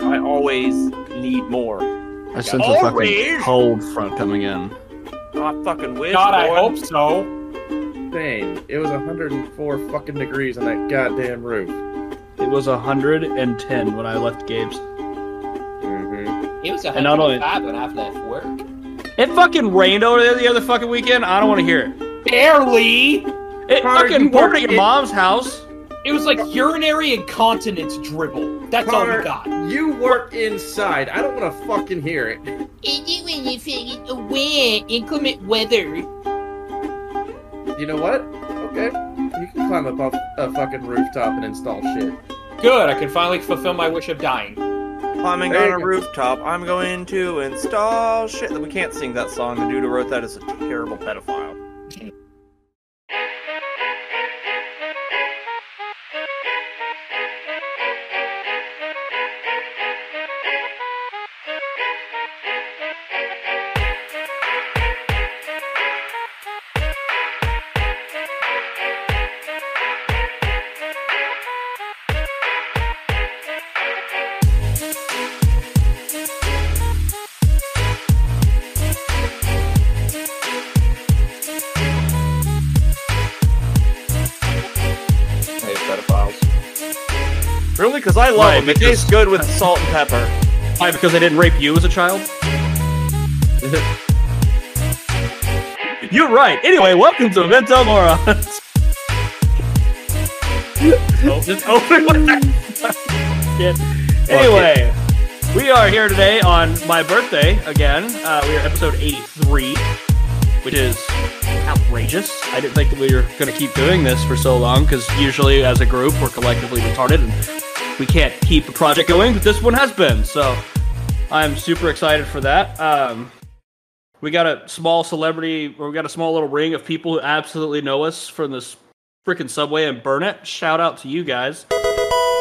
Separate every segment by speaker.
Speaker 1: always need more.
Speaker 2: I sense a fucking
Speaker 1: Always?
Speaker 2: cold front coming in.
Speaker 1: I fucking wish.
Speaker 3: God, I
Speaker 1: boy.
Speaker 3: hope so.
Speaker 4: Insane. It was 104 fucking degrees on that goddamn roof.
Speaker 2: It was 110 when I left Gabe's.
Speaker 4: Mm-hmm.
Speaker 5: It was
Speaker 2: And not only-
Speaker 5: 105 when I left work.
Speaker 2: It fucking rained over there the other fucking weekend. I don't want to hear it.
Speaker 5: Barely.
Speaker 2: It
Speaker 4: Connor, you
Speaker 2: fucking poured at
Speaker 4: worked
Speaker 2: your
Speaker 4: it.
Speaker 2: mom's house.
Speaker 5: It was like urinary incontinence dribble. That's all
Speaker 4: Connor-
Speaker 5: we got.
Speaker 4: You work inside. I don't want to fucking hear it.
Speaker 5: away inclement weather.
Speaker 4: You know what? Okay. You can climb up off a fucking rooftop and install shit.
Speaker 3: Good, I can finally fulfill my wish of dying.
Speaker 1: Climbing
Speaker 4: There
Speaker 1: on
Speaker 4: you
Speaker 1: a
Speaker 4: go.
Speaker 1: rooftop, I'm going to install shit. We can't sing that song. The dude who wrote that is a terrible pedophile.
Speaker 3: Hey, pedophiles.
Speaker 1: Really? Because I love
Speaker 2: Why?
Speaker 1: him. It
Speaker 2: Because-
Speaker 1: tastes good with salt and pepper.
Speaker 2: Why? Because I didn't rape you as a child? You're right. Anyway, welcome to Event Del Morons. Just open with that. Shit. Anyway, we are here today on my birthday again. Uh, we are episode 83, which is outrageous. I didn't think that we were going to keep doing this for so long because usually as a group we're collectively retarded and we can't keep a project going, but this one has been. So I'm super excited for that. Um, we got a small celebrity, or we got a small little ring of people who absolutely know us from this freaking subway and burn it. Shout out to you guys.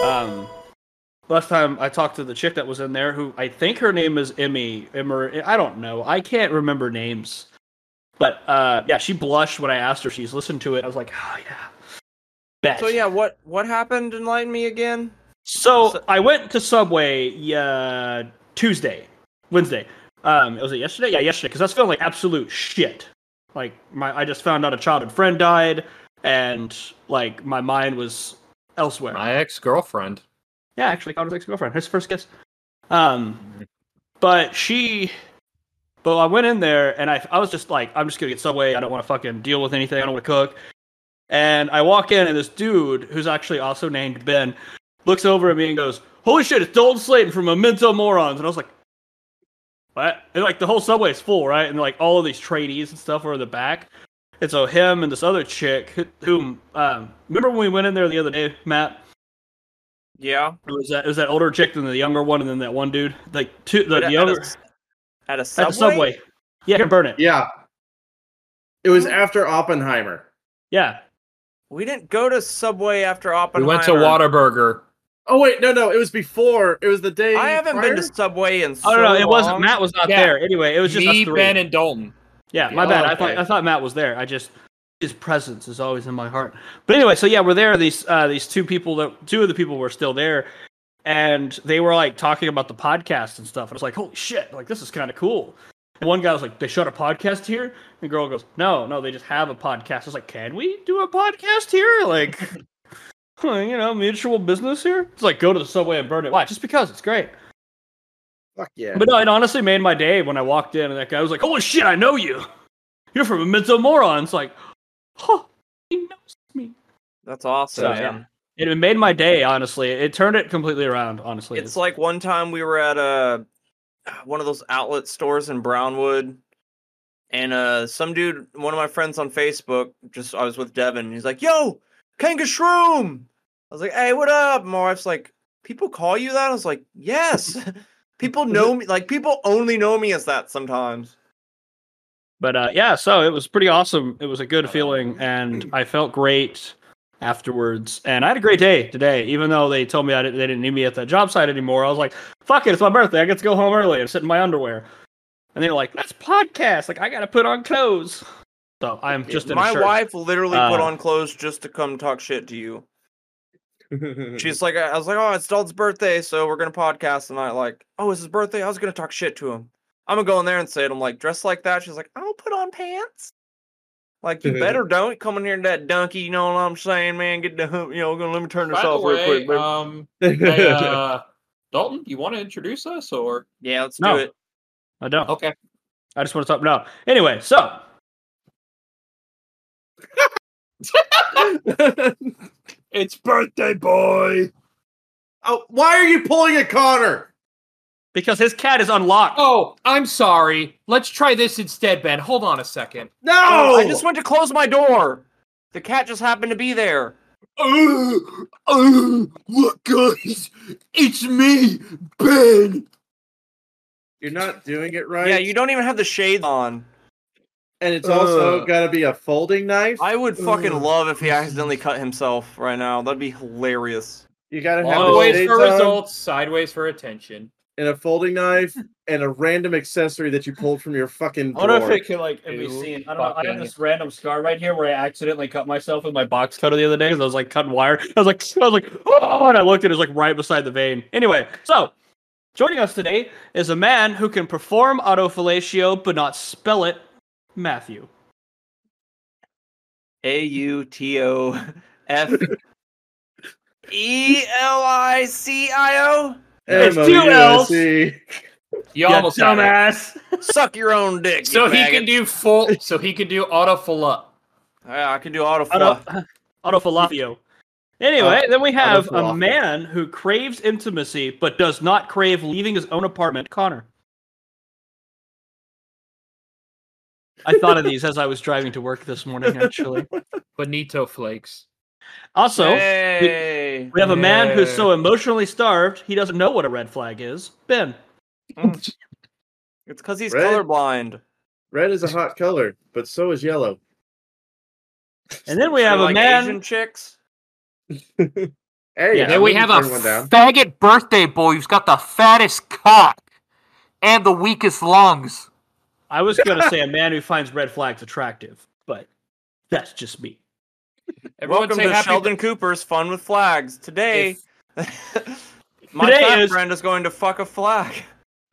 Speaker 2: Um, last time I talked to the chick that was in there, who I think her name is Emmy. Emmer, I don't know. I can't remember names. But uh, yeah, she blushed when I asked her. She's listened to it. I was like, oh yeah, bet.
Speaker 1: So yeah, what what happened? Enlighten me again.
Speaker 2: So,
Speaker 1: So-
Speaker 2: I went to Subway uh, Tuesday, Wednesday. Um, was it yesterday? Yeah, yesterday. Because I was feeling like absolute shit. Like my, I just found out a childhood friend died, and like my mind was elsewhere.
Speaker 3: My ex girlfriend.
Speaker 2: Yeah, actually, Connor's ex-girlfriend. His first kiss. Um, but she, but I went in there and I, I was just like, I'm just gonna get Subway. I don't want to fucking deal with anything. I don't want to cook. And I walk in and this dude, who's actually also named Ben, looks over at me and goes, "Holy shit, it's Dalton Slayton from Memento Morons." And I was like, "What?" And like the whole Subway is full, right? And like all of these tradies and stuff are in the back. And so him and this other chick, who- whom um, remember when we went in there the other day, Matt?
Speaker 1: Yeah.
Speaker 2: It was that it was that older chick than the younger one, and then that one dude, like two, the, the younger
Speaker 1: at, a, at a subway.
Speaker 2: at the subway. Yeah, burn it. Yeah.
Speaker 4: Yeah. It was after Oppenheimer.
Speaker 1: We didn't go to Subway after
Speaker 3: We
Speaker 1: Oppenheimer.
Speaker 3: went to Waterburger.
Speaker 4: Oh wait, no, no, it was before. It was the day.
Speaker 1: I haven't
Speaker 4: prior?
Speaker 1: been to Subway in so
Speaker 2: I don't know. Oh, It wasn't
Speaker 1: long.
Speaker 2: Matt was not
Speaker 3: Yeah.
Speaker 2: there. Anyway, it was just
Speaker 3: Me,
Speaker 2: us three.
Speaker 3: Ben, and Dalton.
Speaker 2: yeah, my bad. I
Speaker 4: Oh,
Speaker 2: thought
Speaker 4: okay.
Speaker 2: I thought Matt was there. I just his presence is always in my heart. But anyway, so yeah, we're there. These uh, these two people that two of the people were still there, and they were like talking about the podcast and stuff. And I was like, holy shit, like this is kind of cool. And one guy was like, they shot a podcast here. And the girl goes, no, no, they just have a podcast. I was like, can we do a podcast here? Like, huh, you know, mutual business here. It's like, go to the subway and burn it. Why? Just because it's great.
Speaker 4: Fuck yeah.
Speaker 2: But no, it honestly made my day when I walked in and that guy was like, "Holy shit, I know you! You're from Memento Moron." It's like, huh, he knows me.
Speaker 1: That's awesome.
Speaker 2: So,
Speaker 1: man.
Speaker 2: It made my day, honestly. It turned it completely around, honestly.
Speaker 1: It's like one time we were at a one of those outlet stores in Brownwood, and uh, some dude, one of my friends on Facebook, just I was with Devin. He's like, "Yo, Kanga Shroom." I was like, "Hey, what up?" My wife's like, "People call you that?" I was like, "Yes." people know me like people only know me as that sometimes.
Speaker 2: but uh, yeah, so it was pretty awesome. It was a good feeling, and I felt great afterwards. And I had a great day today, even though they told me I didn't, they didn't need me at that job site anymore. I was like, "Fuck it, it's my birthday. I get to go home early and sit in my underwear." And they're like, "That's podcast. Like, I got to put on clothes." So I'm just in a
Speaker 1: my
Speaker 2: shirt.
Speaker 1: wife literally put
Speaker 2: Uh,
Speaker 1: on clothes just to come talk shit to you. She's like, I was like, oh, it's Dalton's birthday, so we're gonna podcast tonight. Like, oh, it's his birthday. I was gonna talk shit to him. I'm gonna go in there and say it. I'm like, dress like that. She's like, I'll put on pants. Like, you better don't come in here in that donkey. You know what I'm saying, man? Get the you know. Gonna let me turn this
Speaker 3: By the
Speaker 1: off real
Speaker 3: way,
Speaker 1: quick. baby.
Speaker 3: um, hey, uh, Dalton, you want to introduce us or?
Speaker 1: yeah, let's
Speaker 2: no.
Speaker 1: do it.
Speaker 2: I don't.
Speaker 3: Okay.
Speaker 2: I just want to talk. No. Anyway, so
Speaker 3: It's birthday boy.
Speaker 4: oh, why are you pulling a Connor?
Speaker 2: because his cat is unlocked.
Speaker 5: Oh, I'm sorry. Let's try this instead, Ben. Hold on a second.
Speaker 4: Oh,
Speaker 1: No, I just went to close my door. The cat just happened to be there.
Speaker 3: Oh, oh, look, guys, it's me, Ben.
Speaker 4: You're not doing it right.
Speaker 1: Yeah, you don't even have the shades on.
Speaker 4: And it's also
Speaker 3: Ugh.
Speaker 4: got to be a folding knife.
Speaker 1: I would fucking
Speaker 3: Ugh.
Speaker 1: love if he accidentally cut himself right now. That'd be hilarious.
Speaker 4: You got to have the
Speaker 5: Sideways
Speaker 3: Always
Speaker 4: shades
Speaker 5: for
Speaker 4: on,
Speaker 5: results, sideways for attention.
Speaker 4: and a folding knife and a random accessory that you pulled from your fucking
Speaker 5: I wonder
Speaker 4: drawer.
Speaker 5: if it could like if we
Speaker 3: Ew,
Speaker 5: seen. I don't know. I have
Speaker 3: fucking-
Speaker 5: this random scar right here where I accidentally cut myself in my box.
Speaker 2: cutter the other day because I was like cutting wire. I was like, I was like, oh, and I looked and it was like right beside the vein. Anyway, so joining us today is a man who can perform autofellatio but not spell it, Matthew.
Speaker 1: A U T O F E L I C I
Speaker 2: It's two L's.
Speaker 4: M-O-U-S-E.
Speaker 5: You
Speaker 2: You
Speaker 5: almost had it.
Speaker 2: dumbass.
Speaker 1: O. Suck your own dick.
Speaker 5: So
Speaker 1: you
Speaker 5: he
Speaker 1: faggot.
Speaker 5: can do full. So he can do auto full up.
Speaker 1: Yeah, I can do auto
Speaker 2: Auto,
Speaker 1: fluff.
Speaker 2: autofellatio. Anyway, then we have a
Speaker 4: autofellatio.
Speaker 2: man who craves intimacy but does not crave leaving his own apartment, Connor. I thought of these as I was driving to work this morning, actually.
Speaker 5: Bonito flakes.
Speaker 2: Also,
Speaker 1: Hey.
Speaker 2: We have a man who's
Speaker 5: Yeah.
Speaker 2: so emotionally starved he doesn't know what a red flag is. Ben.
Speaker 1: It's because he's
Speaker 4: Red.
Speaker 1: colorblind.
Speaker 4: Red is a hot color, but so is yellow.
Speaker 2: And then we
Speaker 1: You
Speaker 2: have a
Speaker 1: like
Speaker 2: man.
Speaker 1: Asian chicks.
Speaker 4: Hey,
Speaker 2: Yeah.
Speaker 4: that
Speaker 2: And
Speaker 4: wouldn't turn one down.
Speaker 5: faggot birthday boy who's got the fattest cock and the weakest lungs.
Speaker 2: I was gonna say a man who finds red flags attractive, but that's just me.
Speaker 5: Everyone
Speaker 1: Welcome
Speaker 5: say
Speaker 1: to
Speaker 5: happy
Speaker 1: Sheldon Cooper's Fun with Flags. Today,
Speaker 5: If-
Speaker 1: my
Speaker 2: Today
Speaker 1: fat
Speaker 2: is-
Speaker 1: friend is going to fuck a flag.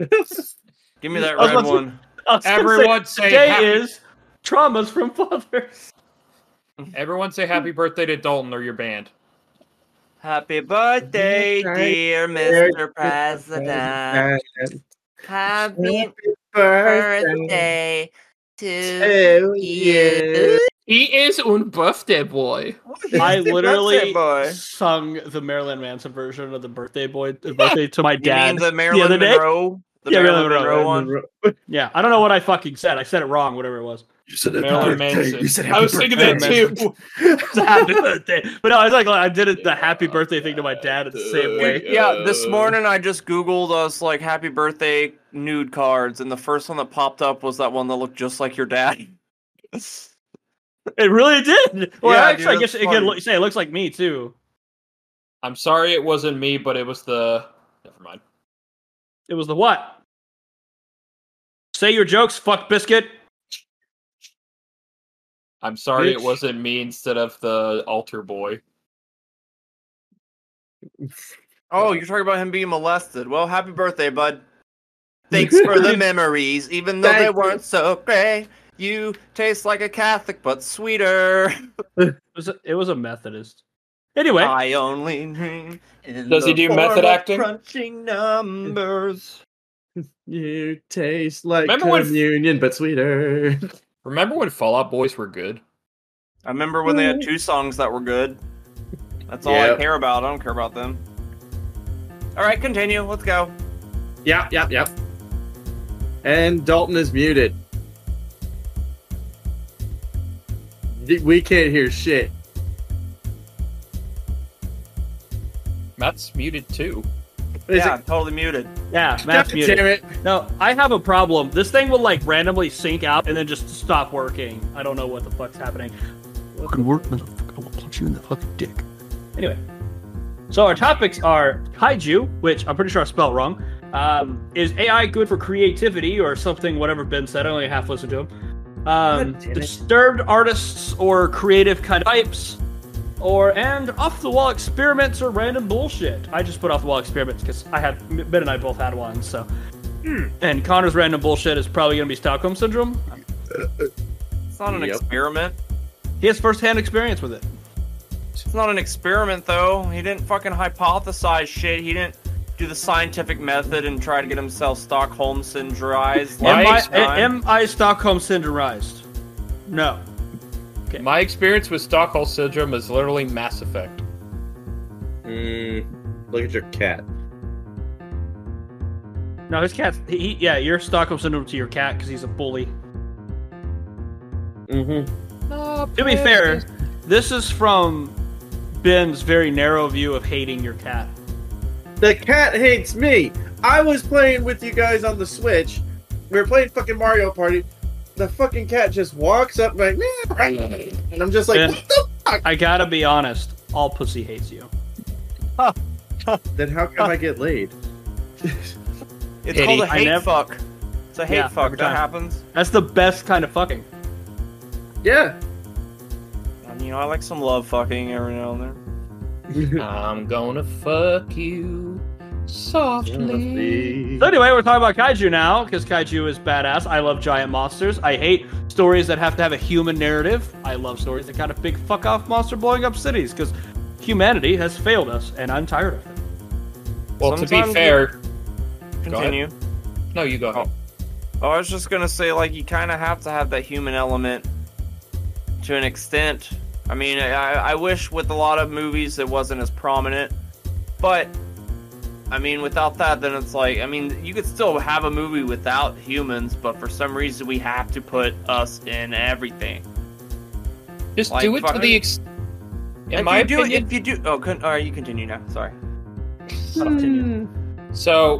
Speaker 1: Give me that
Speaker 2: I was
Speaker 1: red
Speaker 2: about to-
Speaker 1: one.
Speaker 2: I was gonna say,
Speaker 5: Everyone say
Speaker 2: today
Speaker 5: happy-
Speaker 2: is traumas from fathers.
Speaker 5: Everyone say happy birthday to Dalton or your band.
Speaker 1: Happy birthday,
Speaker 4: Happy
Speaker 1: dear Mr. President. Happy birthday to you.
Speaker 5: He is un birthday boy.
Speaker 2: I
Speaker 1: Happy birthday,
Speaker 2: literally
Speaker 1: boy.
Speaker 2: sung the Marilyn Manson version of the birthday boy the birthday to my
Speaker 1: You mean
Speaker 2: dad.
Speaker 1: the Marilyn
Speaker 2: other day?
Speaker 1: Monroe? The
Speaker 2: Yeah,
Speaker 1: Marilyn
Speaker 2: Marilyn
Speaker 1: Monroe,
Speaker 2: Monroe.
Speaker 1: one.
Speaker 2: Yeah, I don't know what I fucking said. I said it wrong, whatever it was.
Speaker 4: You said
Speaker 5: Marilyn Manson. I was thinking that too.
Speaker 2: It's a happy birthday. But no, I was like, I did it the happy birthday thing to my dad the same way.
Speaker 1: Yeah, this morning I just Googled us like happy birthday nude cards, and the first one that popped up was that one that looked just like your dad.
Speaker 2: It really did. Well,
Speaker 1: Yeah,
Speaker 2: actually,
Speaker 1: dude,
Speaker 2: I guess
Speaker 1: that's
Speaker 2: it could
Speaker 1: funny.
Speaker 2: look, say it looks like me too.
Speaker 5: I'm sorry it wasn't me, but it was the. Never mind.
Speaker 2: It was the what? Say your jokes, fuck biscuit.
Speaker 5: I'm sorry it
Speaker 2: Bitch.
Speaker 5: wasn't me instead of the altar boy.
Speaker 1: Oh, you're talking about him being molested. Well, happy birthday, bud. Thanks for the memories, even though they
Speaker 4: Thank you.
Speaker 1: weren't so great. You taste like a Catholic, but sweeter.
Speaker 2: It was a, it was a Methodist. Anyway,
Speaker 1: I only dream. in
Speaker 5: Does he
Speaker 1: the
Speaker 5: do method
Speaker 1: form of
Speaker 5: acting?
Speaker 1: Crunching numbers.
Speaker 4: You taste like
Speaker 5: Remember when-
Speaker 4: communion, but sweeter.
Speaker 5: Remember when Fallout Boys were good?
Speaker 1: I remember when they had two songs that were good. That's all I
Speaker 4: Yep.
Speaker 1: care about. I don't care about them. All right, continue. Let's go.
Speaker 4: Yep, yep, yep. And Dalton is muted. D- We can't hear shit.
Speaker 5: Matt's muted too.
Speaker 4: Is
Speaker 1: yeah,
Speaker 4: it-
Speaker 1: totally muted.
Speaker 2: yeah, Matt's
Speaker 4: God
Speaker 2: muted.
Speaker 4: Damn it.
Speaker 2: No, I have a problem. This thing will like randomly sync out and then just stop working. I don't know what the fuck's happening. Fucking work, motherfucker. I will punch you in the fucking dick. Anyway, so our topics are kaiju, which I'm pretty sure I spelled wrong. Um, is AI good for creativity or something? Whatever Ben said, I only half listened to him. Um,
Speaker 4: God damn it.
Speaker 2: disturbed artists or creative kind of types. or and off the wall experiments or random bullshit. I just put off the wall experiments because I had Ben and I both had one. So, and Connor's random bullshit is probably gonna be Stockholm syndrome.
Speaker 1: It's not an
Speaker 4: Yep.
Speaker 1: experiment.
Speaker 2: He has firsthand experience with it.
Speaker 1: It's not an experiment though. He didn't fucking hypothesize shit. He didn't do the scientific method and try to get himself Stockholm syndromeized.
Speaker 3: My
Speaker 2: am, I,
Speaker 3: ex-
Speaker 1: time.
Speaker 2: am I Stockholm syndromeized? No.
Speaker 3: My experience with Stockholm syndrome is literally Mass Effect.
Speaker 4: Mm, look at your cat.
Speaker 2: No, his cat's. He, he, yeah, you're Stockholm syndrome to your cat because he's a bully.
Speaker 4: Mm-hmm.
Speaker 2: To be fair, this is from Ben's very narrow view of hating your cat.
Speaker 4: The cat hates me. I was playing with you guys on the Switch. We were playing fucking Mario Party. The fucking cat just walks up like, "Meow," and I'm just like,
Speaker 2: Ben.
Speaker 4: what the fuck?
Speaker 2: I gotta be honest, all pussy hates you.
Speaker 4: Then how come I get laid?
Speaker 1: It's called a
Speaker 2: Pity. I
Speaker 1: hate
Speaker 2: never-
Speaker 1: fuck. It's a hate
Speaker 2: Yeah,
Speaker 1: fuck
Speaker 2: every
Speaker 1: that
Speaker 2: time.
Speaker 1: happens.
Speaker 2: That's the best kind of fucking.
Speaker 4: Yeah.
Speaker 1: And, you know, I like some love fucking every now and then.
Speaker 5: Hmm.
Speaker 3: I'm gonna fuck you softly.
Speaker 2: So anyway, we're talking about kaiju now because kaiju is badass. I love giant monsters. I hate stories that have to have a human narrative. I love stories that got a big fuck off monster blowing up cities because humanity has failed us, and I'm tired of it.
Speaker 3: Well, to
Speaker 1: Sometimes
Speaker 3: be fair, ahead.
Speaker 1: Continue.
Speaker 3: no, you go ahead.
Speaker 1: Oh, I was just gonna say, like, you kind of have to have that human element to an extent. I mean, I, I wish with a lot of movies it wasn't as prominent, but I mean, without that, then it's like, I mean, you could still have a movie without humans, but for some reason we have to put us in everything.
Speaker 3: Just
Speaker 1: Like,
Speaker 3: do it to
Speaker 1: fuck-
Speaker 3: the ex. In
Speaker 1: if
Speaker 3: my
Speaker 1: you do,
Speaker 3: opinion,
Speaker 1: if you do, oh, con- all right, you continue now. Sorry.
Speaker 3: so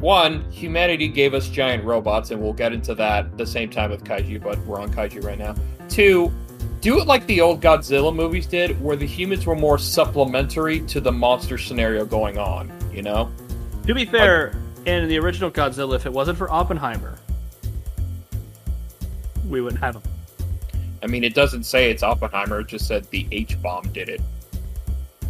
Speaker 3: one humanity gave us giant robots, and we'll get into that at the same time with kaiju, but we're on kaiju right now. Two, do it like the old Godzilla movies did, where the humans were more supplementary to the monster scenario going on. You know,
Speaker 2: To be fair, in the original Godzilla, if it wasn't for Oppenheimer, we wouldn't have him.
Speaker 3: I mean, it doesn't say it's Oppenheimer; it just said the H bomb did it.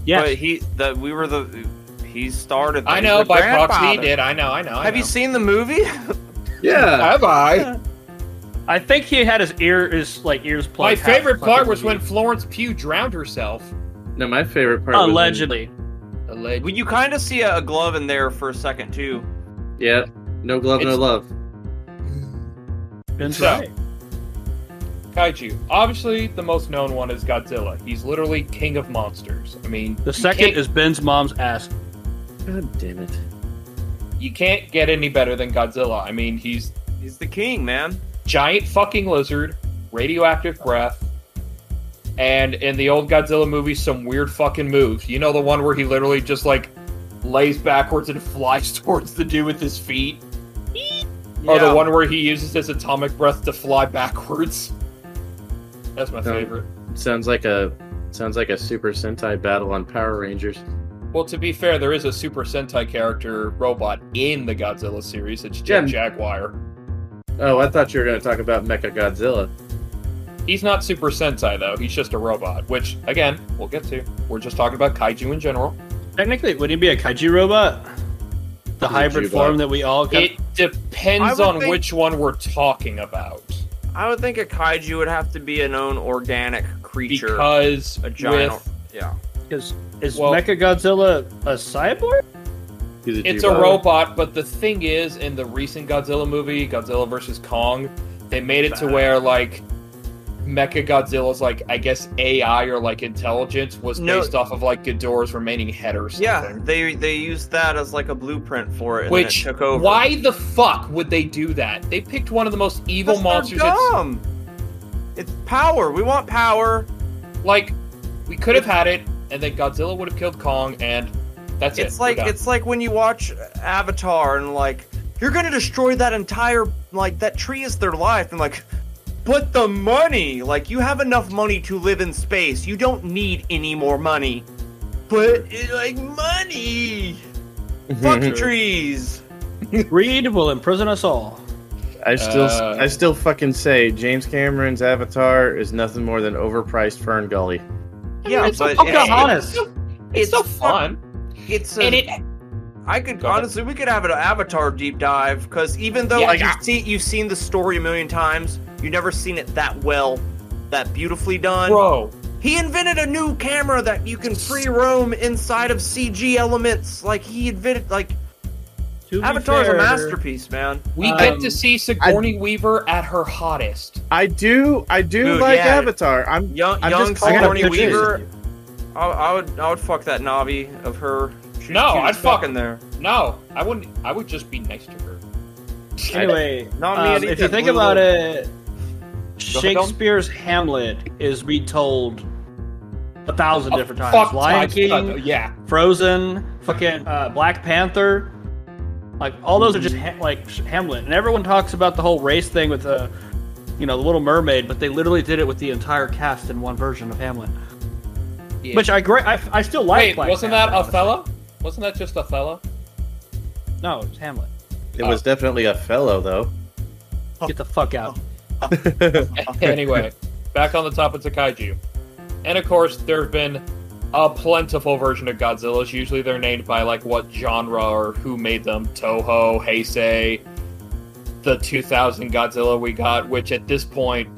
Speaker 2: Yes.
Speaker 1: But he, the, we were the, he started.
Speaker 3: I
Speaker 1: things.
Speaker 3: know
Speaker 1: We're
Speaker 3: by proxy he
Speaker 1: grandfathered.
Speaker 3: did. I know, I know. I
Speaker 1: Have you
Speaker 3: know.
Speaker 1: seen the movie?
Speaker 4: Yeah.
Speaker 3: Have I?
Speaker 2: I think he had his ear, his like ears
Speaker 3: My
Speaker 2: plugged. half
Speaker 3: favorite
Speaker 2: the
Speaker 3: part
Speaker 2: fucking
Speaker 3: was when
Speaker 2: movie.
Speaker 3: Florence Pugh drowned herself.
Speaker 4: No, my favorite part. was when-
Speaker 2: allegedly.
Speaker 3: Alleged.
Speaker 1: Well, you kind of see a, a glove in there for a second too.
Speaker 4: Yeah. No glove, no
Speaker 3: It's-
Speaker 4: love.
Speaker 2: Ben's
Speaker 3: So-
Speaker 2: right.
Speaker 3: Kaiju. Obviously, the most known one is Godzilla. He's literally king of monsters. I mean,
Speaker 2: The second is Ben's mom's ass.
Speaker 4: God damn it.
Speaker 3: you can't get any better than Godzilla. I mean, he's
Speaker 1: He's the king, man.
Speaker 3: giant fucking lizard, radioactive breath, and in the old Godzilla movie, some weird fucking moves. You know the one where he literally just like lays backwards and flies towards the dude with his feet, or Oh, the one where he uses his atomic breath to fly backwards. That's my
Speaker 4: No.
Speaker 3: favorite.
Speaker 4: Sounds like a sounds like a Super Sentai battle on Power Rangers.
Speaker 3: Well, to be fair, there is a Super Sentai character robot in the Godzilla series. It's Jet
Speaker 4: Yeah.
Speaker 3: Jaguar.
Speaker 4: Oh, I thought you were going to talk about Mecha Godzilla.
Speaker 3: He's not Super Sentai though. He's just a robot, which again we'll get to. We're just talking about kaiju in general.
Speaker 2: Technically, wouldn't it be a kaiju robot? The
Speaker 4: Kaiju
Speaker 2: hybrid
Speaker 4: bot.
Speaker 2: form that we all got.
Speaker 3: It depends
Speaker 1: I would
Speaker 3: on
Speaker 1: think-
Speaker 3: which one we're talking about.
Speaker 1: I would think a kaiju would have to be a known organic creature.
Speaker 3: Because
Speaker 1: a giant.
Speaker 3: with-
Speaker 1: yeah.
Speaker 2: Is is
Speaker 3: well-
Speaker 2: Mecha Godzilla a cyborg?
Speaker 4: He's
Speaker 3: it's a
Speaker 4: G-Bot.
Speaker 3: robot, but the thing is, in the recent Godzilla movie, Godzilla vs Kong, they made it to where like Mecha Godzilla's like I guess AI or like intelligence was
Speaker 1: No.
Speaker 3: based off of like Ghidorah's remaining head or something.
Speaker 1: Yeah. They they used that as like a blueprint for it. And
Speaker 3: Which
Speaker 1: then it took over.
Speaker 3: why the fuck would they do that? They picked one of the most evil
Speaker 1: Because
Speaker 3: monsters.
Speaker 1: They're
Speaker 3: that's-
Speaker 1: dumb. It's power. We want power.
Speaker 3: like we could have had it, and then Godzilla would have killed Kong, and that's it.
Speaker 1: it's
Speaker 3: We're
Speaker 1: like
Speaker 3: done.
Speaker 1: it's like when you watch Avatar and like you're gonna destroy that entire like that tree is their life and like but the money like you have enough money to live in space you don't need any more money but eh, like money
Speaker 3: Mm-hmm.
Speaker 1: fuck trees
Speaker 2: Reed will imprison us all.
Speaker 4: I still
Speaker 3: Uh,
Speaker 4: I still fucking say James Cameron's Avatar is nothing more than overpriced Fern Gully.
Speaker 1: Yeah,
Speaker 3: It's
Speaker 1: but
Speaker 3: a Pocahontas.
Speaker 1: it's,
Speaker 3: It's so
Speaker 1: It's fun.
Speaker 3: fun,
Speaker 1: it's a-
Speaker 3: and it
Speaker 1: I could
Speaker 3: Go ahead.
Speaker 1: honestly, we could have an Avatar deep dive because even though
Speaker 3: Yeah,
Speaker 1: like
Speaker 3: yeah.
Speaker 1: you see, you've seen the story a million times, you've never seen it that well, that beautifully done.
Speaker 3: bro.
Speaker 1: He invented a new camera that you can free roam inside of CG elements. Like he invented, like
Speaker 2: To be
Speaker 1: Avatar's
Speaker 2: fair-
Speaker 1: a masterpiece, man.
Speaker 3: We
Speaker 2: Um,
Speaker 3: get to see Sigourney Weaver at her hottest.
Speaker 4: I do, I do
Speaker 1: Dude,
Speaker 4: like
Speaker 1: yeah.
Speaker 4: Avatar. I'm
Speaker 1: Young,
Speaker 4: I'm
Speaker 1: young
Speaker 4: just- I gotta
Speaker 1: Sigourney
Speaker 4: put this
Speaker 1: Weaver. I, I would, I would fuck that Navi of her. She,
Speaker 3: No,
Speaker 1: she was
Speaker 3: I'd fuck-
Speaker 1: fucking there.
Speaker 3: No, I wouldn't. I would just be nice to her.
Speaker 2: Anyway,
Speaker 1: Not me.
Speaker 2: um,
Speaker 1: I'd eat
Speaker 2: if you
Speaker 1: that
Speaker 2: think
Speaker 1: blue
Speaker 2: about
Speaker 1: one.
Speaker 2: it,
Speaker 3: Go ahead, Dalton.
Speaker 2: Shakespeare's Hamlet is retold a thousand different times.
Speaker 3: Oh, Fuck
Speaker 2: Lion
Speaker 3: times.
Speaker 2: King,
Speaker 3: Yeah,
Speaker 2: Frozen, fucking uh, Black Panther. Like all those are just ha- like sh- Hamlet, and everyone talks about the whole race thing with the, you know, the Little Mermaid, but they literally did it with the entire cast in one version of Hamlet.
Speaker 3: Yeah.
Speaker 2: Which I great, I, I still like.
Speaker 3: Wait,
Speaker 2: Black
Speaker 3: wasn't that
Speaker 2: Panther,
Speaker 3: Othello? Wasn't that just Othello?
Speaker 2: honestly. No, it's Hamlet.
Speaker 4: It was definitely a fellow, though.
Speaker 3: Oh.
Speaker 2: Get the fuck out.
Speaker 3: anyway, back on the topic of kaiju, and of course there have been a plentiful version of Godzilla's. Usually they're named by like what genre or who made them. Toho, Heisei, the 2000 Godzilla we got, which at this point.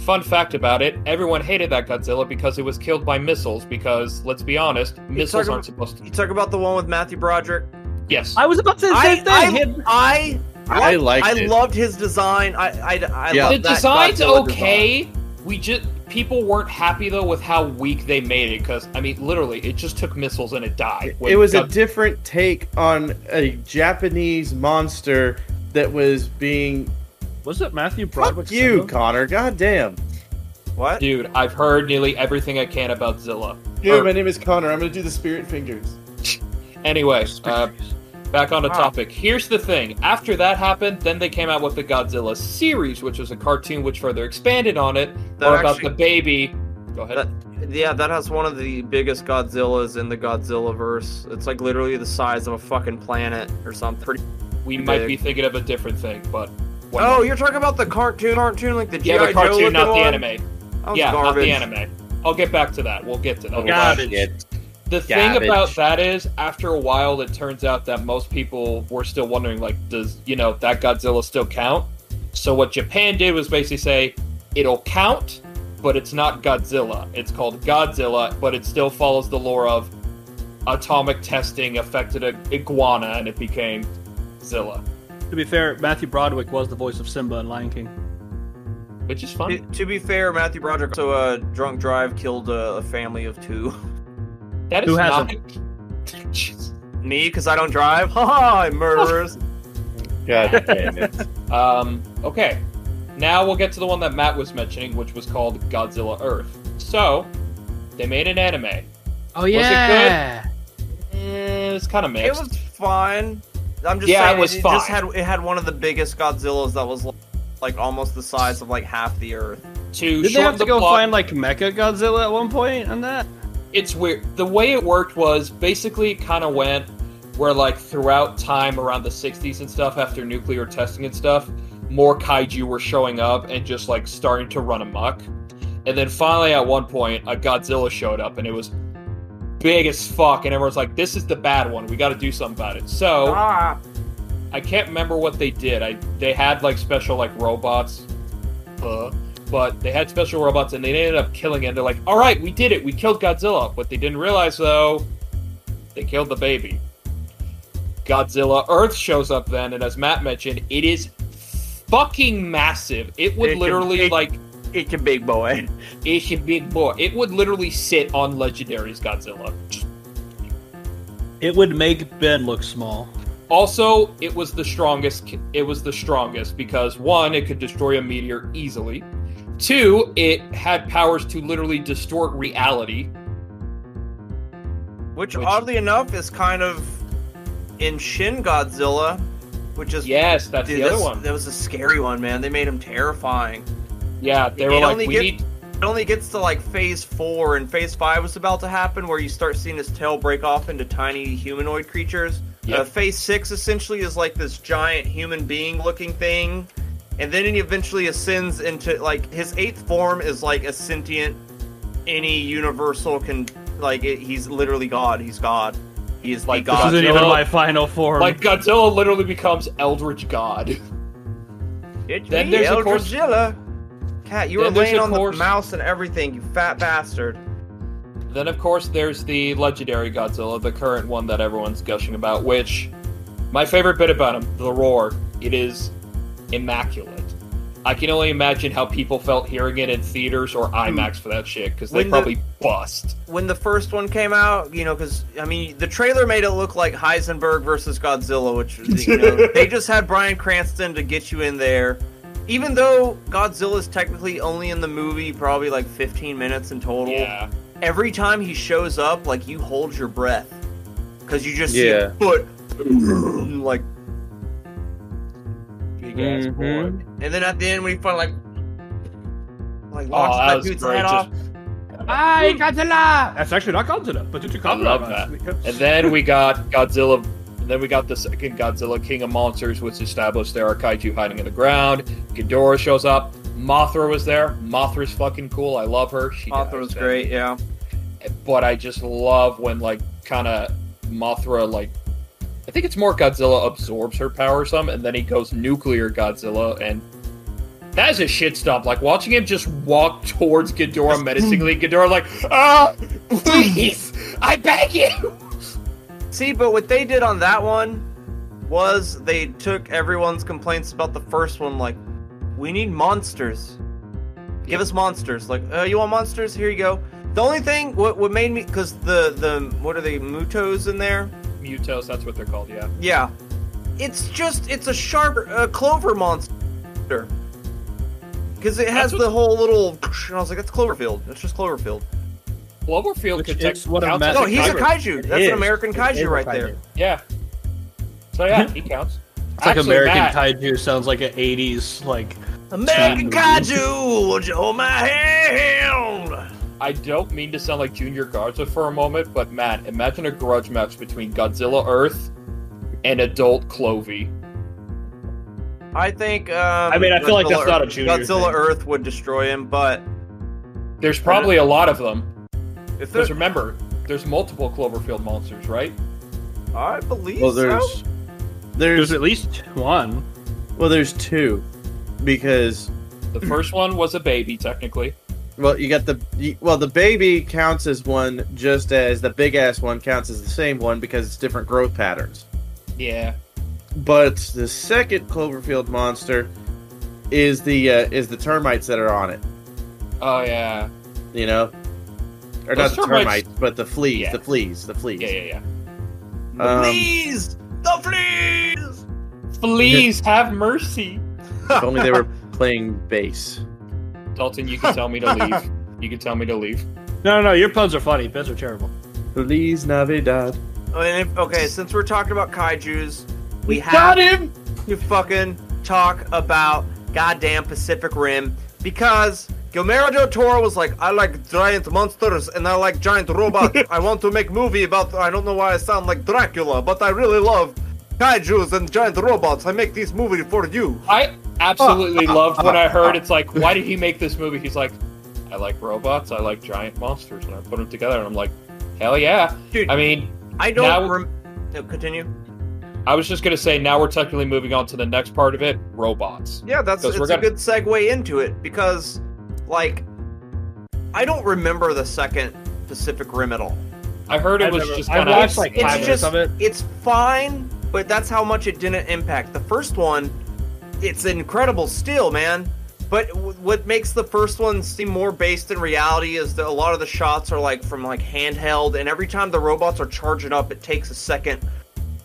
Speaker 3: Fun fact about it, everyone hated that Godzilla because it was killed by missiles. Because, let's be honest, missiles
Speaker 1: talking
Speaker 3: aren't supposed to.
Speaker 1: You talk about the one with Matthew Broderick.
Speaker 3: Yes.
Speaker 2: I was about to say the
Speaker 1: I-
Speaker 2: same
Speaker 1: I-
Speaker 2: thing. Hid-
Speaker 1: I
Speaker 4: I liked
Speaker 1: I
Speaker 4: it.
Speaker 1: loved his design. I I, I
Speaker 4: Yeah.
Speaker 1: loved
Speaker 3: the
Speaker 1: that
Speaker 3: design's
Speaker 1: Godzilla design.
Speaker 3: okay. We just people weren't happy though with how weak they made it because I mean, literally, it just took missiles and it died.
Speaker 4: it was a
Speaker 3: God-
Speaker 4: different take on a Japanese monster that was being.
Speaker 2: was it Matthew Broderick?
Speaker 4: Fuck you, Connor. God damn.
Speaker 1: What?
Speaker 3: dude. I've heard nearly everything I can about Zilla.
Speaker 4: Dude,
Speaker 3: Or-
Speaker 4: my name is Connor. I'm gonna do the spirit fingers.
Speaker 3: Anyway, uh, back on the
Speaker 1: Wow.
Speaker 3: topic. Here's the thing. After that happened, then they came out with the Godzilla series, which was a cartoon which further expanded on it,
Speaker 1: That
Speaker 3: or about
Speaker 1: actually-
Speaker 3: the baby. Go ahead.
Speaker 1: That- Yeah, that has one of the biggest Godzillas in the Godzilla verse. It's like literally the size of a fucking planet or something. Pretty-
Speaker 3: we might
Speaker 1: big.
Speaker 3: be thinking of a different thing, but
Speaker 1: oh, you're talking about the cartoon, cartoon like the GI
Speaker 3: yeah, the
Speaker 1: Joe
Speaker 3: cartoon,
Speaker 1: looking
Speaker 3: not the
Speaker 1: one?
Speaker 3: anime.
Speaker 1: That was
Speaker 3: Yeah,
Speaker 1: garbage.
Speaker 3: not the anime. I'll get back to that. We'll get to that.
Speaker 2: Garbage.
Speaker 3: The thing
Speaker 4: Garbage.
Speaker 3: about that is, after a while, it turns out that most people were still wondering, like, does you know that Godzilla still count? So what Japan did was basically say it'll count, but it's not Godzilla. It's called Godzilla, but it still follows the lore of atomic testing affected a iguana, and it became Zilla,
Speaker 2: To be fair, Matthew Broderick was the voice of Simba in Lion King.
Speaker 3: which is fun.
Speaker 1: To, to be fair, Matthew Broderick also uh, drunk drive killed a, a family of two.
Speaker 3: that is
Speaker 2: who
Speaker 3: not.
Speaker 1: Me, because I don't drive. Ha ha! I murderers.
Speaker 4: God damn it.
Speaker 3: Um, okay. Now we'll get to the one that Matt was mentioning, which was called Godzilla Earth. So, they made an anime.
Speaker 5: Oh
Speaker 3: yeah. Eh, it's kind of
Speaker 1: it
Speaker 3: mixed.
Speaker 1: was fine. I'm just
Speaker 3: Yeah,
Speaker 1: saying
Speaker 3: it was
Speaker 1: it, just had
Speaker 3: fine.
Speaker 1: it had one of the biggest Godzillas that was like almost the size of like half the Earth.
Speaker 3: to
Speaker 2: Did they
Speaker 3: shorten
Speaker 2: have
Speaker 3: the
Speaker 2: to go
Speaker 3: plot,
Speaker 2: find like Mecha Godzilla at one point on that?
Speaker 3: it's weird. The way it worked was basically it kind of went where, like, throughout time around the 60s and stuff, after nuclear testing and stuff, more kaiju were showing up and just, like, starting to run amok. And then finally, at one point, a Godzilla showed up and it was big as fuck. And everyone's like, this is the bad one. We got to do something about it. So.
Speaker 1: Ah,
Speaker 3: I can't remember what they did. I they had like special like robots, uh, but they had special robots and they ended up killing it. They're like, all right, we did it. We killed Godzilla. What they didn't realize though, they killed the baby. Godzilla Earth shows up then, and as Matt mentioned, it is fucking massive. It would
Speaker 1: It can-
Speaker 3: literally
Speaker 1: it-
Speaker 3: like
Speaker 1: it's a big boy.
Speaker 3: it's a big boy. It would literally sit on Legendary's Godzilla.
Speaker 2: It would make Ben look small.
Speaker 3: Also, it was the strongest. It was the strongest because one, it could destroy a meteor easily. Two, it had powers to literally distort reality.
Speaker 1: Which,
Speaker 3: Which-
Speaker 1: oddly enough is kind of in Shin Godzilla, which is
Speaker 3: Yes, that's
Speaker 1: dude,
Speaker 3: the other
Speaker 1: that's-
Speaker 3: one.
Speaker 1: That was a scary one, man. They made him terrifying.
Speaker 3: yeah, they
Speaker 1: it
Speaker 3: were like,
Speaker 1: only
Speaker 3: we
Speaker 1: get-
Speaker 3: need.
Speaker 1: It only gets to like phase four, and phase five was about to happen, where you start seeing his tail break off into tiny humanoid creatures.
Speaker 3: Yep.
Speaker 1: Uh, phase six essentially is like this giant human being looking thing, and then he eventually ascends into like his eighth form is like a sentient any universal can like it, he's literally God. He's God. He is like
Speaker 3: This
Speaker 2: This
Speaker 1: God.
Speaker 2: isn't even
Speaker 3: Godzilla.
Speaker 2: my final form.
Speaker 3: Like Godzilla literally becomes Eldritch God.
Speaker 1: It's
Speaker 3: Then
Speaker 1: me,
Speaker 3: there's, of
Speaker 1: Eldridge
Speaker 3: course-
Speaker 1: Zilla. Cat, you were
Speaker 3: Then there's,
Speaker 1: laying
Speaker 3: of
Speaker 1: on
Speaker 3: course-
Speaker 1: the mouse and everything, you fat bastard.
Speaker 3: Then, of course, there's the legendary Godzilla, the current one that everyone's gushing about, which my favorite bit about him, the roar, it is immaculate. I can only imagine how people felt hearing it in theaters or IMAX for that shit, because they
Speaker 1: Hmm. When the-
Speaker 3: probably bust.
Speaker 1: When the first one came out, you know, because I mean, the trailer made it look like Heisenberg versus Godzilla, which you know, they just had Brian Cranston to get you in there. Even though Godzilla's technically only in the movie probably like 15 minutes in total,
Speaker 3: Yeah.
Speaker 1: every time he shows up, like you hold your breath because you just see a
Speaker 4: Yeah.
Speaker 1: foot like
Speaker 3: Big ass boy.
Speaker 4: Mhm.
Speaker 1: And then at the end, when he finally like, like
Speaker 3: Oh,
Speaker 1: locks
Speaker 3: that
Speaker 1: that,
Speaker 3: was
Speaker 1: dude's
Speaker 3: great.
Speaker 1: head
Speaker 3: Just-
Speaker 1: off.
Speaker 2: Hi, Godzilla! That's actually not Godzilla, but it's a Godzilla.
Speaker 3: love And then we got Godzilla. And then we got the second Godzilla, King of Monsters, which established there are kaiju hiding in the ground. Ghidorah shows up. Mothra was there. Mothra's fucking cool. I love her. She
Speaker 1: Mothra
Speaker 3: dies
Speaker 1: was
Speaker 3: then.
Speaker 1: great, yeah.
Speaker 3: But I just love when like kind of Mothra like. I think it's more Godzilla absorbs her power some, and then he goes nuclear Godzilla, and that is a shit stomp. Like watching him just walk towards Ghidorah menacingly. Ghidorah like, ah, please, I beg you.
Speaker 1: See, but what they did on that one was they took everyone's complaints about the first one, like, we need monsters. Give us monsters. Like, uh, you want monsters? Here you go. The only thing what what made me because the the what are they mutos in there?
Speaker 3: Mutos, that's what they're called. Yeah.
Speaker 1: Yeah, it's just it's a sharp uh, clover monster because it has
Speaker 3: That's what-
Speaker 1: the whole little. And I was like, that's Cloverfield. That's just Cloverfield.
Speaker 3: Cloverfield
Speaker 2: Which
Speaker 3: could
Speaker 2: is
Speaker 3: take
Speaker 2: what a
Speaker 3: counts as
Speaker 2: mess-
Speaker 1: No, he's a
Speaker 3: kaiju.
Speaker 1: kaiju. That's an American kaiju right there.
Speaker 3: Yeah. So yeah, he counts.
Speaker 2: It's like
Speaker 3: Actually,
Speaker 2: American
Speaker 3: Matt,
Speaker 2: kaiju sounds like an '80s like.
Speaker 1: American
Speaker 2: Yeah.
Speaker 1: kaiju, would you hold my hand?
Speaker 3: I don't mean to sound like Junior Garza for a moment, but Matt, imagine a grudge match between Godzilla Earth and adult Clovey.
Speaker 1: I think. Um,
Speaker 2: I mean, I feel like that's
Speaker 1: Godzilla
Speaker 2: not a
Speaker 1: Earth-
Speaker 2: junior
Speaker 1: Godzilla
Speaker 2: thing.
Speaker 1: Earth would destroy him, but
Speaker 3: There's probably a lot of them.
Speaker 1: if
Speaker 3: Because
Speaker 1: there's,
Speaker 3: remember, there's multiple Cloverfield monsters, right?
Speaker 1: I believe
Speaker 4: Well,
Speaker 1: so.
Speaker 4: there's there's
Speaker 2: There's at least one.
Speaker 4: well, there's two because
Speaker 3: The first one was a baby, technically.
Speaker 4: well, you got the you- well, the baby counts as one, just as the big ass one counts as the same one because it's different growth patterns.
Speaker 3: Yeah.
Speaker 4: But the second Cloverfield monster is the uh, is the termites that are on it.
Speaker 3: Oh yeah.
Speaker 4: You know, or
Speaker 3: Those
Speaker 4: not the
Speaker 3: termites-
Speaker 4: termites, but the fleas,
Speaker 3: Yeah.
Speaker 4: the fleas, the fleas.
Speaker 3: Yeah, yeah, yeah.
Speaker 4: Um,
Speaker 1: Please, the fleas.
Speaker 3: Please have mercy.
Speaker 4: if only they were playing bass.
Speaker 3: Dalton, you can tell me to leave. You can tell me to leave.
Speaker 2: No, no, no. Your puns are funny. Puns are terrible.
Speaker 4: Feliz Navidad.
Speaker 1: Oh, And if, okay, since we're talking about kaiju's, we have
Speaker 3: him!
Speaker 1: to fucking talk about goddamn Pacific Rim because Guillermo del Toro was like, I like giant monsters and I like giant robots. I want to make movie about. I don't know why I sound like Dracula, but I really love kaiju's and giant robots. I make this movie for you.
Speaker 3: I absolutely loved when I heard it's like, why did he make this movie? He's like, I like robots, I like giant monsters, and I put them together, and I'm like, hell yeah.
Speaker 1: Dude,
Speaker 3: I mean,
Speaker 1: I don't
Speaker 3: Now-
Speaker 1: rem- no, continue.
Speaker 3: I was just gonna say, now we're technically moving on to the next part of it robots.
Speaker 1: Yeah, that's
Speaker 3: Because
Speaker 1: it's
Speaker 3: we're
Speaker 1: a
Speaker 3: gonna-
Speaker 1: good segue into it because, like, I don't remember the second Pacific Rim at all.
Speaker 3: I heard it
Speaker 2: I've
Speaker 3: was
Speaker 2: never-
Speaker 3: just
Speaker 2: I've
Speaker 3: kind of.
Speaker 2: watched, like, five
Speaker 1: It's
Speaker 2: minutes
Speaker 1: just
Speaker 2: of it.
Speaker 1: it's fine, but that's how much it didn't impact the first one. It's incredible still, man. But w- what makes the first one seem more based in reality is that a lot of the shots are like from like handheld, and every time the robots are charging up, it takes a second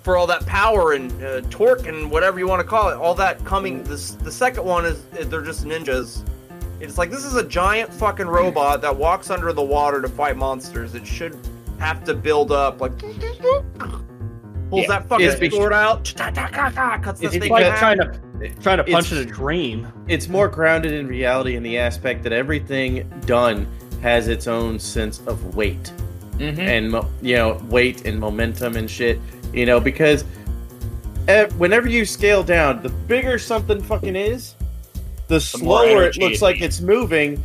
Speaker 1: for all that power and uh, torque and whatever you want to call it, all that coming. This the second one is they're just ninjas. It's like this is a giant fucking robot that walks under the water to fight monsters. It should have to build up like pulls
Speaker 3: Yeah.
Speaker 1: that fucking
Speaker 4: It's be-
Speaker 1: sword out, cuts this
Speaker 4: It's
Speaker 1: thing
Speaker 2: It's
Speaker 1: in
Speaker 2: like
Speaker 1: half.
Speaker 2: trying to trying to punch
Speaker 4: It's-
Speaker 2: in a dream.
Speaker 4: It's more grounded in reality in the aspect that everything done has its own sense of weight
Speaker 3: Mhm.
Speaker 4: and mo- you know weight and momentum and shit. You know because eh, whenever you scale down, the bigger something fucking is, the
Speaker 3: more
Speaker 4: slower it
Speaker 3: energy
Speaker 4: looks
Speaker 3: it
Speaker 4: like
Speaker 3: needs.
Speaker 4: it's moving,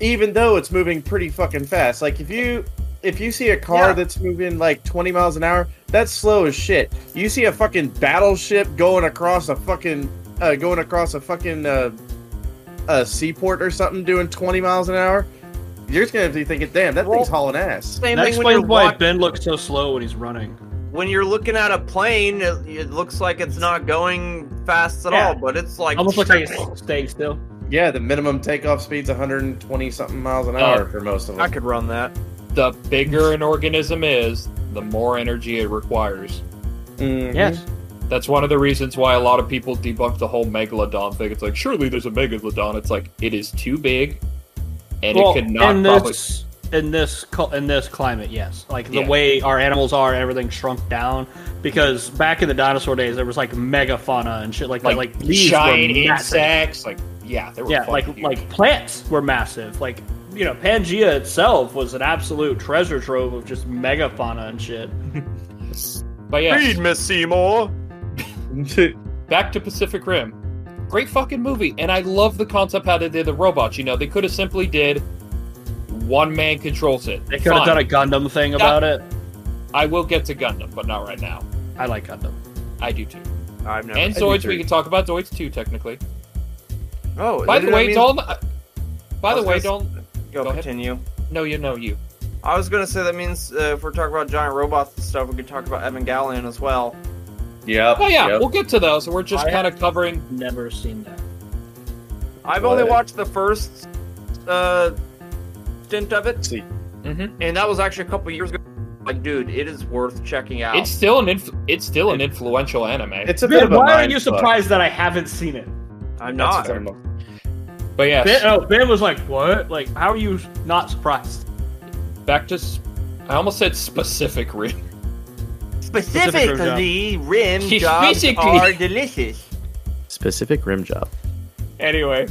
Speaker 4: even though it's moving pretty fucking fast. Like if you if you see a car
Speaker 1: Yeah.
Speaker 4: that's moving like 20 miles an hour, that's slow as shit. You see a fucking battleship going across a fucking uh, going across a fucking uh, a seaport or something doing 20 miles an hour. You're just gonna be thinking, damn, that
Speaker 1: Well-
Speaker 4: thing's hauling ass.
Speaker 1: Same
Speaker 2: That
Speaker 1: thing when you're
Speaker 2: explains why
Speaker 1: walk-
Speaker 2: Ben looks so slow when he's running.
Speaker 1: when you're looking at a plane, it, it looks like it's not going fast at
Speaker 2: Yeah.
Speaker 1: all, but it's like
Speaker 2: Almost looks like he's staying still.
Speaker 4: Yeah, the minimum takeoff speed's 120 something miles an
Speaker 3: Oh.
Speaker 4: hour for most of
Speaker 1: I
Speaker 4: them.
Speaker 1: could run that.
Speaker 3: The bigger an organism is, the more energy it requires.
Speaker 4: Mhm.
Speaker 3: That's one of the reasons why a lot of people debunk the whole megalodon thing. It's like, surely there's a megalodon. It's like, it is too big, and
Speaker 2: well,
Speaker 3: it could not
Speaker 2: in
Speaker 3: probably.
Speaker 2: this in this cul- in this climate, yes. Like the
Speaker 3: Yeah.
Speaker 2: way our animals are, everything shrunk down. Because back in the dinosaur days, there was like megafauna and shit like that. Like leaves
Speaker 3: giant
Speaker 2: were massive.
Speaker 3: insects, like yeah, they were
Speaker 2: Yeah, like
Speaker 3: fucking huge.
Speaker 2: like plants were massive. Like you know, Pangea itself was an absolute treasure trove of just megafauna and shit.
Speaker 3: But yeah,
Speaker 1: Miss Seymour.
Speaker 3: back to Pacific Rim. Great fucking movie, and I love the concept how they did the robots. You know, they could have simply did one man controls it.
Speaker 2: They could have done a Gundam thing about it.
Speaker 3: I will get to Gundam, but not right now.
Speaker 2: I like Gundam.
Speaker 3: I do too.
Speaker 1: I've never.
Speaker 3: and
Speaker 4: do
Speaker 3: Zoids,
Speaker 4: too.
Speaker 3: we can talk about Zoids too, technically.
Speaker 1: oh,
Speaker 3: By
Speaker 1: that-
Speaker 3: the
Speaker 1: I
Speaker 3: way,
Speaker 1: mean-
Speaker 3: don't. uh, By
Speaker 1: I
Speaker 3: the
Speaker 1: was
Speaker 3: way,
Speaker 1: gonna
Speaker 3: don't.
Speaker 1: go,
Speaker 3: go ahead.
Speaker 1: continue.
Speaker 3: No, you know you.
Speaker 1: I was gonna say that means uh, if we're talking about giant robots and stuff, we could talk about Evangelion as well.
Speaker 4: Yep.
Speaker 3: Oh yeah,
Speaker 4: yep.
Speaker 3: we'll get to those. We're just
Speaker 2: I
Speaker 3: kind of covering.
Speaker 2: Never seen that.
Speaker 1: I've only
Speaker 4: Right.
Speaker 1: watched the first uh, stint of it,
Speaker 4: See.
Speaker 3: Mhm.
Speaker 1: and that was actually a couple years ago. Like, dude, it is worth checking out.
Speaker 3: It's still an. Inf- it's still an influential anime.
Speaker 4: It's a bit
Speaker 2: Ben,
Speaker 4: of a
Speaker 2: why are
Speaker 4: mind
Speaker 2: you
Speaker 4: fuck.
Speaker 2: surprised that I haven't seen it?
Speaker 1: I'm not.
Speaker 4: That's what I'm-
Speaker 3: but yeah,
Speaker 2: Ben, oh, Ben was like, "What? Like, how are you not surprised?"
Speaker 3: back to. s- I almost said specific rim.
Speaker 2: Specifically,
Speaker 1: rim
Speaker 3: She's jobs basically- are
Speaker 1: delicious.
Speaker 4: Specific rim job.
Speaker 3: Anyway,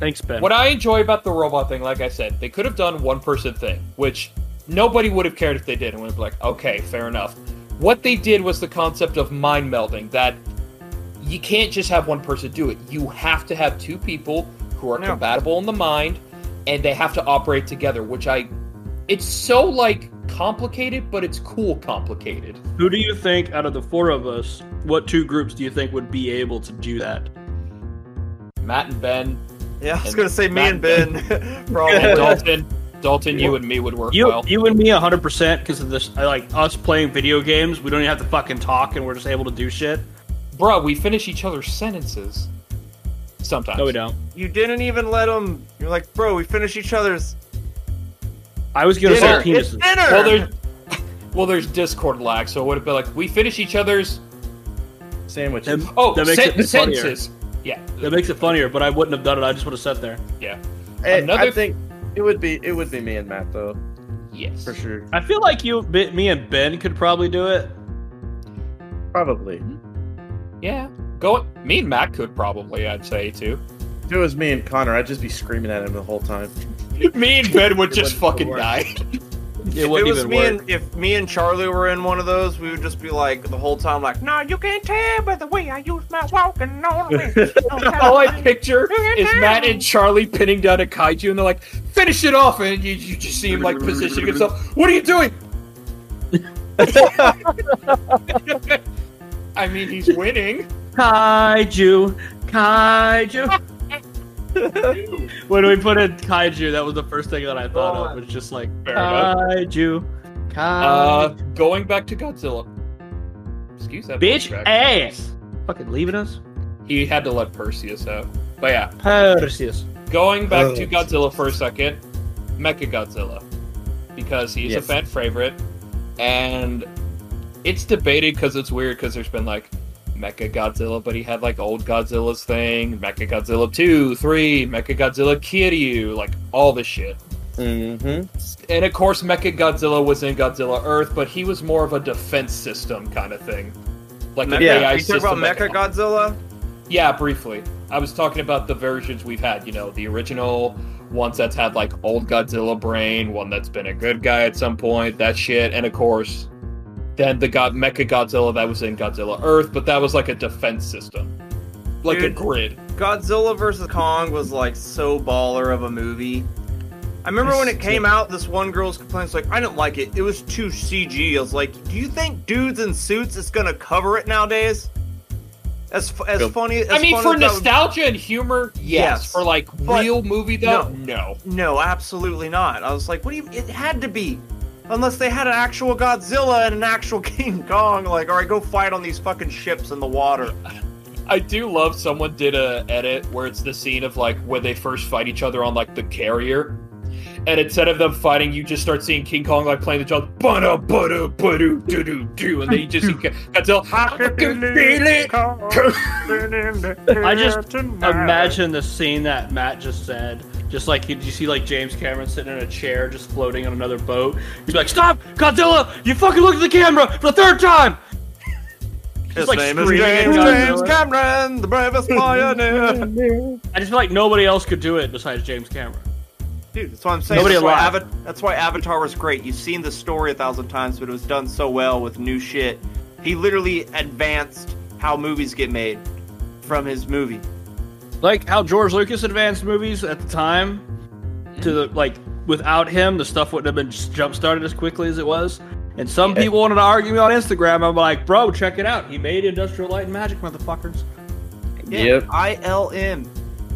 Speaker 2: Thanks, Ben.
Speaker 3: What I enjoy about the robot thing, like I said, they could have done one person thing, which nobody would have cared if they did, and would have been like, okay, fair enough. What they did was the concept of mind melding that you can't just have one person do it. You have to have two people who are
Speaker 1: Yeah.
Speaker 3: compatible in the mind, and they have to operate together. Which I, it's so like complicated, but it's cool complicated.
Speaker 2: Who do you think out of the four of us? What two groups do you think would be able to do that?
Speaker 3: Matt and Ben,
Speaker 1: Yeah, I was
Speaker 3: And
Speaker 1: gonna say me
Speaker 3: Matt-
Speaker 1: and Ben.
Speaker 3: and
Speaker 1: probably.
Speaker 3: Dalton, Dalton, you and me would work
Speaker 2: You,
Speaker 3: well.
Speaker 2: you and me, hundred percent, because of this. I Like us playing video games, we don't even have to fucking talk, and we're just able to do shit.
Speaker 3: Bruh, we finish each other's sentences. Sometimes.
Speaker 2: No, we don't.
Speaker 1: you didn't even let him. You're like, bro, we finish each other's
Speaker 2: I was gonna
Speaker 1: dinner.
Speaker 2: say
Speaker 1: It's dinner.
Speaker 2: penises.
Speaker 3: Well, there's well, there's Discord lag, so it would have been like we finish each other's
Speaker 4: Sandwiches.
Speaker 2: That,
Speaker 3: oh
Speaker 2: that makes
Speaker 3: sen-
Speaker 2: it funnier.
Speaker 3: sentences. Yeah,
Speaker 2: That makes it funnier, but I wouldn't have done it. I just would have sat there.
Speaker 3: yeah,
Speaker 4: Hey, Eh, I
Speaker 3: Another-
Speaker 4: think it would be it would be me and Matt though
Speaker 3: yes.
Speaker 4: for sure.
Speaker 2: I feel like you, bi- me, and Ben could probably do it.
Speaker 4: Probably.
Speaker 3: Yeah, go. Me and Matt could probably, I'd say too.
Speaker 4: If it was me and Connor, I'd just be screaming at him the whole time.
Speaker 3: Me and Ben would
Speaker 2: wouldn't
Speaker 3: just fucking
Speaker 2: work.
Speaker 3: die.
Speaker 2: It
Speaker 1: if it
Speaker 2: wouldn't
Speaker 1: was
Speaker 2: even
Speaker 1: me
Speaker 2: work.
Speaker 1: and if me and Charlie were in one of those, we would just be like the whole time, like, "No, you can't tell by the way I use my walking on me."
Speaker 3: All I picture is Matt and Charlie pinning down a kaiju, and they're like, "Finish it off!" And you, you just see him like positioning himself. What are you doing? I mean, he's winning.
Speaker 2: Kaiju, kaiju. when we put in kaiju, that was the first thing that I thought of. Was just like
Speaker 3: Fair enough.
Speaker 2: kaiju, kaiju,
Speaker 3: Uh, going back to Godzilla. Excuse that
Speaker 2: bitch
Speaker 3: backtrack.
Speaker 2: ass. Fucking leaving us.
Speaker 3: He had to let Perseus out. But yeah,
Speaker 2: Perseus.
Speaker 3: going back to
Speaker 4: Oh.
Speaker 3: Godzilla for a second, Mecha Godzilla, because he's a
Speaker 4: Yes.
Speaker 3: fan favorite, and it's debated because it's weird because there's been like Mecha Godzilla, but he had like old Godzilla's thing, Mecha Godzilla two, three, Mecha Godzilla Kiryu, like all this shit.
Speaker 4: Mm-hmm.
Speaker 3: And of course, Mecha Godzilla was in Godzilla Earth, but he was more of a defense system kind of thing, like an
Speaker 1: yeah,
Speaker 4: Yeah.
Speaker 3: AI
Speaker 1: you talk
Speaker 3: system.
Speaker 1: about
Speaker 3: that-
Speaker 1: Mecha Godzilla.
Speaker 3: yeah, briefly. I was talking about the versions we've had, you know, the original ones that's had like old Godzilla brain, one that's been a good guy at some point, that shit, and of course, then the God Mecha Godzilla that was in Godzilla Earth, but that was like a defense system. Like a
Speaker 1: Dude.
Speaker 3: grid.
Speaker 1: Godzilla versus Kong was like so baller of a movie. I remember when it came out, this one girl's complaints like, "I didn't like it. It was too CG." I was like, "Do you think dudes in suits is gonna cover it nowadays?" As fu- as
Speaker 4: Go.
Speaker 1: funny. As
Speaker 3: I mean,
Speaker 1: fun
Speaker 3: for
Speaker 1: as that would-
Speaker 3: nostalgia and humor, yes.
Speaker 1: Yes.
Speaker 3: For like
Speaker 1: But-
Speaker 3: real movie though, no.
Speaker 1: No, absolutely not. I was like, what do you? It had to be, unless they had an actual Godzilla and an actual King Kong. Like, all right, go fight on these fucking ships in the water.
Speaker 3: I do love someone did a edit where it's the scene of like where they first fight each other on like the carrier. And instead of them fighting, you just start seeing King Kong like playing the child, ba-da, ba-da, ba-do, do-do, do, and then you just see Godzilla. I can feel it.
Speaker 2: I just Imagine the scene that Matt just said. Just like you, you see, like James Cameron sitting in a chair, just floating on another boat. He's like, "Stop, Godzilla! You fucking look at the camera for the third time."
Speaker 1: His
Speaker 2: like
Speaker 1: name is
Speaker 2: screaming
Speaker 1: James,
Speaker 2: Godzilla.
Speaker 1: James Cameron, the bravest pioneer.
Speaker 2: I just feel like nobody else could do it besides James Cameron.
Speaker 1: Dude, that's what I'm saying.
Speaker 2: Nobody
Speaker 1: that's, why
Speaker 2: alive.
Speaker 1: Ava- that's why Avatar was great. You've seen the story a thousand times, but it was done so well with new shit. He literally advanced how movies get made from his movie.
Speaker 2: Like how George Lucas advanced movies at the time, to the like without him, the stuff wouldn't have been jump started as quickly as it was. And some people wanted to argue me on Instagram. I'm like, bro, check it out. He made Industrial Light and Magic, motherfuckers.
Speaker 4: Yep.
Speaker 1: ILM.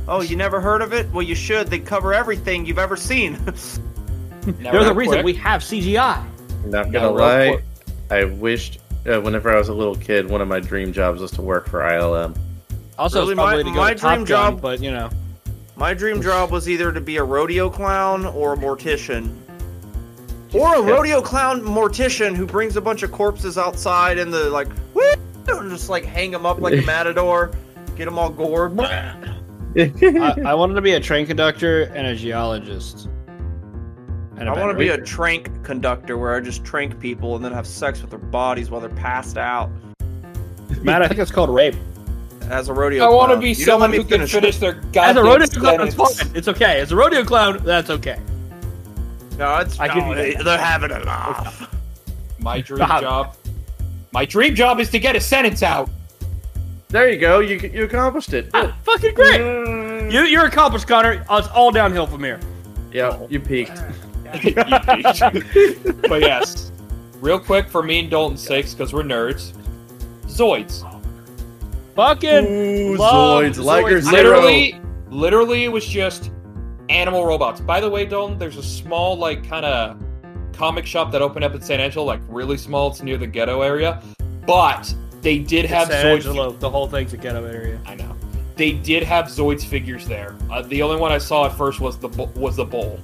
Speaker 1: Oh, you never heard of it? Well, you should. They cover everything you've ever seen.
Speaker 3: Now,
Speaker 2: There's a
Speaker 3: real
Speaker 2: reason
Speaker 3: quick,
Speaker 2: we have CGI.
Speaker 4: Not
Speaker 3: now,
Speaker 4: gonna
Speaker 3: real
Speaker 4: lie,
Speaker 3: quick.
Speaker 4: I wished uh, whenever I was a little kid, one of my dream jobs was to work for ILM.
Speaker 2: Also,
Speaker 1: Really,
Speaker 2: it's probably
Speaker 1: my-
Speaker 2: to go
Speaker 1: my
Speaker 2: to Top
Speaker 1: dream
Speaker 2: Gun,
Speaker 1: job-
Speaker 2: but you know,
Speaker 1: My dream job was either to be a rodeo clown or a mortician. Or a rodeo clown mortician who brings a bunch of corpses outside and the like, woo, and just like hang them up like a matador, get them all gored.
Speaker 2: I, I wanted to be a train conductor and a geologist. And
Speaker 1: I want to be a
Speaker 2: vendor.
Speaker 1: trank conductor where I just trank people and then have sex with their bodies while they're passed out
Speaker 2: Matt. I think it's called rape.
Speaker 1: as a rodeo
Speaker 3: I
Speaker 1: clown.
Speaker 3: want to be
Speaker 1: You don't
Speaker 3: someone
Speaker 1: let me
Speaker 3: who can finish their
Speaker 2: As a rodeo
Speaker 3: goddamn
Speaker 2: clown, it's
Speaker 3: sentence.
Speaker 2: fine. It's okay. As a rodeo clown, that's okay.
Speaker 1: No, it's,
Speaker 2: I
Speaker 1: no,
Speaker 2: give you
Speaker 1: they- they're having a laugh.
Speaker 3: My dream
Speaker 2: Stop.
Speaker 3: job. My dream job is to get a sentence out.
Speaker 4: There you go. You you accomplished it.
Speaker 2: Ah, fucking great. You, you're accomplished, Connor. Uh, It's all downhill from here.
Speaker 4: Yeah, you peaked.
Speaker 3: but yes, real quick for me and Dalton sakes, because we're nerds. Zoids.
Speaker 2: Fucking
Speaker 4: Ooh,
Speaker 2: Love
Speaker 4: Zoids, Liger
Speaker 2: Zoids.
Speaker 4: Zero.
Speaker 3: Literally, literally, it was just animal robots. By the way, Dalton, there's a small, like, kind of comic shop that opened up in San Angelo, like, really small. It's near the ghetto area. But they did have
Speaker 2: San
Speaker 3: Zoids.
Speaker 2: Angelo. The whole thing's a ghetto area.
Speaker 3: I know. They did have Zoids figures there. Uh, the only one I saw at first was the bu- was the bowl.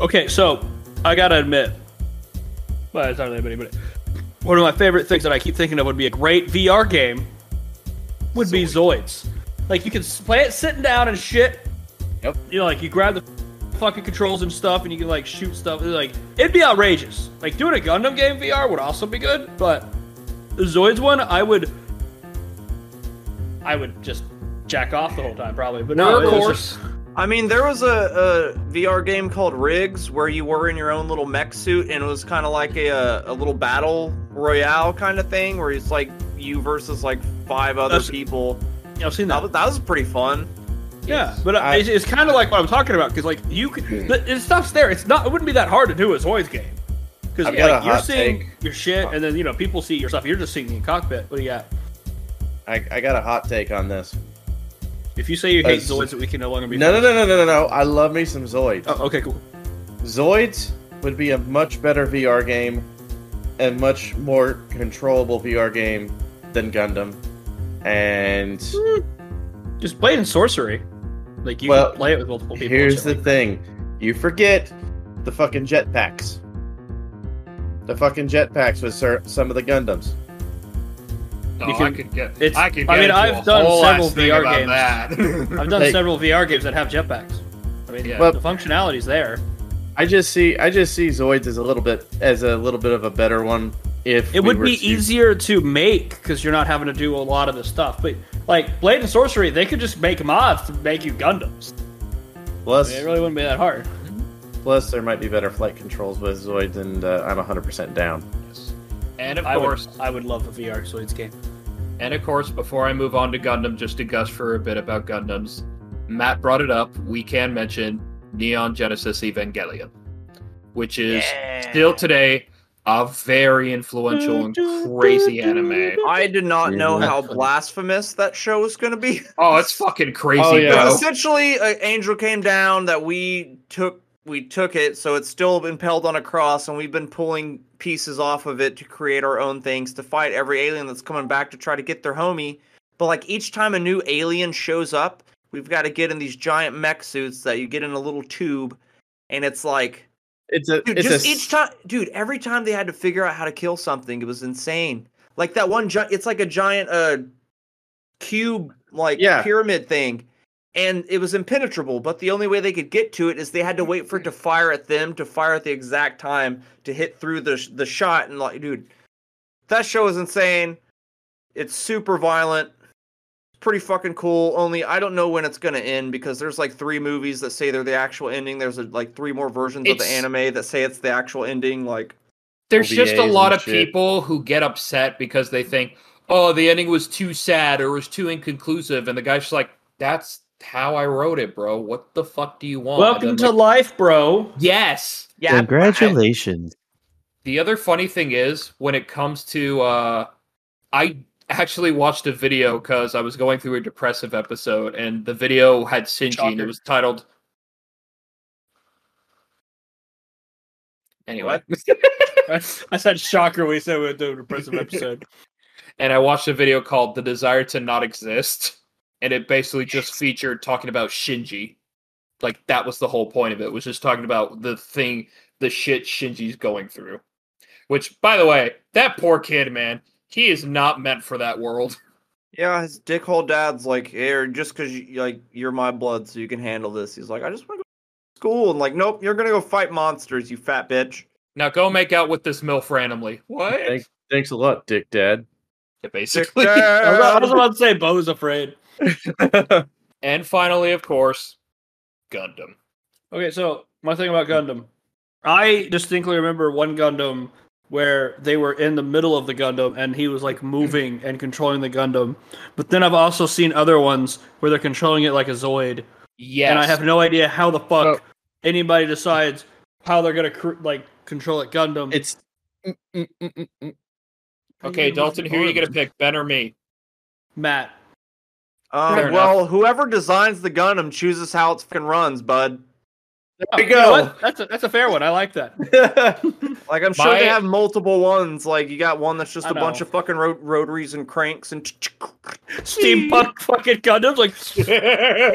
Speaker 2: Okay, so I gotta admit, well, it's not really anybody, but one of my favorite things that I keep thinking of would be a great VR game. Would be Zoids. Like you can s- play it sitting down and shit.
Speaker 4: Yep.
Speaker 2: You know, like you grab the fucking controls and stuff, and you can like shoot stuff. It's Like it'd be outrageous. Like doing a Gundam game VR would also be good, but the Zoids one, I would, I would just jack off the whole time probably. But no,
Speaker 3: Of
Speaker 2: it was
Speaker 3: course.
Speaker 2: just-
Speaker 1: I mean, there was a, a VR game called Rigs where you were in your own little mech suit, and it was kind of like a, a a little battle royale kind of thing where it's like you versus like five other
Speaker 2: That's-
Speaker 1: people.
Speaker 2: yeah, I've seen that.
Speaker 1: That was, that was pretty fun.
Speaker 2: Yeah, but uh,
Speaker 4: I- Hmm.
Speaker 2: it's, it's kind of like what I'm talking about because like you could, the, the stuff's there. It's not. It wouldn't be that hard to do a Zoids game because
Speaker 4: I've got
Speaker 2: like
Speaker 4: a
Speaker 2: you're
Speaker 4: hot
Speaker 2: seeing
Speaker 4: take.
Speaker 2: your shit, and then you know people see your stuff. You're just seeing the cockpit. What do you got?
Speaker 4: I, I got a hot take on this.
Speaker 2: If you say you hate
Speaker 4: Uh,
Speaker 2: Zoids, that we can no longer be.
Speaker 4: No, no, no, no, no, no, no. I love me some Zoids.
Speaker 2: Oh, okay, cool.
Speaker 4: Zoids would be a much better VR game and much more controllable VR game than Gundam. And
Speaker 2: Just play it in sorcery. Like you
Speaker 4: Well,
Speaker 2: can play it with multiple people. and
Speaker 4: here's
Speaker 2: shit
Speaker 4: the
Speaker 2: like-
Speaker 4: thing you forget the fucking jetpacks. The fucking jetpacks with cer- some of the Gundams.
Speaker 6: No,
Speaker 2: You
Speaker 6: you
Speaker 2: can-
Speaker 6: can, I could get.
Speaker 2: it's-
Speaker 6: I could. Get
Speaker 2: I mean,
Speaker 6: into
Speaker 2: I've
Speaker 6: a
Speaker 2: done
Speaker 6: whole
Speaker 2: several
Speaker 6: ass thing
Speaker 2: VR
Speaker 6: about
Speaker 2: games.
Speaker 6: That.
Speaker 2: I've done
Speaker 4: like-
Speaker 2: several VR games that have jetpacks. I mean,
Speaker 6: Yeah.
Speaker 2: the
Speaker 4: Well-
Speaker 2: functionality's there.
Speaker 4: I just see I just see Zoids as a little bit as a little bit of a better one if
Speaker 2: It
Speaker 4: we
Speaker 2: would
Speaker 4: were
Speaker 2: be
Speaker 4: to-
Speaker 2: easier to make because you're not having to do a lot of the stuff. But like Blade and Sorcery, they could just make mods to make you Gundams. I
Speaker 4: Plus,
Speaker 2: mean, It really wouldn't be that hard.
Speaker 4: plus there might be better flight controls with Zoids, and uh, I'm 100% down.
Speaker 3: And of
Speaker 2: I would,
Speaker 3: course,
Speaker 2: I would love a VR Zoids game.
Speaker 3: And of course, before I move on to Gundam, just to gush for a bit about Gundams, Matt brought it up. We can mention Neon Genesis Evangelion, which is
Speaker 1: Yeah.
Speaker 3: still today a very influential and crazy anime.
Speaker 1: I did not know
Speaker 7: Yeah.
Speaker 1: how blasphemous that show was going to be.
Speaker 3: Oh, it's fucking crazy,
Speaker 4: Oh, yeah.
Speaker 1: It was
Speaker 3: bro.
Speaker 1: essentially, an angel came down that we took. We took it, so it's still impaled on a cross, and we've been pulling pieces off of it to create our own things to fight every alien that's coming back to try to get their homie. But like each time a new alien shows up, we've got to get in these giant mech suits that you get in a little tube, and it's like
Speaker 4: It's a
Speaker 1: Dude,
Speaker 4: it's
Speaker 1: just
Speaker 4: a
Speaker 1: each time, dude. Every time they had to figure out how to kill something, it was insane. Like that one, gi- it's like a giant uh cube, like
Speaker 4: Yeah.
Speaker 1: pyramid thing, and it was impenetrable. But the only way they could get to it is they had to wait for it to fire at them to fire at the exact time to hit through the sh- the shot. And like, dude, that show is insane. It's super violent. It's pretty fucking cool. Only I don't know when it's gonna end because there's like three movies that say they're the actual ending. There's uh, like three more versions of the
Speaker 3: It's-
Speaker 1: anime that say it's the actual ending. Like,
Speaker 3: There's just a
Speaker 4: OVAs
Speaker 3: lot
Speaker 4: and
Speaker 3: of
Speaker 4: shit.
Speaker 3: people who get upset because they think, oh, the ending was too sad or was too inconclusive, and the guy's just like, that's how I wrote it, bro. What the fuck do you want?
Speaker 2: Welcome
Speaker 3: And
Speaker 2: to
Speaker 3: I'm like,
Speaker 2: life, bro.
Speaker 3: yes.
Speaker 1: yeah,
Speaker 7: Congratulations.
Speaker 3: The other funny thing is when it comes to uh I actually watched a video because I was going through a depressive episode and the video had Sinji and it
Speaker 2: Shocker.
Speaker 3: was titled Anyway.
Speaker 2: I said shocker. We said we would do a depressive episode.
Speaker 3: and I watched a video called The Desire to Not Exist and it basically just featured talking about Shinji. Like that was the whole point of it, was just talking about the thing the shit Shinji's going through. Which by the way, that poor kid, man, he is not meant for that world.
Speaker 1: yeah. His dickhole dad's like, here, just because you, like you're my blood, so you can handle this. He's like, I just want to go to school, and like, nope, you're gonna go fight monsters, you fat bitch.
Speaker 3: Now go make out with this MILF randomly. What?
Speaker 4: Thanks, thanks a lot, Dick Dad.
Speaker 3: Yeah, basically.
Speaker 2: I was, I was about to say Bo's afraid.
Speaker 3: and finally, of course, Gundam.
Speaker 2: Okay, so my thing about Gundam, I distinctly remember one Gundam where they were in the middle of the Gundam and he was like moving and controlling the Gundam. But then I've also seen other ones where they're controlling it like a Zoid,
Speaker 3: Yes.
Speaker 2: and I have no idea how the fuck
Speaker 3: So-
Speaker 2: anybody decides how they're gonna cr- like control it Gundam.
Speaker 4: It's mm, mm, mm, mm, mm.
Speaker 3: okay, Dalton, who are you going to pick, Ben or me?
Speaker 2: Matt.
Speaker 3: Fair
Speaker 1: Um,
Speaker 3: enough.
Speaker 1: well, whoever designs the Gundam chooses how it fucking runs, bud.
Speaker 4: There
Speaker 2: Oh,
Speaker 4: you
Speaker 2: know
Speaker 4: go.
Speaker 2: what? that's a, that's a fair one. I like that.
Speaker 1: Like I'm sure they
Speaker 3: My-
Speaker 1: have multiple ones. Like you got one that's just
Speaker 2: I
Speaker 1: a bunch
Speaker 2: know.
Speaker 1: of fucking ro- rotaries and cranks and.
Speaker 2: Steampunk fucking Gundams,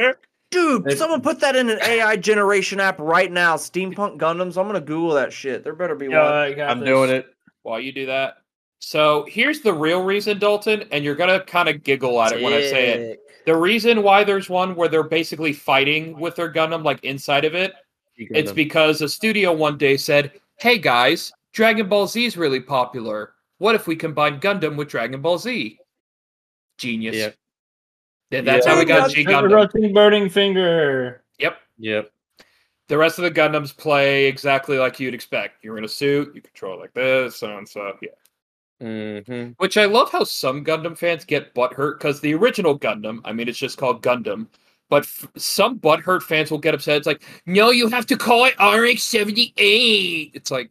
Speaker 2: like
Speaker 1: Dude,
Speaker 4: It-
Speaker 1: someone put that in an AI generation app right now. Steampunk Gundams. I'm gonna Google that shit. There better be one.
Speaker 4: I'm doing it.
Speaker 3: While you do that. So here's the real reason, Dalton, and you're going to kind of giggle at it when I say it. The reason why there's one where they're basically fighting with their Gundam, like inside of it, It's because a studio one day said, "Hey guys, Dragon Ball Z is really popular. What if we combine Gundam with Dragon Ball Z?" Genius.
Speaker 4: Yeah.
Speaker 3: Then that's
Speaker 4: Yeah.
Speaker 3: how we got G Gundam.
Speaker 2: Rotating burning finger.
Speaker 3: Yep.
Speaker 4: Yep.
Speaker 3: The rest of the Gundams play exactly like you'd expect. You're in a suit, you control it like this, so and so. Yeah.
Speaker 4: Mm-hmm.
Speaker 3: Which I love how some Gundam fans get butthurt because the original Gundam, I mean, it's just called Gundam. But f- some butthurt fans will get upset. It's like, no, you have to call it RX 78. It's like,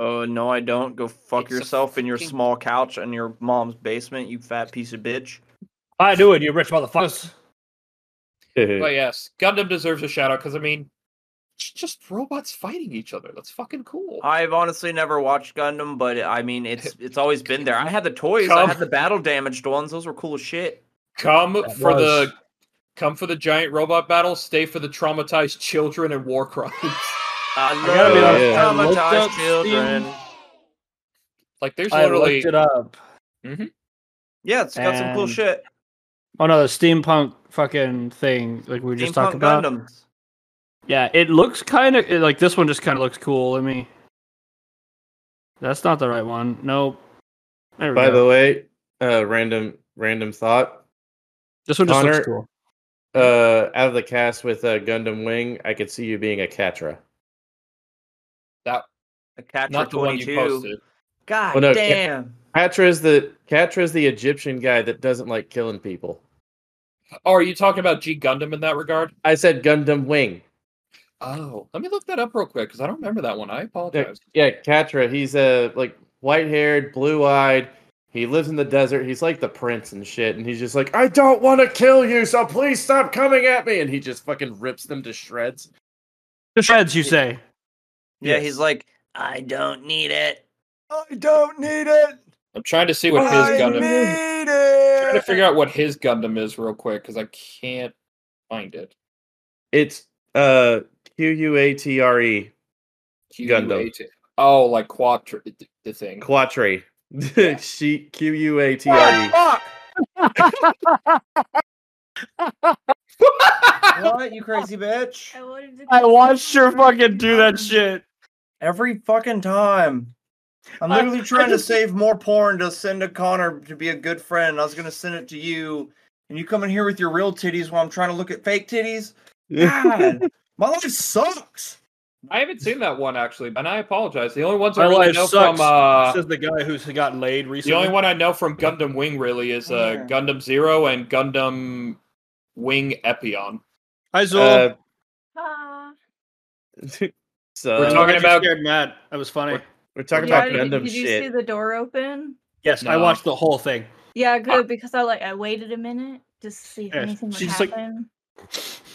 Speaker 1: Oh no, I don't. Go fuck
Speaker 3: It's a
Speaker 1: yourself in your
Speaker 3: fucking-
Speaker 1: small couch in your mom's basement. You fat piece of bitch.
Speaker 2: I do it, you rich motherfuckers.
Speaker 3: But yes, Gundam deserves a shout out because I mean, it's just robots fighting each other. That's fucking cool.
Speaker 1: I've honestly never watched Gundam, but I mean, it's it's always been there. I had the toys. I
Speaker 3: Come.
Speaker 1: had the battle damaged ones. Those were cool as shit.
Speaker 3: Come
Speaker 2: That
Speaker 3: for
Speaker 2: was-
Speaker 3: the come for the giant robot battle. Stay for the traumatized children and war crimes.
Speaker 1: I
Speaker 2: gotta
Speaker 4: be
Speaker 1: love
Speaker 4: honest,
Speaker 2: I looked up
Speaker 1: traumatized children.
Speaker 2: Steam-
Speaker 3: like there's
Speaker 2: I looked
Speaker 3: literally
Speaker 2: it up.
Speaker 1: Yeah, it's got some cool
Speaker 2: And-
Speaker 1: shit.
Speaker 2: Oh no, the steampunk fucking thing, like we were just talking
Speaker 1: Steampunk
Speaker 2: about.
Speaker 1: Gundams.
Speaker 2: Yeah, it looks kind of like this one. Just kind of looks cool. Let me. That's not the right one. Nope. There we
Speaker 4: By
Speaker 2: go.
Speaker 4: the way, uh, random random thought.
Speaker 2: this one just
Speaker 4: Connor-
Speaker 2: looks cool.
Speaker 4: Uh, out of the cast with uh, Gundam Wing, I could see you being a Catra.
Speaker 3: that
Speaker 1: A catch
Speaker 3: not the one you
Speaker 1: 22.
Speaker 3: posted.
Speaker 1: God
Speaker 4: Well, no, Cat-
Speaker 1: damn.
Speaker 4: Catra is the Catra is the Egyptian guy that doesn't like killing people.
Speaker 3: Oh, are you talking about G Gundam in that regard?
Speaker 4: I said Gundam Wing.
Speaker 3: Oh, let me look that up real quick because I don't remember that one. I
Speaker 4: Yeah,
Speaker 3: apologize.
Speaker 4: yeah, Katra. He's a uh, like white haired, blue eyed. He lives in the desert. He's like the prince and shit. And he's just like, I don't want to kill you, so please stop coming at me. And he just fucking rips them to shreds.
Speaker 2: The shreds, you say.
Speaker 1: Yeah,
Speaker 4: Yes.
Speaker 1: he's like, I don't need it. I don't need it.
Speaker 3: I'm trying to see
Speaker 1: Oh,
Speaker 3: what his Gundam.
Speaker 1: need
Speaker 3: trying to
Speaker 1: it.
Speaker 3: figure out what his Gundam is real quick because I can't find it.
Speaker 4: It's uh Q U A T R E Gundam.
Speaker 3: QUAT. Oh, like Quatra, the- the thing.
Speaker 4: Quatre. She Q U A T R E.
Speaker 1: What you crazy bitch?
Speaker 2: I watched her fucking do that shit.
Speaker 1: Every fucking time. I'm
Speaker 2: I-
Speaker 1: literally
Speaker 2: I
Speaker 1: trying
Speaker 2: just-
Speaker 1: to save more porn to send to Connor to be a good friend. I was gonna send it to you, and you come in here with your real titties while I'm trying to look at fake titties. God, my life sucks.
Speaker 3: I haven't seen that one actually, and I apologize. The only ones
Speaker 2: My
Speaker 3: I really
Speaker 2: life
Speaker 3: know
Speaker 2: sucks.
Speaker 3: from uh,
Speaker 2: Says the guy who's gotten laid recently.
Speaker 3: the only one I know from Gundam Wing really is uh,
Speaker 1: Yeah.
Speaker 3: Gundam Zero and Gundam Wing Epion.
Speaker 2: Hi, Zul.
Speaker 4: Uh,
Speaker 7: Ah.
Speaker 4: so
Speaker 3: We're
Speaker 2: I'm
Speaker 3: talking
Speaker 2: glad you
Speaker 3: about-
Speaker 2: scared Matt. That was funny.
Speaker 4: we're talking
Speaker 7: Yeah,
Speaker 4: about
Speaker 7: did-
Speaker 4: Gundam
Speaker 7: Did you see
Speaker 4: shit.
Speaker 7: the door open?
Speaker 2: Yes, I
Speaker 3: No.
Speaker 2: watched the whole thing.
Speaker 7: Yeah, good because I like I waited a minute just to see if
Speaker 2: Uh, Yeah,
Speaker 7: anything would
Speaker 2: she's like-
Speaker 7: happen,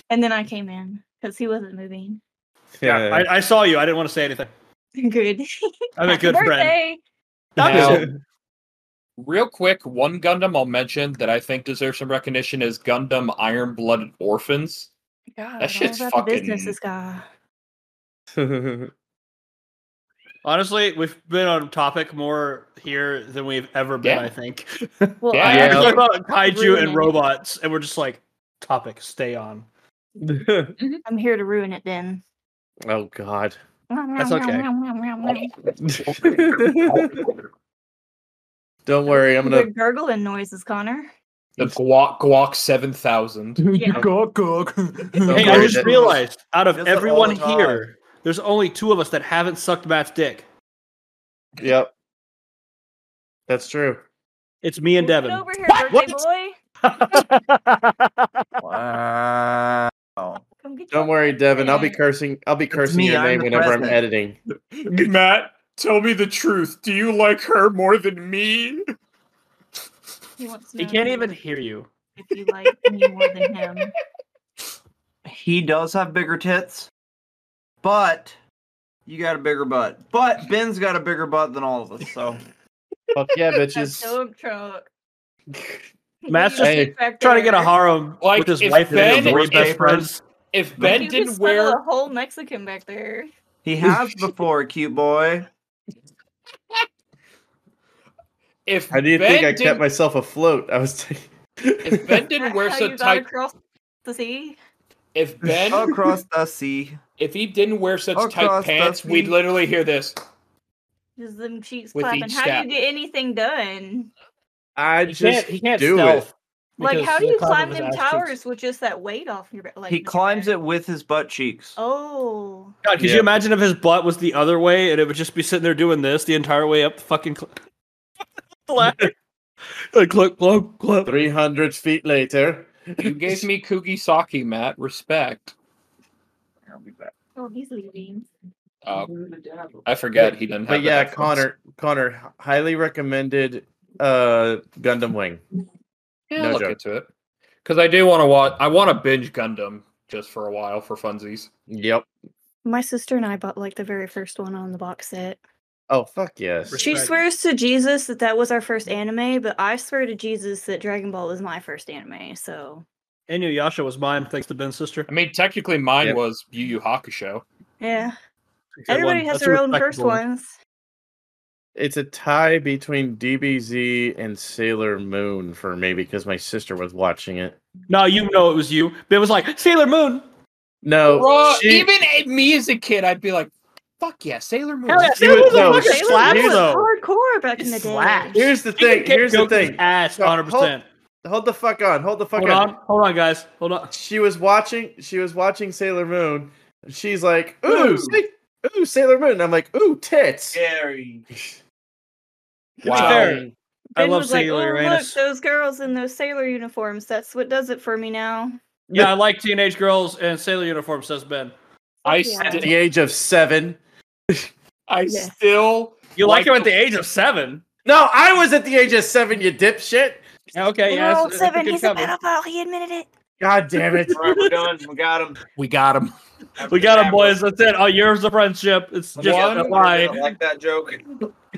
Speaker 7: and then I came in because he wasn't moving.
Speaker 4: Yeah.
Speaker 2: I, I saw you. I didn't want to say anything.
Speaker 7: Good.
Speaker 2: I'm a
Speaker 7: Happy
Speaker 2: good friend.
Speaker 7: birthday.
Speaker 2: That
Speaker 3: Now-
Speaker 2: is it.
Speaker 3: Real quick, one Gundam I'll mention that I think deserves some recognition is Gundam Iron Blooded Orphans.
Speaker 7: God,
Speaker 3: That shit's
Speaker 7: all about the business
Speaker 3: fucking-
Speaker 7: this guy.
Speaker 2: Honestly, we've been on topic more here than we've ever been,
Speaker 3: Yeah.
Speaker 2: I think.
Speaker 7: Well,
Speaker 3: Yeah,
Speaker 2: I
Speaker 3: yeah.
Speaker 2: yeah. talk about kaiju
Speaker 7: Ruin
Speaker 2: and
Speaker 7: it.
Speaker 2: robots, and we're just like, topic, stay on.
Speaker 7: I'm here to ruin it then.
Speaker 4: oh God.
Speaker 7: That's
Speaker 2: okay.
Speaker 4: Don't worry, I'm gonna
Speaker 7: The gurgling noises, Connor.
Speaker 3: The Guac Guac Seven Thousand.
Speaker 2: Hey,
Speaker 7: Yeah.
Speaker 2: I
Speaker 4: worry,
Speaker 2: just
Speaker 4: that-
Speaker 2: realized out of
Speaker 1: Does that all
Speaker 2: everyone
Speaker 1: the time.
Speaker 2: here, there's only two of us that haven't sucked Matt's dick.
Speaker 4: Yep. That's true.
Speaker 2: It's me and
Speaker 7: Get
Speaker 2: Devin.
Speaker 7: Over here,
Speaker 2: What?
Speaker 7: birthday
Speaker 2: What?
Speaker 7: boy.
Speaker 1: Wow.
Speaker 7: Come get
Speaker 4: Don't
Speaker 7: your
Speaker 4: worry, Devin. I'll be
Speaker 7: birthday.
Speaker 4: cursing. I'll be cursing
Speaker 1: me,
Speaker 4: your
Speaker 1: I'm
Speaker 4: name
Speaker 1: the
Speaker 4: whenever I'm
Speaker 1: president.
Speaker 4: editing.
Speaker 3: Matt, tell me the truth. Do you like her more than me?
Speaker 7: He, wants to
Speaker 2: he
Speaker 7: know
Speaker 2: can't
Speaker 7: if you-
Speaker 2: even hear you.
Speaker 7: If you like me more than him,
Speaker 1: He does have bigger tits, but you got a bigger butt. But Ben's got a bigger butt than all of us, so
Speaker 4: Fuck yeah,
Speaker 7: that's
Speaker 4: bitches.
Speaker 7: so truck.
Speaker 2: Matt's
Speaker 4: just
Speaker 7: You sit back
Speaker 2: Trying to get a
Speaker 7: there.
Speaker 2: harem
Speaker 3: Like,
Speaker 2: with his
Speaker 3: if
Speaker 2: wife and
Speaker 3: Ben
Speaker 2: his three
Speaker 1: is
Speaker 2: best
Speaker 1: paper-
Speaker 2: friends.
Speaker 3: If Ben
Speaker 7: You could
Speaker 3: didn't
Speaker 7: smell
Speaker 3: wear
Speaker 7: a whole Mexican back there.
Speaker 1: he has before, cute boy.
Speaker 3: if
Speaker 4: How do you
Speaker 3: ben
Speaker 4: think I
Speaker 3: didn't-
Speaker 4: kept myself afloat? I was.
Speaker 3: if Ben
Speaker 7: Is
Speaker 3: didn't
Speaker 7: that
Speaker 3: wear
Speaker 7: how you
Speaker 3: such
Speaker 7: got
Speaker 3: tight
Speaker 7: across the sea?
Speaker 3: if Ben
Speaker 1: Across the sea.
Speaker 3: if he didn't wear such tight
Speaker 1: Across the
Speaker 3: pants, we'd
Speaker 1: sea.
Speaker 3: literally hear this.
Speaker 7: Just them cheeks
Speaker 3: With
Speaker 7: clapping.
Speaker 3: each
Speaker 7: How
Speaker 3: step.
Speaker 7: do you get anything done?
Speaker 4: I
Speaker 2: He
Speaker 4: just
Speaker 2: can't, he can't
Speaker 4: do
Speaker 2: stealth.
Speaker 4: it.
Speaker 7: like,
Speaker 2: because
Speaker 7: how do
Speaker 2: the
Speaker 7: you
Speaker 2: cloud
Speaker 7: climb
Speaker 2: of his
Speaker 7: them
Speaker 2: ass cheeks.
Speaker 7: towers with just that weight off your back? Like,
Speaker 1: He climbs it with his butt cheeks.
Speaker 7: Oh,
Speaker 2: God, could
Speaker 4: Yeah.
Speaker 2: you imagine if his butt was the other way and it would just be sitting there doing this the entire way up the fucking cl- the ladder? like, cluck, cluck, cluck.
Speaker 4: Three hundred feet later.
Speaker 3: You gave me Kugisaki, Matt. Respect.
Speaker 7: oh, he's leaving.
Speaker 3: Oh, I forget he didn't have.
Speaker 4: But
Speaker 3: the
Speaker 4: yeah,
Speaker 3: headphones.
Speaker 4: Connor. Connor h- highly recommended uh Gundam Wing.
Speaker 3: Yeah,
Speaker 4: No
Speaker 3: I'll look
Speaker 4: joke.
Speaker 3: into it because I do want to watch. I want to binge Gundam just for a while for funsies.
Speaker 4: Yep.
Speaker 7: My sister and I bought like the very first one on the box set.
Speaker 4: Oh fuck yes.
Speaker 7: She
Speaker 2: Respect.
Speaker 7: swears to Jesus that that was our first anime, but I swear to Jesus that Dragon Ball was my first anime. So
Speaker 2: I knew Yasha was mine, thanks to Ben's sister.
Speaker 3: I mean, technically, mine
Speaker 4: Yep.
Speaker 3: was Yu Yu Hakusho.
Speaker 7: yeah,
Speaker 2: Good one.
Speaker 7: everybody has
Speaker 2: That's a
Speaker 7: their own first
Speaker 2: respectable one.
Speaker 7: ones.
Speaker 4: It's a tie between DBZ and Sailor Moon for me because my sister was watching it.
Speaker 2: No, you know it was you. Ben was like, Sailor Moon.
Speaker 4: No,
Speaker 3: Bro,
Speaker 4: she-
Speaker 3: even at me as a kid, I'd be like, "Fuck yeah, Sailor Moon."
Speaker 2: Hell yeah,
Speaker 4: She
Speaker 2: Sailor
Speaker 4: was-
Speaker 2: Moon's a
Speaker 4: no,
Speaker 2: fucking
Speaker 4: Sailor
Speaker 2: slap,
Speaker 4: Moon was
Speaker 2: though.
Speaker 7: hardcore back in the
Speaker 2: It's
Speaker 7: day.
Speaker 2: slash.
Speaker 4: here's the
Speaker 2: She
Speaker 4: thing.
Speaker 2: could kick
Speaker 4: Here's the
Speaker 2: Goku's
Speaker 4: thing.
Speaker 2: Ass,
Speaker 4: No,
Speaker 2: 100%. Hold,
Speaker 4: Hold the fuck on. Hold the fuck on.
Speaker 2: on. Hold on, guys. Hold on.
Speaker 4: She was watching. She was watching Sailor Moon. She's like, ooh,
Speaker 1: Ooh.
Speaker 4: Sa- ooh, Sailor Moon. And I'm like, ooh, tits.
Speaker 1: Scary.
Speaker 2: Wow. fair. I
Speaker 7: Ben
Speaker 2: love
Speaker 7: was like,
Speaker 2: Sailor
Speaker 7: "Oh,
Speaker 2: Uranus.
Speaker 7: Look, those girls in those sailor uniforms. That's what does it for me now.
Speaker 2: Yeah, I like teenage girls and sailor uniform, says Ben.
Speaker 3: I
Speaker 7: Yeah.
Speaker 4: At
Speaker 3: sti-
Speaker 4: the age of seven.
Speaker 3: I
Speaker 7: Yeah.
Speaker 3: still
Speaker 2: You like,
Speaker 3: like
Speaker 2: him at the age of seven.
Speaker 4: No, I was at the age of seven, you dipshit.
Speaker 2: Okay, yeah,
Speaker 7: Well,
Speaker 2: that's- that's a
Speaker 7: seven.
Speaker 2: good
Speaker 7: He's
Speaker 2: cover.
Speaker 7: a pedophile. He admitted it.
Speaker 4: God damn it.
Speaker 1: All right, we're done. We got him.
Speaker 5: We got him.
Speaker 2: We got him, boys. That's it. Oh, years of friendship. It's just
Speaker 3: One-
Speaker 2: a lie.
Speaker 1: I like that joke.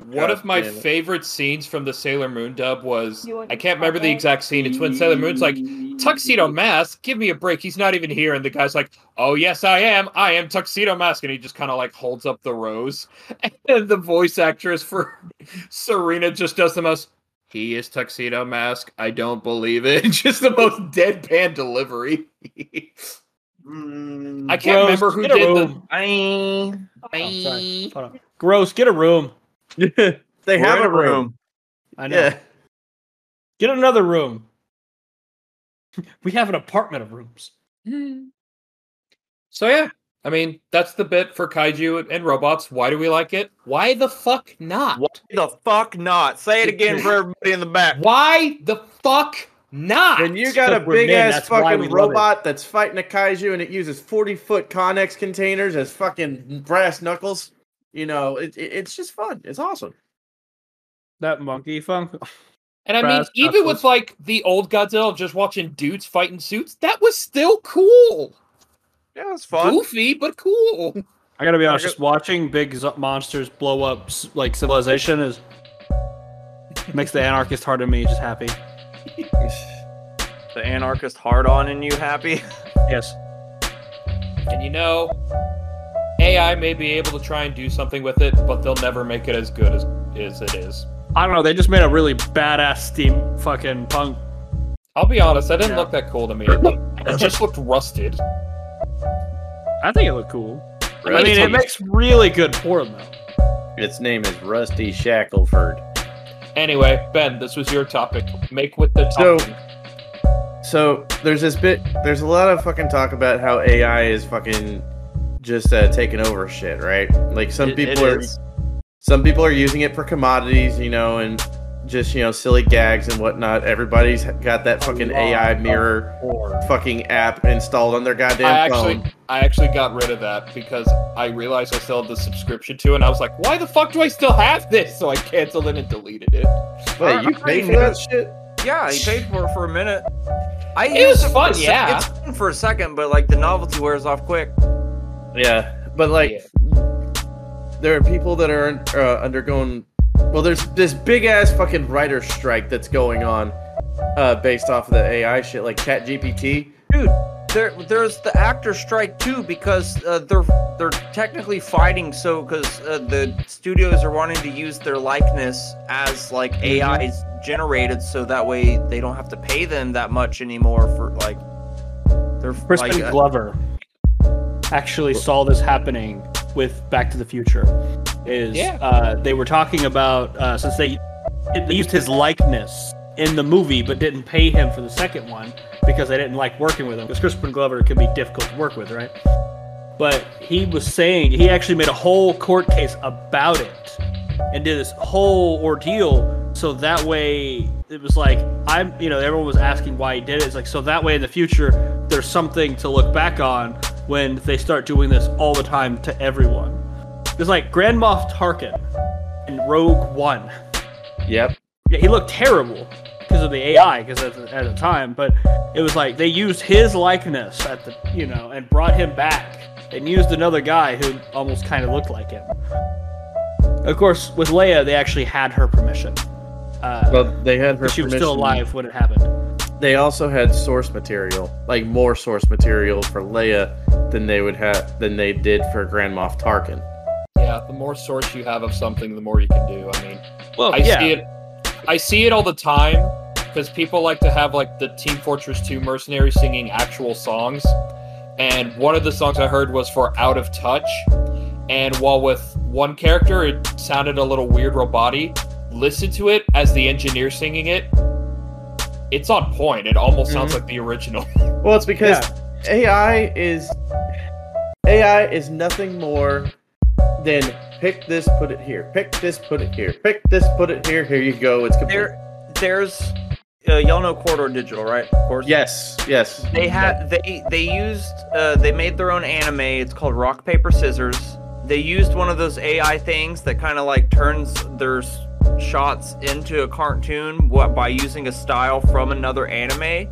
Speaker 3: One of my
Speaker 4: damn it.
Speaker 3: favorite scenes from the Sailor Moon dub was
Speaker 7: You want
Speaker 3: I can't remember the
Speaker 7: taco?
Speaker 3: exact scene. It's when Sailor Moon's like, Tuxedo Mask, give me a break. He's not even here. And the guy's like, Oh, yes, I am. I am Tuxedo Mask. And he just kind of like holds up the rose. And the voice actress for Serena just does the most, He is Tuxedo Mask. I don't believe it. just the most deadpan delivery.
Speaker 1: Mm.
Speaker 3: I can't
Speaker 2: Gross.
Speaker 3: remember who
Speaker 2: Get a
Speaker 3: did the.
Speaker 2: room.
Speaker 1: Bye.
Speaker 2: Oh, sorry. Hold on. Gross. Get a room.
Speaker 4: They
Speaker 1: We're
Speaker 4: have
Speaker 1: in
Speaker 4: a room.
Speaker 2: I know.
Speaker 4: Yeah.
Speaker 2: Get another room. we have an apartment of rooms.
Speaker 3: So yeah, I mean that's the bit for kaiju and robots. Why do we like it? Why the fuck not?
Speaker 1: Why the fuck not? Say it again for everybody in the back.
Speaker 3: Why the fuck not?
Speaker 4: When you got a
Speaker 2: Look, we're men,
Speaker 4: big ass
Speaker 2: that's why we
Speaker 4: fucking
Speaker 2: love it.
Speaker 4: robot that's fighting a kaiju and it uses 40 foot Connex containers as fucking brass knuckles, you know, it, it- it's just fun. It's awesome.
Speaker 2: That monkey funk.
Speaker 3: and I mean,
Speaker 2: Brass
Speaker 3: even with
Speaker 2: knuckles.
Speaker 3: like the old Godzilla, of just watching dudes fighting suits, that was still cool.
Speaker 1: Yeah, it's fun.
Speaker 3: Goofy, but cool.
Speaker 2: I gotta be honest. Just watching big zo- monsters blow up s- like civilization is makes the anarchist heart of me just happy.
Speaker 1: The anarchist hard on and you happy?
Speaker 2: Yes.
Speaker 3: And you know, AI may be able to try and do something with it, but they'll never make it as good as, as it is.
Speaker 2: I don't know. They just made a really badass steam fucking punk.
Speaker 3: I'll be honest, that didn't
Speaker 2: Yeah.
Speaker 3: look that cool to me. It, looked, it just looked rusted.
Speaker 2: I think it looked cool. I
Speaker 3: Rusty.
Speaker 2: mean, it makes really good porn though.
Speaker 4: Its name is Rusty Shackleford.
Speaker 3: Anyway, Ben, this was your topic. Make with the
Speaker 4: So-
Speaker 3: topic.
Speaker 4: So there's this bit, there's a lot of fucking talk about how AI is fucking just uh, taking over shit, right? Like some
Speaker 1: It- it
Speaker 4: people are.
Speaker 1: is.
Speaker 4: some people are using it for commodities, you know, and just you know silly gags and whatnot. Everybody's got that fucking AI mirror fucking app installed on their goddamn
Speaker 3: I
Speaker 4: phone.
Speaker 3: actually, I actually got rid of that because I realized I still had the subscription to, it, and I was like, "Why the fuck do I still have this?" So I canceled it and deleted it.
Speaker 4: Wait, you
Speaker 1: I'm pretty
Speaker 4: pay for
Speaker 1: sure-
Speaker 4: that shit?
Speaker 1: Yeah, he paid for it for a minute. I
Speaker 3: It was
Speaker 1: used for
Speaker 3: fun,
Speaker 1: a sec-
Speaker 3: yeah.
Speaker 1: It's fun for a second, but like the novelty wears off quick.
Speaker 4: Yeah, but like, there are people that are uh, undergoing. Well, there's this big ass fucking writer strike that's going on, uh, based off of the AI shit, like ChatGPT.
Speaker 1: Dude, there there's the actor strike too because uh, they're they're technically fighting so because uh, the studios are wanting to use their likeness as like AI's generated so that way they don't have to pay them that much anymore for like they're
Speaker 2: Crispin
Speaker 1: like uh,
Speaker 2: Glover actually saw this happening with Back to the Future. Is
Speaker 3: Yeah.
Speaker 2: uh, they were talking about uh, since they they used his likeness in the movie but didn't pay him for the second one because they didn't like working with him because Crispin Glover can be difficult to work with, right? But he was saying he actually made a whole court case about it and did this whole ordeal so that way it was like i'm you know everyone was asking why he did it it's like so that way in the future there's something to look back on when they start doing this all the time to everyone it's like grand moff tarkin in rogue one
Speaker 4: Yep.
Speaker 2: yeah, he looked terrible because of the AI, because at, the- at the time, but it was like they used his likeness at the, you know, and brought him back and used another guy who almost kind of looked like him. Of course, with Leia, they actually had her permission. Uh,
Speaker 4: Well, they had her.
Speaker 2: but she was still
Speaker 4: permission.
Speaker 2: alive when it happened.
Speaker 4: They also had source material, like more source material for Leia than they would have than they did for Grand Moff Tarkin.
Speaker 3: Yeah, the more source you have of something, the more you can do. I mean,
Speaker 2: Well,
Speaker 3: I see it. I see it all the time because people like to have like the Team Fortress 2 mercenaries singing actual songs. And one of the songs I heard was for Out of Touch. And while with one character, it sounded a little weird robotic. Listen to it as the engineer singing it. It's on point. It almost sounds like the original.
Speaker 4: Well, it's because AI is AI is nothing more than pick this, put it here, pick this, put it here, pick this, put it here. Here you go. It's complete.
Speaker 1: there there's uh, y'all know Corridor Digital, right? Of course.
Speaker 4: Yes, yes.
Speaker 1: They had they they used uh, they made their own anime. It's called Rock Paper Scissors. They used one of those AI things that kind of like turns their s- shots into a cartoon what by using a style from another anime.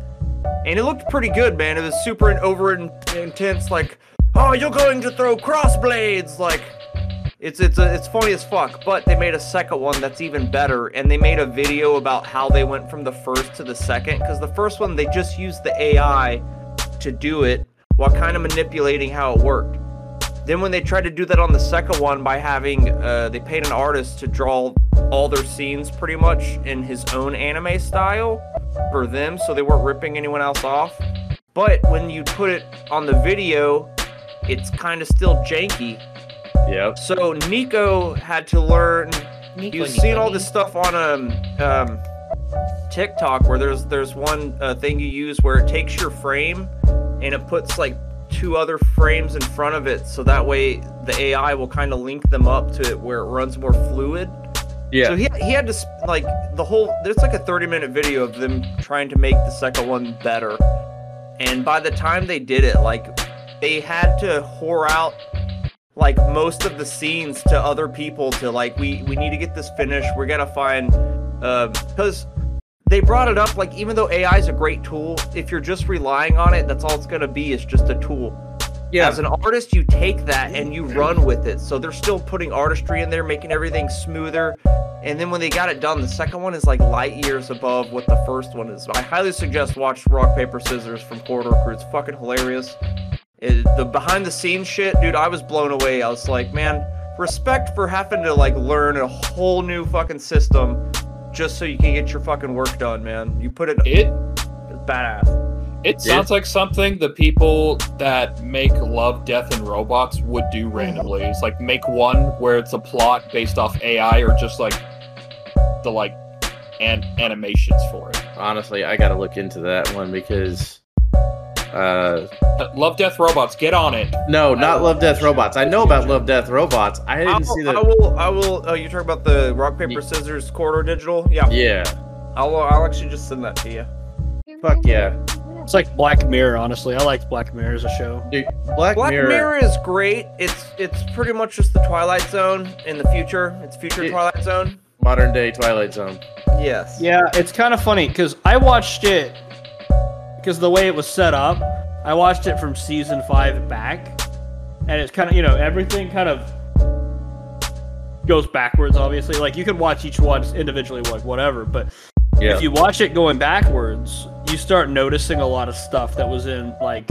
Speaker 1: And it looked pretty good, man. It was super and over in- intense like, "Oh, you're going to throw crossblades." Like it's it's a, it's funny as fuck, but they made a second one that's even better, and they made a video about how they went from the first to the second. Because the first one they just used the AI to do it while kind of manipulating how it worked. Then when they tried to do that on the second one by having uh, they paid an artist to draw all their scenes pretty much in his own anime style for them, so they weren't ripping anyone else off. But when you put it on the video, it's kind of still janky
Speaker 4: Yep.
Speaker 1: so Nico had to learn. You've seen all this stuff on um, um, TikTok where there's there's one uh, thing you use where it takes your frame and it puts like two other frames in front of it, so that way the AI will kind of link them up to it where it runs more fluid.
Speaker 4: Yeah.
Speaker 1: So he, he had to sp- like the whole. There's like a 30 minute video of them trying to make the second one better, and by the time they did it, like they had to whore out like most of the scenes to other people to like we we need to get this finished we're gonna find because they brought it up like even though ai is a great tool if you're just relying on it that's all it's gonna be is just a tool
Speaker 4: Yeah.
Speaker 1: as an artist you take that and you run with it so they're still putting artistry in there making everything smoother and then when they got it done the second one is like light years above what the first one is i highly suggest watch rock paper scissors from corridor crew it's fucking hilarious it, the behind the scenes shit, dude, I was blown away. I was like, man, respect for having to like learn a whole new fucking system just so you can get your fucking work done, man. You put it,
Speaker 3: It
Speaker 1: it's badass.
Speaker 3: It sounds like something the people that make Love, Death, and Robots would do
Speaker 2: Mm.
Speaker 3: randomly. It's like make one where it's a plot based off AI or just like the like and animations for it.
Speaker 4: Honestly, I gotta look into that one because uh
Speaker 3: But Love, Death, Robots, get on it.
Speaker 4: no, not Love Death Robots. I know about Love Death Robots. I didn't
Speaker 1: I'll,
Speaker 4: see
Speaker 1: I
Speaker 4: the
Speaker 1: will. I will. Uh, you talking about the rock paper scissors corridor digital? Yeah.
Speaker 4: Yeah.
Speaker 1: I'll. uh, I'll actually just send that to you.
Speaker 4: Fuck yeah.
Speaker 2: It's like Black Mirror, honestly. I liked Black Mirror as a show.
Speaker 4: Dude, Black,
Speaker 1: Black
Speaker 4: Mirror,
Speaker 1: Mirror. is great. It's it's pretty much just the Twilight Zone in the future. It's future
Speaker 4: It-
Speaker 1: Twilight Zone.
Speaker 4: modern day Twilight Zone.
Speaker 1: Yes.
Speaker 2: Yeah, it's kind of funny because I watched it because the way it was set up, I watched it from season five back, and it's kind of you know everything kind of goes backwards. Obviously, like you can watch each one individually, like whatever, but
Speaker 4: Yeah.
Speaker 2: if you watch it going backwards, you start noticing a lot of stuff that was in like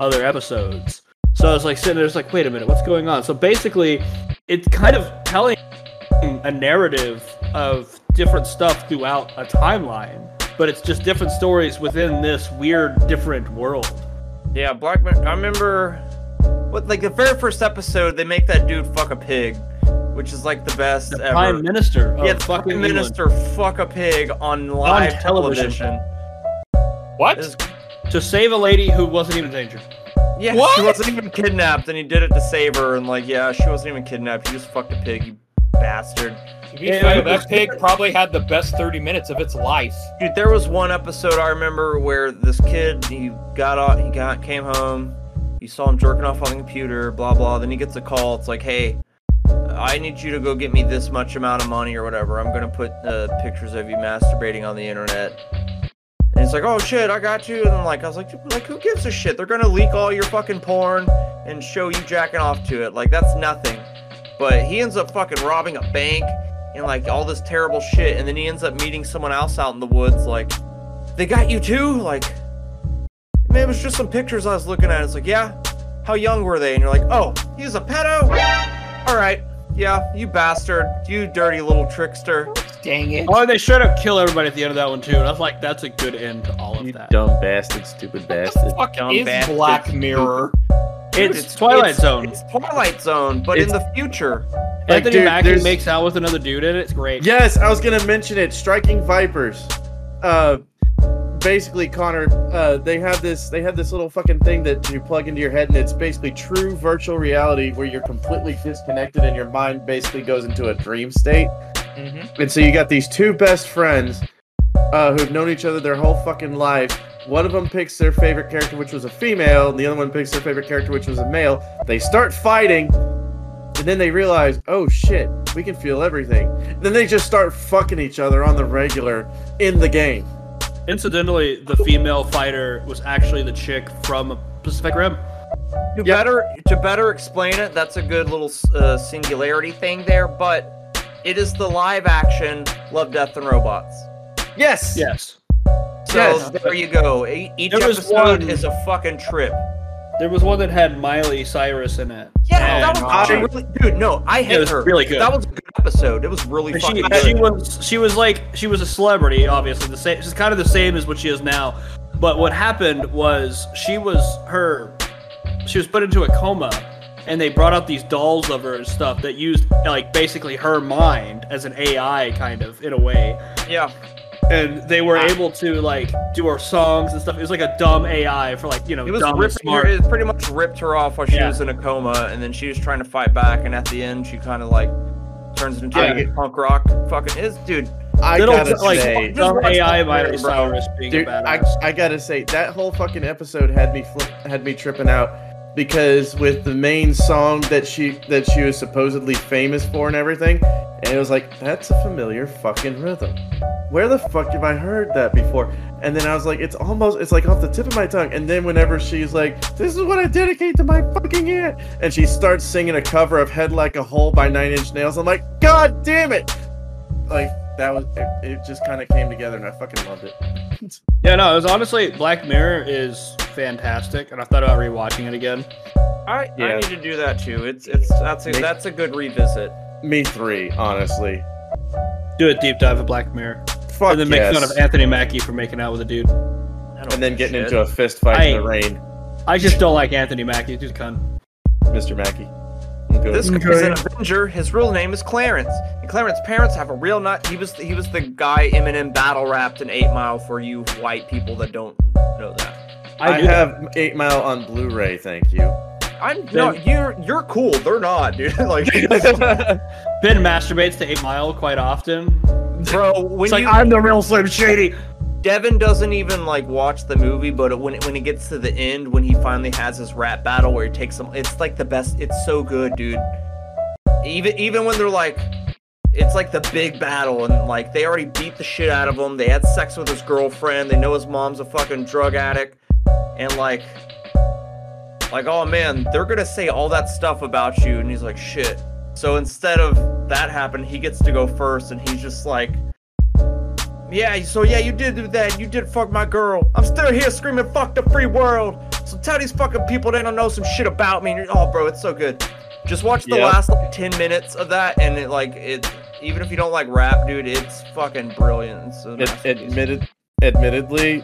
Speaker 2: other episodes. So I was like sitting there, just like, wait a minute, what's going on? So basically, it's kind of telling a narrative of different stuff throughout a timeline, but it's just different stories within this weird, different world.
Speaker 1: Yeah, Black Mirror. I remember, what like the very first episode, they make that dude fuck a pig, which is like the best
Speaker 2: The
Speaker 1: ever.
Speaker 2: prime minister of
Speaker 1: yeah, the
Speaker 2: fucking
Speaker 1: fucking
Speaker 2: England.
Speaker 1: minister fuck a pig on live
Speaker 2: television.
Speaker 1: television.
Speaker 3: What?
Speaker 1: This-
Speaker 2: to save a lady who wasn't even in danger.
Speaker 1: yeah,
Speaker 3: What?
Speaker 1: she wasn't even kidnapped, and he did it to save her. And like, yeah, she wasn't even kidnapped. He just fucked a pig, you bastard.
Speaker 3: To be fair, that pig probably had the best 30 minutes of its life.
Speaker 1: Dude, there was one episode I remember where this kid he got out, he got came home, you saw him jerking off on the computer, blah blah. Then he gets a call. It's like, hey, I need you to go get me this much amount of money or whatever. I'm gonna put uh, pictures of you masturbating on the internet. And it's like, oh shit, I got you. And I'm like, I was like, dude, like who gives a shit? They're gonna leak all your fucking porn and show you jacking off to it. Like that's nothing. But he ends up fucking robbing a bank and like all this terrible shit. And then he ends up meeting someone else out in the woods. Like, they got you too. Like, man, it was just some pictures I was looking at. It's like, yeah, how young were they? And you're like, oh, he's a pedo. All right, yeah, you bastard, you dirty little trickster.
Speaker 3: Dang it.
Speaker 2: Oh, and they straight up kill everybody at the end of that one too. And I was like, that's a good end to all of
Speaker 4: You
Speaker 2: that.
Speaker 4: dumb bastard, stupid bastard.
Speaker 3: Fuck
Speaker 1: Dumb
Speaker 3: is
Speaker 1: bastard.
Speaker 3: Black Mirror.
Speaker 1: Dude,
Speaker 2: It's Twilight
Speaker 1: it's-
Speaker 2: Zone.
Speaker 1: It's Twilight Zone, but in
Speaker 4: It's-
Speaker 1: the future.
Speaker 4: Like,
Speaker 2: Anthony
Speaker 4: dude,
Speaker 2: Mackie
Speaker 4: there's-
Speaker 2: makes out with another dude in it. It's great.
Speaker 4: Yes, I was gonna mention it. Striking Vipers. Uh, basically, Connor, uh, they have this. They have this little fucking thing that you plug into your head, and it's basically true virtual reality where you're completely disconnected, and your
Speaker 2: Mm-hmm.
Speaker 4: mind basically goes into a dream state.
Speaker 3: Mhm.
Speaker 4: And so you got these two best friends uh, who've known each other their whole fucking life. One of them picks their favorite character, which was a female, and the other one picks their favorite character, which was a male. They start fighting, and then they realize, oh shit, we can feel everything. Then they just start fucking each other on the regular in the game.
Speaker 2: Incidentally, the female fighter was actually the chick from Pacific Rim.
Speaker 1: To better to better explain it, that's a good little uh, singularity thing there, but it is the live action Love, Death, and Robots.
Speaker 4: Yes.
Speaker 2: Yes.
Speaker 1: So
Speaker 4: Yes.
Speaker 1: there you go. E- Each
Speaker 2: There was
Speaker 1: episode
Speaker 2: one-
Speaker 1: is a fucking trip.
Speaker 2: There was one that had Miley Cyrus in it.
Speaker 1: Yeah,
Speaker 2: And
Speaker 1: that was
Speaker 2: she-
Speaker 1: really, dude. No, I hate
Speaker 2: was
Speaker 1: her.
Speaker 2: really good.
Speaker 1: That was a good episode. It was really
Speaker 2: And
Speaker 1: fucking
Speaker 2: she,
Speaker 1: good.
Speaker 2: she was she was like she was a celebrity obviously the same she's kind of the same as what she is now but what happened was she was her she was put into a coma and they brought out these dolls of her and stuff that used like basically her mind as an ai kind of in a way
Speaker 1: yeah,
Speaker 2: and they were
Speaker 4: Ah.
Speaker 2: able to like do her songs and stuff it was like a dumb ai for like you know
Speaker 1: it was
Speaker 2: dumb and
Speaker 1: ripping her.
Speaker 2: smart
Speaker 1: It pretty much ripped her off while she
Speaker 2: Yeah.
Speaker 1: was in a coma, and then she was trying to fight back, and at the end she kind of like turns into
Speaker 4: Yeah.
Speaker 1: a punk rock. Fucking is, dude.
Speaker 4: I
Speaker 2: little
Speaker 4: gotta
Speaker 2: like
Speaker 4: say,
Speaker 1: Just
Speaker 2: dumb
Speaker 1: watch
Speaker 2: ai
Speaker 1: Pacific
Speaker 2: Miley
Speaker 1: Rim, bro.
Speaker 2: Cyrus being
Speaker 4: dude,
Speaker 2: a
Speaker 4: I,
Speaker 2: badass
Speaker 4: I gotta say that whole fucking episode had me flip, had me tripping out because with the main song that she that she was supposedly famous for and everything, and it was like that's a familiar fucking rhythm. Where the fuck have I heard that before? And then I was like, it's almost it's like off the tip of my tongue. And then whenever she's like, this is what I dedicate to my fucking aunt, and she starts singing a cover of Head Like a Hole by Nine Inch Nails, I'm like, god damn it! Like that was it, it just kind of came together and I fucking loved it.
Speaker 2: Yeah, no, it was honestly Black Mirror is fantastic, and I thought about rewatching it again.
Speaker 1: I, I
Speaker 4: Yeah.
Speaker 1: need to do that too. It's it's that's a,
Speaker 4: Make-
Speaker 1: that's a good revisit.
Speaker 4: Me three, honestly.
Speaker 2: Do a deep dive of Black Mirror,
Speaker 4: Fuck
Speaker 2: and then
Speaker 4: yes.
Speaker 2: make fun of Anthony Mackie for making out with a dude.
Speaker 1: I don't
Speaker 4: and then
Speaker 1: give a shit.
Speaker 4: getting into a fist fight in
Speaker 2: I-
Speaker 4: the rain,
Speaker 2: I just don't like Anthony Mackie. Dude, cunt.
Speaker 4: Mr. Mackey. I'm good.
Speaker 1: This guy's an Avenger. His real name is Clarence, and Clarence's parents have a real nut. He was he was the guy Eminem battle rapped in Eight Mile for you white people that don't know that.
Speaker 4: I,
Speaker 2: I, do that.
Speaker 4: have Eight Mile on Blu-ray, thank you.
Speaker 1: I'm no, you're you're cool. They're not, dude. Like,
Speaker 2: Ben masturbates to Eight Mile quite often.
Speaker 1: bro, when
Speaker 2: It's like
Speaker 1: you
Speaker 2: I'm the real Slim Shady.
Speaker 1: Devin doesn't even like watch the movie, but when it, when it gets to the end, when he finally has his rap battle where he takes some, it's like the best. It's so good, dude. Even even when they're like, it's like the big battle, and like they already beat the shit out of him. They had sex with his girlfriend. They know his mom's a fucking drug addict, and like, like oh man, they're gonna say all that stuff about you, and he's like shit. So instead of that happen, he gets to go first, and he's just like. Yeah, so yeah, you did do that. You did fuck my girl. I'm still here screaming, fuck the free world. So tell these fucking people they don't know some shit about me. And- Oh, bro, it's so good. Just watch the
Speaker 4: Yeah.
Speaker 1: last like 10 minutes of that, and it like it. Even if you don't like rap, dude, it's fucking brilliant. It's a
Speaker 4: Ad-
Speaker 1: masterpiece.
Speaker 4: admitted, admittedly,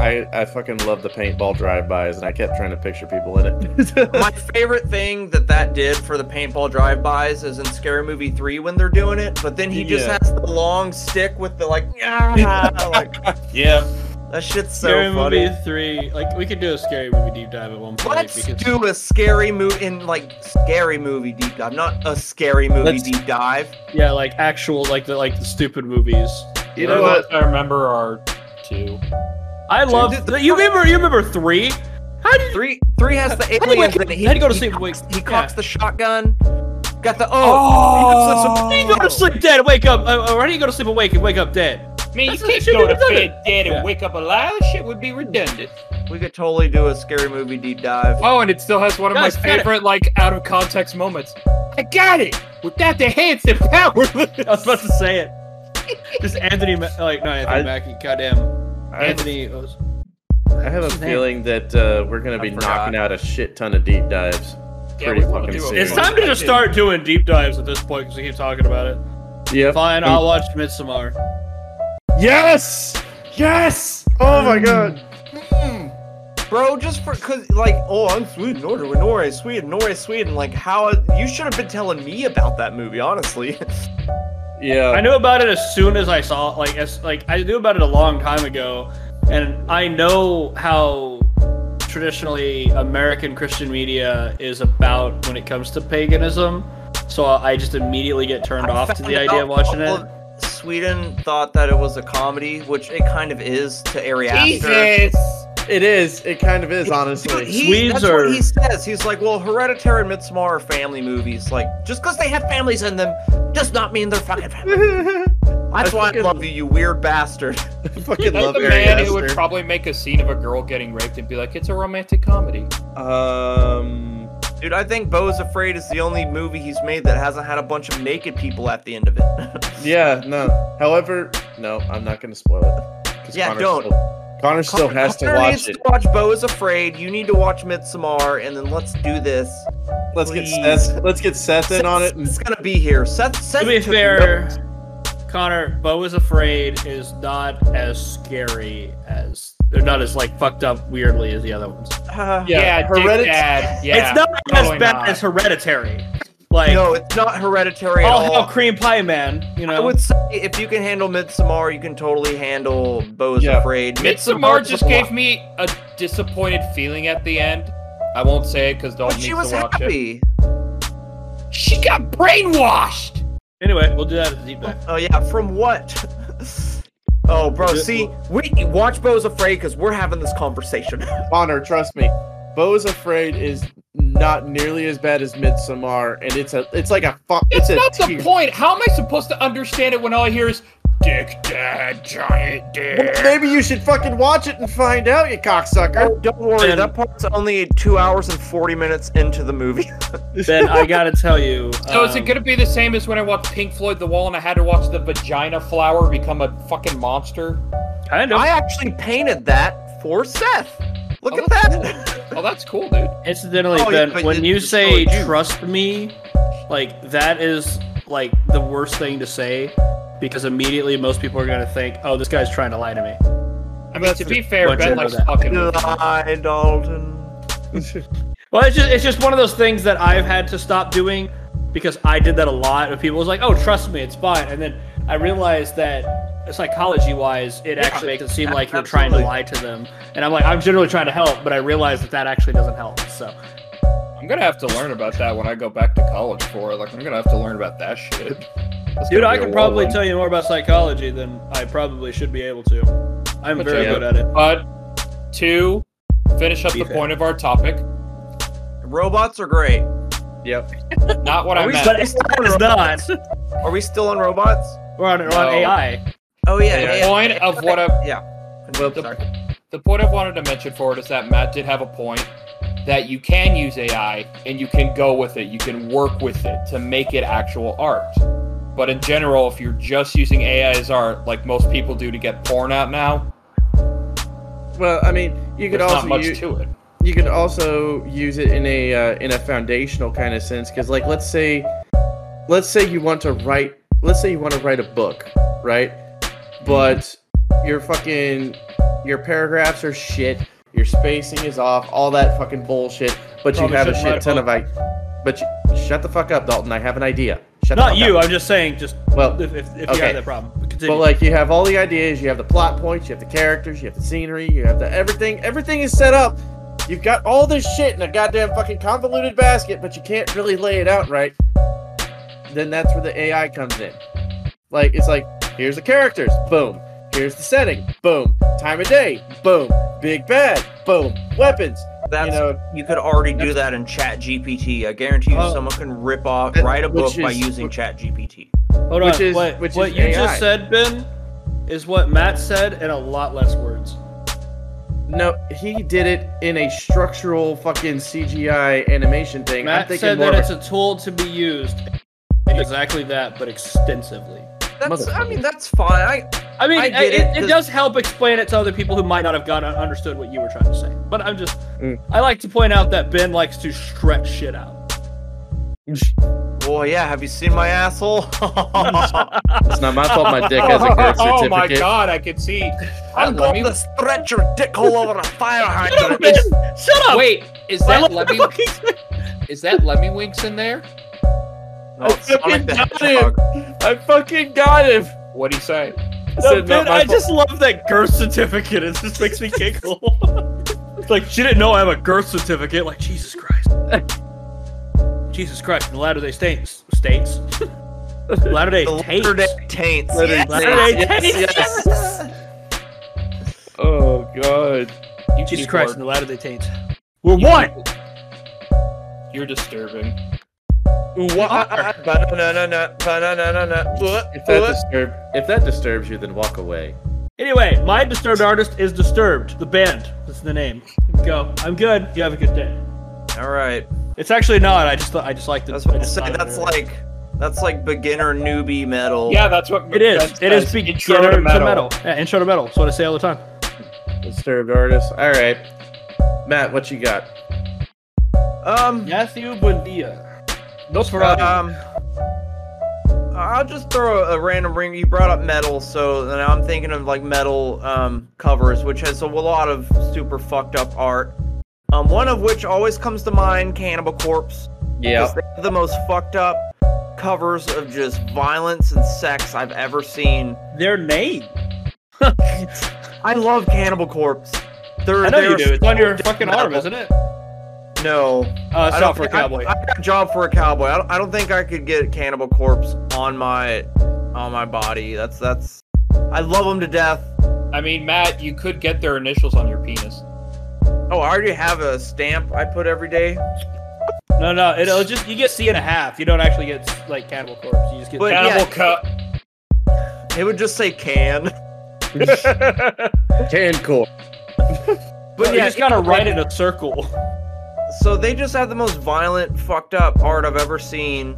Speaker 4: I I fucking love the paintball drive-bys, and I kept trying to picture people in it.
Speaker 1: My favorite thing that that did for the paintball drive-bys is in Scary Movie 3 when they're doing it, but then he just
Speaker 4: Yeah.
Speaker 1: has the long stick with the like, "Ah," like
Speaker 4: yeah,
Speaker 1: that shit's so
Speaker 2: scary
Speaker 1: funny.
Speaker 2: movie three. Like we could do a scary movie deep dive at one point.
Speaker 1: Let's
Speaker 2: because-
Speaker 1: do a scary movie in like scary movie deep dive, not a scary movie
Speaker 2: Let's-
Speaker 1: deep dive.
Speaker 2: yeah, like actual like the like the stupid movies.
Speaker 4: you
Speaker 3: The
Speaker 4: know
Speaker 3: ones
Speaker 4: what?
Speaker 3: I remember are two.
Speaker 2: I love you. Remember you remember three? How did you?
Speaker 1: Three, three has the
Speaker 2: How do you
Speaker 1: aliens.
Speaker 2: wake-
Speaker 1: in it. He,
Speaker 2: how do you go to
Speaker 1: he
Speaker 2: sleep and
Speaker 1: Cocks,
Speaker 2: wake-
Speaker 1: he
Speaker 2: yeah.
Speaker 1: cocks the shotgun. Got the oh.
Speaker 2: How do you go to sleep dead and wake up? Uh, or how do you go to sleep and wake and wake up dead?
Speaker 3: Man,
Speaker 2: That's
Speaker 3: you
Speaker 2: what
Speaker 3: can't
Speaker 2: should
Speaker 3: go
Speaker 2: be
Speaker 3: to
Speaker 2: redundant.
Speaker 3: bed dead
Speaker 2: Yeah.
Speaker 3: and wake up alive. Shit would be redundant.
Speaker 1: We could totally do a scary movie deep dive.
Speaker 3: Oh, and it still has one of
Speaker 2: Guys,
Speaker 3: my
Speaker 2: got it.
Speaker 3: favorite, like, out of context moments. I got it! Without the hands, they're powerless!
Speaker 2: I was about to say it. Just Anthony, Ma- like not Anthony
Speaker 4: I-
Speaker 2: Mackie. Goddamn,
Speaker 4: I,
Speaker 2: Anthony. oh,
Speaker 4: I have a
Speaker 2: his name?
Speaker 4: feeling that uh, we're gonna
Speaker 1: I
Speaker 4: be
Speaker 1: forgot.
Speaker 4: knocking out a shit ton of deep dives.
Speaker 3: Yeah,
Speaker 4: Pretty
Speaker 3: we wanna
Speaker 4: fucking
Speaker 3: do it.
Speaker 4: serious.
Speaker 2: It's time to just start doing deep dives at this point because we keep talking about it.
Speaker 4: Yep.
Speaker 2: Fine, I'll watch Midsommar.
Speaker 4: Yes. Yes. Oh my god.
Speaker 1: Bro, just for cause like, oh, I'm Sweden, Norway, Norway, Sweden, Norway, Sweden. Like, how you should have been telling me about that movie, honestly.
Speaker 4: Yeah.
Speaker 2: I knew about it as soon as I saw, like, as like I knew about it a long time ago, and I know how traditionally American Christian media is about when it comes to paganism. So I just immediately get turned
Speaker 1: I
Speaker 2: off to
Speaker 1: found
Speaker 2: the idea
Speaker 1: out
Speaker 2: of watching
Speaker 1: all
Speaker 2: it.
Speaker 1: of- Sweden thought that it was a comedy, which it kind of is to Ari Aster.
Speaker 3: Jesus!
Speaker 4: It is. It kind of is, honestly.
Speaker 1: Dude, he,
Speaker 2: Swedes
Speaker 1: that's
Speaker 2: are-
Speaker 1: what he says. He's like, well, Hereditary and Midsommar are family movies. Like, just because they have families in them does not mean they're fucking family. That's why I
Speaker 4: fucking-
Speaker 1: love you, you weird bastard.
Speaker 4: I fucking
Speaker 3: That's
Speaker 4: love
Speaker 3: the
Speaker 4: Ari
Speaker 3: man
Speaker 4: Aster.
Speaker 3: who would probably make a scene of a girl getting raped and be like, "It's a romantic comedy."
Speaker 4: um,
Speaker 1: Dude, I think Bo's Afraid is the only movie he's made that hasn't had a bunch of naked people at the end of it.
Speaker 4: yeah, no. However, no, I'm not going to spoil it. 'Cause
Speaker 1: Yeah, don't.
Speaker 4: Still, Connor still has to
Speaker 1: Connor
Speaker 4: watch
Speaker 1: needs
Speaker 4: it.
Speaker 1: to watch Bo is Afraid. You need to watch Midsommar, and then let's do this.
Speaker 4: Let's get
Speaker 1: Please.
Speaker 4: Seth. Let's get Seth in on it. and-
Speaker 1: It's gonna be here. Seth, Seth
Speaker 2: To be
Speaker 1: took
Speaker 2: fair,
Speaker 1: notes.
Speaker 2: Connor, Bo is Afraid is not as scary as they're not as like fucked up weirdly as the other ones.
Speaker 1: Uh,
Speaker 4: Yeah,
Speaker 3: dick
Speaker 4: Heredit-
Speaker 3: dad. Yeah,
Speaker 2: it's not
Speaker 3: totally
Speaker 2: as bad
Speaker 3: not.
Speaker 2: as Hereditary. Like
Speaker 1: no, it's not hereditary
Speaker 3: Oh,
Speaker 1: at
Speaker 2: all
Speaker 1: all.
Speaker 2: hell cream pie man, you know.
Speaker 1: I would say if you can handle Midsommar, you can totally handle Bo is
Speaker 4: Yeah.
Speaker 1: Afraid.
Speaker 3: Midsommar
Speaker 1: Midsummar's
Speaker 3: just
Speaker 1: a
Speaker 3: gave
Speaker 1: lot-
Speaker 3: me a disappointed feeling at the end. I won't say it because
Speaker 1: But
Speaker 3: Dalton needs
Speaker 1: she was
Speaker 3: to watch it.
Speaker 1: happy.
Speaker 3: She got brainwashed.
Speaker 2: Anyway, we'll do that as a deep dive.
Speaker 1: Oh yeah, from what? oh, bro,
Speaker 2: Is it-
Speaker 1: see, we watch Bo's Afraid because we're having this conversation.
Speaker 4: Connor, trust me. Bo is Afraid is not nearly as bad as Midsommar, and it's a it's like a fu-
Speaker 3: It's
Speaker 4: it's,
Speaker 3: not
Speaker 4: a
Speaker 3: the point. How am I supposed to understand it when all I hear is "dick, dad, giant dick"?
Speaker 4: Well, maybe you should fucking watch it and find out, you cocksucker.
Speaker 1: Oh, don't worry,
Speaker 2: And-
Speaker 1: that part's only two hours and forty minutes into the movie.
Speaker 2: Then I gotta tell you.
Speaker 3: So is it
Speaker 2: um,
Speaker 3: gonna be the same as when I watched Pink Floyd The Wall and I had to watch the vagina flower become a fucking monster?
Speaker 2: kind of?
Speaker 1: I actually painted that for Seth. Look
Speaker 3: Oh,
Speaker 1: at
Speaker 3: that's
Speaker 1: that.
Speaker 3: Oh, that's cool, dude.
Speaker 2: Incidentally,
Speaker 1: Oh, yeah,
Speaker 2: Ben,
Speaker 1: but
Speaker 2: when
Speaker 1: it-
Speaker 2: you
Speaker 1: it's
Speaker 2: say
Speaker 1: totally you.
Speaker 2: trust me, like that is like the worst thing to say because immediately most people are gonna think, oh, this guy's trying to lie to me.
Speaker 3: I mean, to be fair,
Speaker 2: bunch
Speaker 3: Ben
Speaker 2: of
Speaker 3: likes
Speaker 2: that.
Speaker 3: fucking.
Speaker 4: Oh.
Speaker 1: Lie, Dalton.
Speaker 2: Well, it's just it's just one of those things that I've had to stop doing because I did that a lot. And people was like, oh, trust me, it's fine. And then I realized that psychology wise, it actually makes it seem
Speaker 1: a-
Speaker 2: like you're trying to
Speaker 1: absolutely.
Speaker 2: lie to them. And I'm like, I'm generally trying to help, but I realized that that actually doesn't help. So
Speaker 3: I'm gonna have to learn about that when I go back to college for it. Like, I'm gonna have to learn about that shit. That's
Speaker 2: Dude,
Speaker 3: gonna
Speaker 2: I
Speaker 3: be a
Speaker 2: could probably
Speaker 3: whirlwind.
Speaker 2: tell you more about psychology than I probably should be able to. I'm
Speaker 3: But
Speaker 2: very
Speaker 3: yeah.
Speaker 2: good at it.
Speaker 3: But to finish up
Speaker 2: Be
Speaker 3: the
Speaker 2: fair.
Speaker 3: point of our topic,
Speaker 1: Robots are great.
Speaker 4: Yep.
Speaker 3: not what
Speaker 1: Are
Speaker 3: I
Speaker 1: we
Speaker 3: meant.
Speaker 1: stuck-
Speaker 2: But it's not. It's not.
Speaker 1: Are we still on robots?
Speaker 2: We're on, we're
Speaker 3: No.
Speaker 2: on AI.
Speaker 1: Oh yeah.
Speaker 3: The
Speaker 1: yeah,
Speaker 3: point
Speaker 1: yeah.
Speaker 3: of what I
Speaker 1: Yeah.
Speaker 4: Well,
Speaker 3: the, the point I wanted to mention for it is that Matt did have a point that you can use AI and you can go with it, you can work with it to make it actual art. But in general, if you're just using AI as art, like most people do to get porn out now,
Speaker 4: Well, I mean, you could
Speaker 3: there's not
Speaker 4: also
Speaker 3: much
Speaker 4: u-
Speaker 3: to it.
Speaker 4: you could also use it in a uh, in a foundational kind of sense because like let's say let's say you want to write let's say you want to write a book right but your fucking your paragraphs are shit your spacing is off all that fucking bullshit but you
Speaker 2: Probably
Speaker 4: have a
Speaker 2: shouldn't
Speaker 4: shit
Speaker 2: write
Speaker 4: ton
Speaker 2: a
Speaker 4: of i but you, shut the fuck up dalton i have an idea shut the
Speaker 2: Not
Speaker 4: fuck
Speaker 2: you.
Speaker 4: up.
Speaker 2: I'm just saying. Just
Speaker 4: well
Speaker 2: if, if, if you
Speaker 4: Okay.
Speaker 2: have that problem, continue.
Speaker 4: but like you have all the ideas, you have the plot points, you have the characters, you have the scenery, you have the everything. Everything is set up. You've got all this shit in a goddamn fucking convoluted basket, but you can't really lay it out right. Then that's where the AI comes in. Like it's like here's the characters, boom. Here's the setting, boom. Time of day, boom. Big bad, boom. Weapons,
Speaker 1: That's
Speaker 4: you
Speaker 1: you,
Speaker 4: know.
Speaker 1: could already do that in Chat GPT. I guarantee you,
Speaker 4: Oh.
Speaker 1: someone can rip off
Speaker 4: That-
Speaker 1: write a book
Speaker 4: which
Speaker 1: by
Speaker 4: is-
Speaker 1: using Chat GPT.
Speaker 2: Hold
Speaker 4: which
Speaker 2: on.
Speaker 4: is-
Speaker 2: what
Speaker 4: which
Speaker 2: what
Speaker 4: is
Speaker 2: you
Speaker 4: AI.
Speaker 2: just said, Ben, is what Matt said in a lot less words.
Speaker 4: No, he did it in a structural fucking CGI animation thing. I'm
Speaker 2: Matt
Speaker 4: thinking
Speaker 2: said
Speaker 4: more
Speaker 2: that
Speaker 4: of a-
Speaker 2: it's a tool to be used exactly that, but extensively.
Speaker 1: That's. I
Speaker 4: Motherfucker.
Speaker 1: mean, that's fine. I,
Speaker 2: I mean,
Speaker 1: I
Speaker 2: it,
Speaker 1: get it,
Speaker 2: it,
Speaker 1: 'cause-
Speaker 2: does help explain it to other people who might not have got uh, understood what you were trying to say. But I'm just,
Speaker 4: Mm.
Speaker 2: I like to point out that Ben likes to stretch shit out.
Speaker 1: well, yeah. Have you seen my asshole?
Speaker 4: It's not my fault my dick has a birth certificate.
Speaker 3: oh my god, I can see.
Speaker 1: I'm
Speaker 3: Let me-
Speaker 1: going to stretch your dick all over a fire hydrant.
Speaker 2: Ben, shut up!
Speaker 3: Wait, is
Speaker 2: I love
Speaker 3: that Lemmy?
Speaker 2: fucking-
Speaker 3: Is that Lemmy Winks in there?
Speaker 1: No, it's Sonic the Hedgehog.
Speaker 4: I fucking got him.
Speaker 3: What'd he say?
Speaker 2: No,
Speaker 4: Said not
Speaker 2: Ben,
Speaker 4: my
Speaker 2: I
Speaker 4: fault.
Speaker 2: just love that girth certificate. It just makes me giggle. it's like she didn't know I have a girth certificate. Like Jesus Christ. Jesus Christ. In the latter day states, states. Latter Day
Speaker 1: The Latter
Speaker 2: Taints.
Speaker 1: Day Taints.
Speaker 4: Latter Day
Speaker 1: Yes,
Speaker 2: Latter Day
Speaker 1: yes,
Speaker 2: Taints.
Speaker 1: yes.
Speaker 3: Oh god. You
Speaker 2: Jesus
Speaker 3: people
Speaker 2: Christ,
Speaker 3: are-
Speaker 2: and the Latter Day Taints. We're one.
Speaker 3: You're disturbing.
Speaker 1: Wah, banana, banana, banana. What?
Speaker 4: If that,
Speaker 1: What?
Speaker 4: disturb, if that disturbs you, then walk away.
Speaker 2: Anyway, my disturbed artist is Disturbed, the band. That's the name. Go. I'm good. You have a good day.
Speaker 1: All right.
Speaker 2: It's actually not. I just I just like the.
Speaker 1: That's what
Speaker 2: I
Speaker 1: I'm
Speaker 2: just
Speaker 1: saying.
Speaker 2: thought of
Speaker 1: That's
Speaker 2: it.
Speaker 1: like that's like beginner newbie metal.
Speaker 3: Yeah, that's what
Speaker 2: It is.
Speaker 3: that's-
Speaker 2: It is
Speaker 3: that's
Speaker 2: beginner
Speaker 3: intro to metal.
Speaker 2: Yeah, intro to metal. That's what I say all the time.
Speaker 4: Disturbed artist. All right, Matt, what you got?
Speaker 1: Um.
Speaker 2: Matthew Buendia. Nosferatu.
Speaker 1: Um. I'll just throw a random ring. You brought up metal, so now I'm thinking of like metal um, covers, which has a lot of super fucked up art. Um, one of which always comes to mind: Cannibal Corpse. 'Cause they're the most fucked up covers of just violence and sex I've ever seen.
Speaker 2: Their name.
Speaker 1: I love Cannibal Corpse. They're,
Speaker 2: I know
Speaker 1: they're
Speaker 2: you do. It's on your fucking
Speaker 1: metal.
Speaker 2: arm, isn't it?
Speaker 1: No,
Speaker 2: Uh,
Speaker 1: I
Speaker 2: it's not
Speaker 1: don't
Speaker 2: for a
Speaker 1: think- I-
Speaker 2: cowboy.
Speaker 1: I, got a job for a cowboy. I don't, I don't think I could get Cannibal Corpse on my on my body. That's that's. I love them to death.
Speaker 3: I mean, Matt, you could get their initials on your penis.
Speaker 1: Oh, I already have a stamp I put every day.
Speaker 2: No, no. It'll just you get C and a half. You don't actually get like Cannibal Corpse. You just get.
Speaker 1: But yeah,
Speaker 3: Cannibal Cup.
Speaker 1: It would just say can.
Speaker 4: Tan core.
Speaker 1: But
Speaker 2: you
Speaker 1: yeah,
Speaker 2: just gotta write in a circle.
Speaker 1: so they just have the most violent, fucked up art I've ever seen.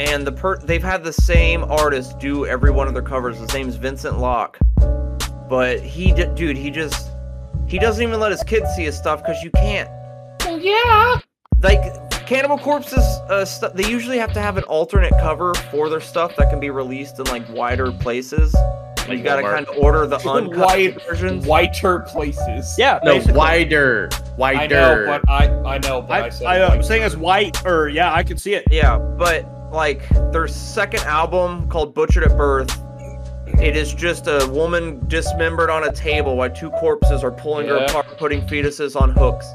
Speaker 1: And the per- they've had the same artist do every one of their covers. His name's Vincent Locke, but he, d- dude, he just he doesn't even let his kids see his stuff because you can't. Well, yeah. Like Cannibal Corpse's uh, stuff, they usually have to have an alternate cover for their stuff that can be released in like wider places.
Speaker 4: Like
Speaker 1: you gotta
Speaker 4: Walmart.
Speaker 1: kind of order the uncut
Speaker 3: White,
Speaker 1: versions.
Speaker 3: whiter places.
Speaker 2: Yeah.
Speaker 4: No,
Speaker 2: basically.
Speaker 4: wider, wider.
Speaker 3: I know, but I, I know, but I,
Speaker 2: I,
Speaker 3: said
Speaker 2: I,
Speaker 3: it
Speaker 2: am
Speaker 3: like-
Speaker 2: saying it's white, or yeah, I can see it.
Speaker 1: Yeah, but like their second album called Butchered at Birth, it is just a woman dismembered on a table while two corpses are pulling her
Speaker 3: Yeah.
Speaker 1: apart, putting fetuses on hooks.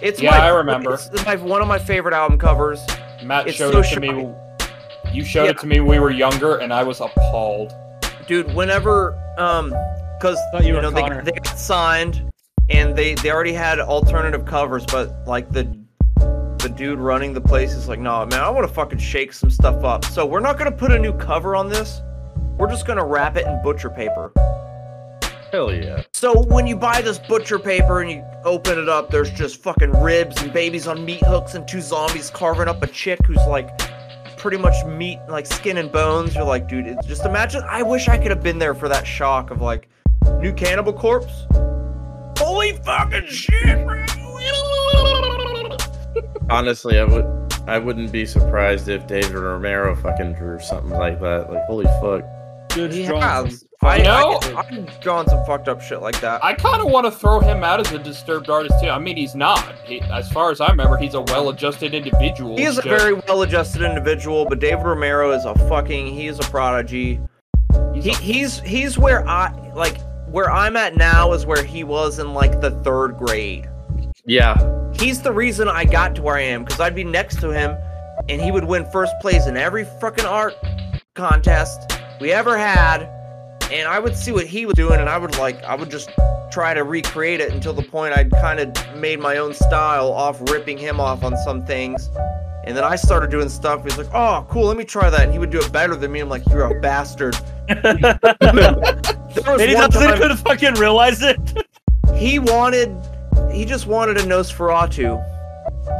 Speaker 1: It's
Speaker 3: Yeah,
Speaker 1: my,
Speaker 3: I remember.
Speaker 1: It's my, one of my favorite album covers.
Speaker 3: Matt
Speaker 1: it's
Speaker 3: showed
Speaker 1: so
Speaker 3: it to me. You showed it to me. when We were younger, and I was appalled.
Speaker 1: Dude, whenever um cuz
Speaker 2: Thought you were
Speaker 1: know they,
Speaker 2: Connor.
Speaker 1: they got signed and they they already had alternative covers, but like the the dude running the place is like, "Nah, man, I want to fucking shake some stuff up. So we're not going to put a new cover on this. We're just going to wrap it in butcher paper."
Speaker 4: Hell yeah.
Speaker 1: So when you buy this butcher paper and you open it up, there's just fucking ribs and babies on meat hooks and two zombies carving up a chick who's like pretty much meat, like skin and bones. You're like, dude, it's just imagine. I wish I could have been there for that shock of like, new Cannibal Corpse. Holy fucking shit, bro!
Speaker 4: Honestly, I would. I wouldn't be surprised if David Romero fucking drew something like that. Like, holy fuck.
Speaker 2: Dude,
Speaker 1: Yeah,
Speaker 2: strong.
Speaker 1: I
Speaker 3: You know-
Speaker 1: I, have drawn some fucked up shit like that.
Speaker 3: I kind of want to throw him out as a disturbed artist too. I mean, he's not. He, as far as I remember, he's a well-adjusted individual.
Speaker 1: He is a
Speaker 3: Just-
Speaker 1: very well-adjusted individual, but David Romero is a fucking he is a prodigy.
Speaker 3: he's
Speaker 1: He,
Speaker 3: a-
Speaker 1: he's he's where I like where I'm at now is where he was in like the third grade.
Speaker 4: Yeah.
Speaker 1: He's the reason I got to where I am because I'd be next to him, and he would win first place in every fucking art contest we ever had, and I would see what he was doing, and I would like I would just try to recreate it until the point I'd kind of made my own style off ripping him off on some things. And then I started doing stuff. He's like, "Oh, cool, let me try that." And he would do it better than me. I'm like, "You're a bastard." There was
Speaker 2: Maybe
Speaker 1: one
Speaker 2: that's
Speaker 1: time-
Speaker 2: could have fucking realized it.
Speaker 1: he wanted he just wanted a Nosferatu.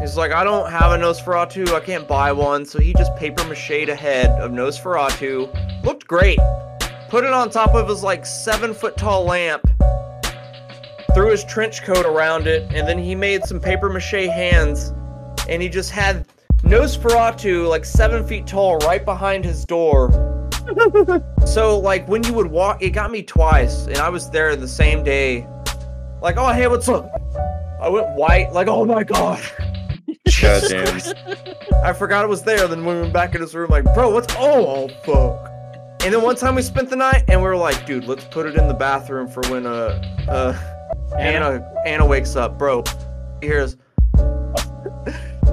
Speaker 1: He's like, I don't have a Nosferatu, I can't buy one, so he just paper macheed a head of Nosferatu. Looked great. Put it on top of his like seven foot tall lamp, threw his trench coat around it, and then he made some paper mache hands, and he just had Nosferatu like seven feet tall right behind his door. so like when you would walk it got me twice, and I was there the same day like, oh hey, what's up? I went white, like, oh my god.
Speaker 4: Goddamn.
Speaker 1: I forgot it was there. Then we went back in his room, like, bro, what's oh, oh fuck. And then one time we spent the night and we were like, dude, let's put it in the bathroom for when uh uh Anna Anna wakes up, bro. Here's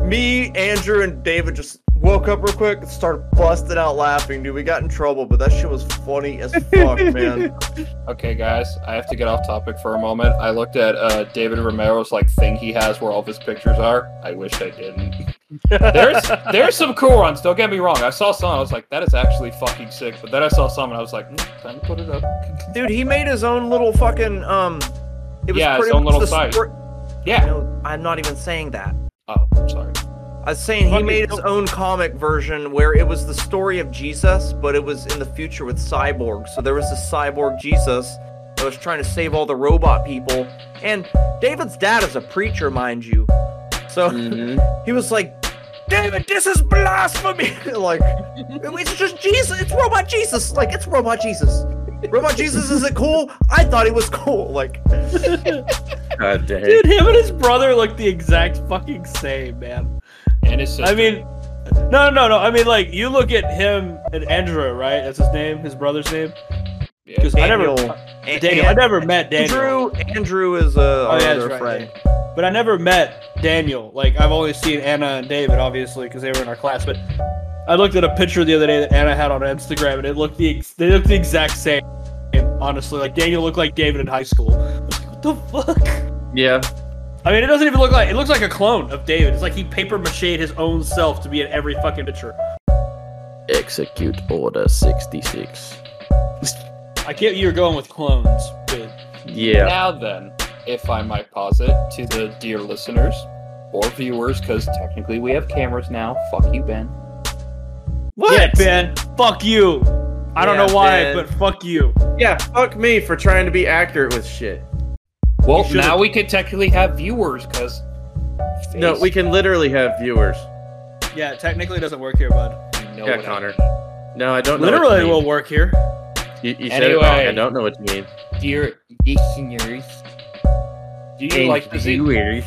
Speaker 1: me, Andrew, and David just woke up real quick, and started busting out laughing, dude. We got in trouble, but that shit was funny as fuck, man.
Speaker 3: Okay, guys, I have to get off topic for a moment. I looked at uh, David Romero's like thing he has where all of his pictures are. I wish I didn't. There's there's some cool ones. Don't get me wrong. I saw some. I was like, that is actually fucking sick. But then I saw some and I was like, mm, time to put it up.
Speaker 1: Dude, he made his own little fucking um. It was
Speaker 3: Yeah, his
Speaker 1: pretty
Speaker 3: own
Speaker 1: much
Speaker 3: little
Speaker 1: the
Speaker 3: site.
Speaker 1: stor-
Speaker 3: Yeah.
Speaker 1: No, I'm not even saying that.
Speaker 3: Oh, sorry.
Speaker 1: I was saying he
Speaker 3: Fucking
Speaker 1: made his own comic version where it was the story of Jesus, but it was in the future with cyborgs. So there was this cyborg Jesus that was trying to save all the robot people. And David's dad is a preacher, mind you. So
Speaker 4: Mm-hmm.
Speaker 1: he was like, David, this is blasphemy! like, it's just Jesus, it's robot Jesus! Like, it's robot Jesus. Robot Jesus isn't cool? I thought he was cool. Like,
Speaker 8: God dang.
Speaker 2: Dude, him and his brother look the exact fucking same, man.
Speaker 3: And it's just
Speaker 2: I mean, no, no, no. I mean, like, you look at him and Andrew, right? That's his name, his brother's name.
Speaker 3: Yeah.
Speaker 2: Because I never,
Speaker 1: Daniel.
Speaker 2: Daniel, I never met Daniel.
Speaker 1: Andrew, Andrew is uh, our
Speaker 2: Oh, yeah, that's
Speaker 1: other
Speaker 2: right,
Speaker 1: friend.
Speaker 2: but I never met Daniel. Like I've only seen Anna and David, obviously, because they were in our class. But I looked at a picture the other day that Anna had on Instagram, and it looked the ex- they looked the exact same. Honestly, like Daniel looked like David in high school. I was like, what the fuck?
Speaker 8: Yeah.
Speaker 2: I mean, it doesn't even look like it looks like a clone of David. It's like he paper mache his own self to be in every fucking picture.
Speaker 8: Execute order 66.
Speaker 2: I get you were going with clones, but
Speaker 8: Yeah.
Speaker 3: Now then, if I might pause it to the dear listeners or viewers, because technically we have cameras now. Fuck you, Ben.
Speaker 2: what? Yeah, Ben, fuck you. I don't
Speaker 1: Yeah,
Speaker 2: know why,
Speaker 1: Ben.
Speaker 2: but fuck you.
Speaker 4: Yeah, fuck me for trying to be accurate with shit.
Speaker 3: Well,
Speaker 2: should've-
Speaker 3: now we can technically have viewers because
Speaker 4: No, we can literally have viewers.
Speaker 2: Yeah, technically it doesn't work here, bud.
Speaker 3: know
Speaker 4: Yeah,
Speaker 3: what I
Speaker 4: Connor.
Speaker 3: mean.
Speaker 4: No, I don't know.
Speaker 2: Literally,
Speaker 4: what
Speaker 2: will work here.
Speaker 4: you mean. You, you said it wrong.
Speaker 3: Anyway.
Speaker 4: I don't know what you mean.
Speaker 3: dear listeners. Do you like the Xen-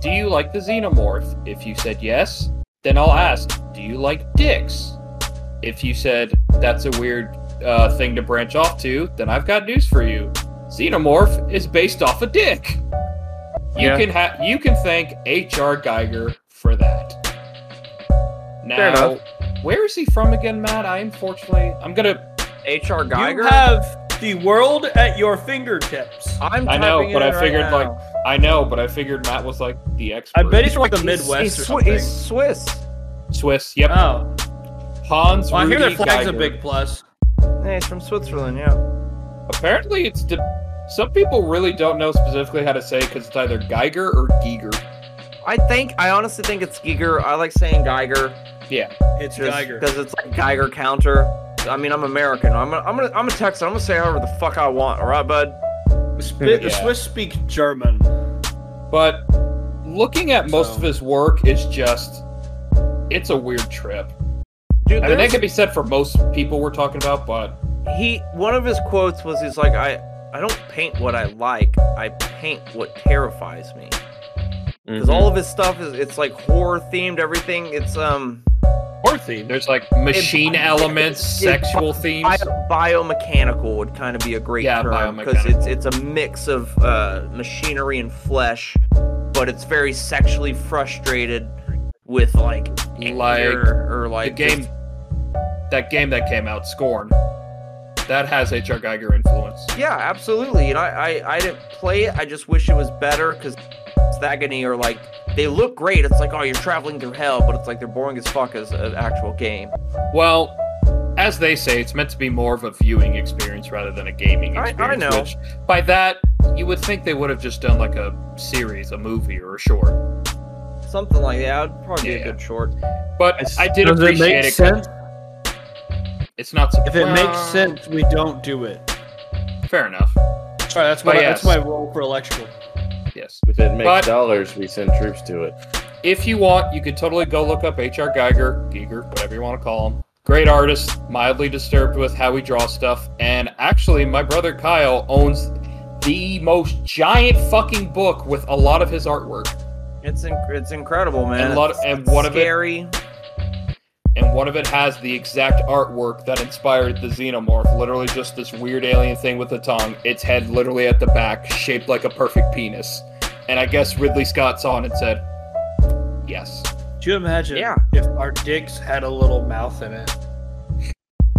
Speaker 3: Do you like the xenomorph? If you said yes, then I'll ask, do you like dicks? If you said that's a weird uh, thing to branch off to, then I've got news for you. Xenomorph is based off a dick. You
Speaker 4: Yeah.
Speaker 3: can ha- you can thank H.R. Geiger for that. Now,
Speaker 4: enough.
Speaker 3: where is he from again, Matt? I unfortunately I'm gonna
Speaker 1: H.R. Geiger?
Speaker 2: You have the world at your fingertips.
Speaker 1: I'm
Speaker 3: I know,
Speaker 1: typing it
Speaker 3: but I
Speaker 1: in right
Speaker 3: figured,
Speaker 1: now.
Speaker 3: like, I know, but I figured Matt was like the expert.
Speaker 2: I bet he's from like the
Speaker 1: He's-
Speaker 2: Midwest
Speaker 1: he's
Speaker 2: or
Speaker 1: Swi-
Speaker 2: something.
Speaker 1: He's Swiss.
Speaker 3: Swiss. Yep.
Speaker 2: Oh,
Speaker 3: Hans
Speaker 2: well, I hear
Speaker 3: Rudy
Speaker 2: their flag's a
Speaker 3: Geiger.
Speaker 2: big plus.
Speaker 1: Yeah, he's from Switzerland, yeah.
Speaker 3: Apparently, it's de- some people really don't know specifically how to say because it's either Geiger or Geiger.
Speaker 1: I think, I honestly think it's Geiger. I like saying Geiger.
Speaker 2: It's
Speaker 1: Just
Speaker 2: Geiger.
Speaker 1: Because it's like Geiger counter. I mean, I'm American. I'm gonna, I'm gonna, I'm a Texan. I'm gonna say however the fuck I want. All right, bud.
Speaker 2: Spi-
Speaker 3: Yeah.
Speaker 2: The Swiss speak German.
Speaker 3: But looking at most
Speaker 2: So-
Speaker 3: of his work is just it's a weird trip.
Speaker 1: Dude,
Speaker 3: I mean, that
Speaker 1: there's-
Speaker 3: could be said for most people we're talking about, but
Speaker 1: he. One of his quotes was, "He's like, I, I don't paint what I like. I paint what terrifies me."
Speaker 4: Mm-hmm.
Speaker 2: Mm-hmm.
Speaker 1: Because all of his stuff is, it's like horror themed. Everything. It's um.
Speaker 3: horror theme. There's like machine
Speaker 1: It-
Speaker 3: elements,
Speaker 1: it-
Speaker 3: sexual themes.
Speaker 1: Bio- biomechanical would kind of be a great
Speaker 3: Yeah,
Speaker 1: term because it's
Speaker 3: biomechanical.
Speaker 1: it's a mix of uh, machinery and flesh, but it's very sexually frustrated with like
Speaker 3: Like
Speaker 1: anger or like
Speaker 3: the game,
Speaker 1: just-
Speaker 3: that game that came out, Scorn, that has H.R. Geiger influence.
Speaker 1: yeah, absolutely. And I, I I didn't play it. I just wish it was better because Agony are like they look great. It's like oh you're traveling through hell, but it's like they're boring as fuck as an actual game.
Speaker 3: Well, as they say, it's meant to be more of a viewing experience rather than a gaming
Speaker 1: I- I
Speaker 3: experience.
Speaker 1: know.
Speaker 3: Which, by that, you would think they would have just done like a series, a movie, or a short.
Speaker 1: Something like that would probably be
Speaker 3: Yeah.
Speaker 1: a good short.
Speaker 3: But I did
Speaker 8: Does it
Speaker 3: appreciate
Speaker 8: make
Speaker 3: it. 'cause
Speaker 8: sense?
Speaker 3: It's not.
Speaker 2: If it
Speaker 3: well,
Speaker 2: makes sense, we don't do it.
Speaker 3: Fair enough.
Speaker 2: Sorry, that's my
Speaker 3: But yes.
Speaker 2: that's my role for electrical.
Speaker 3: Yes.
Speaker 4: If it makes
Speaker 3: But-
Speaker 4: dollars, we send troops to it.
Speaker 3: If you want, you could totally go look up H.R. Geiger, Geiger, whatever you want to call him. Great artist, mildly disturbed with how he draws stuff. And actually, my brother Kyle owns the most giant fucking book with a lot of his artwork.
Speaker 1: It's inc- it's incredible, man.
Speaker 3: And a lot-
Speaker 1: It's-
Speaker 3: and
Speaker 1: it's
Speaker 3: one of it-
Speaker 1: scary.
Speaker 3: and one of it has the exact artwork that inspired the xenomorph literally just this weird alien thing with a tongue its head literally at the back shaped like a perfect penis and i guess ridley scott saw it and said yes
Speaker 2: Do you imagine
Speaker 1: Yeah.
Speaker 2: if our dicks had a little mouth in it?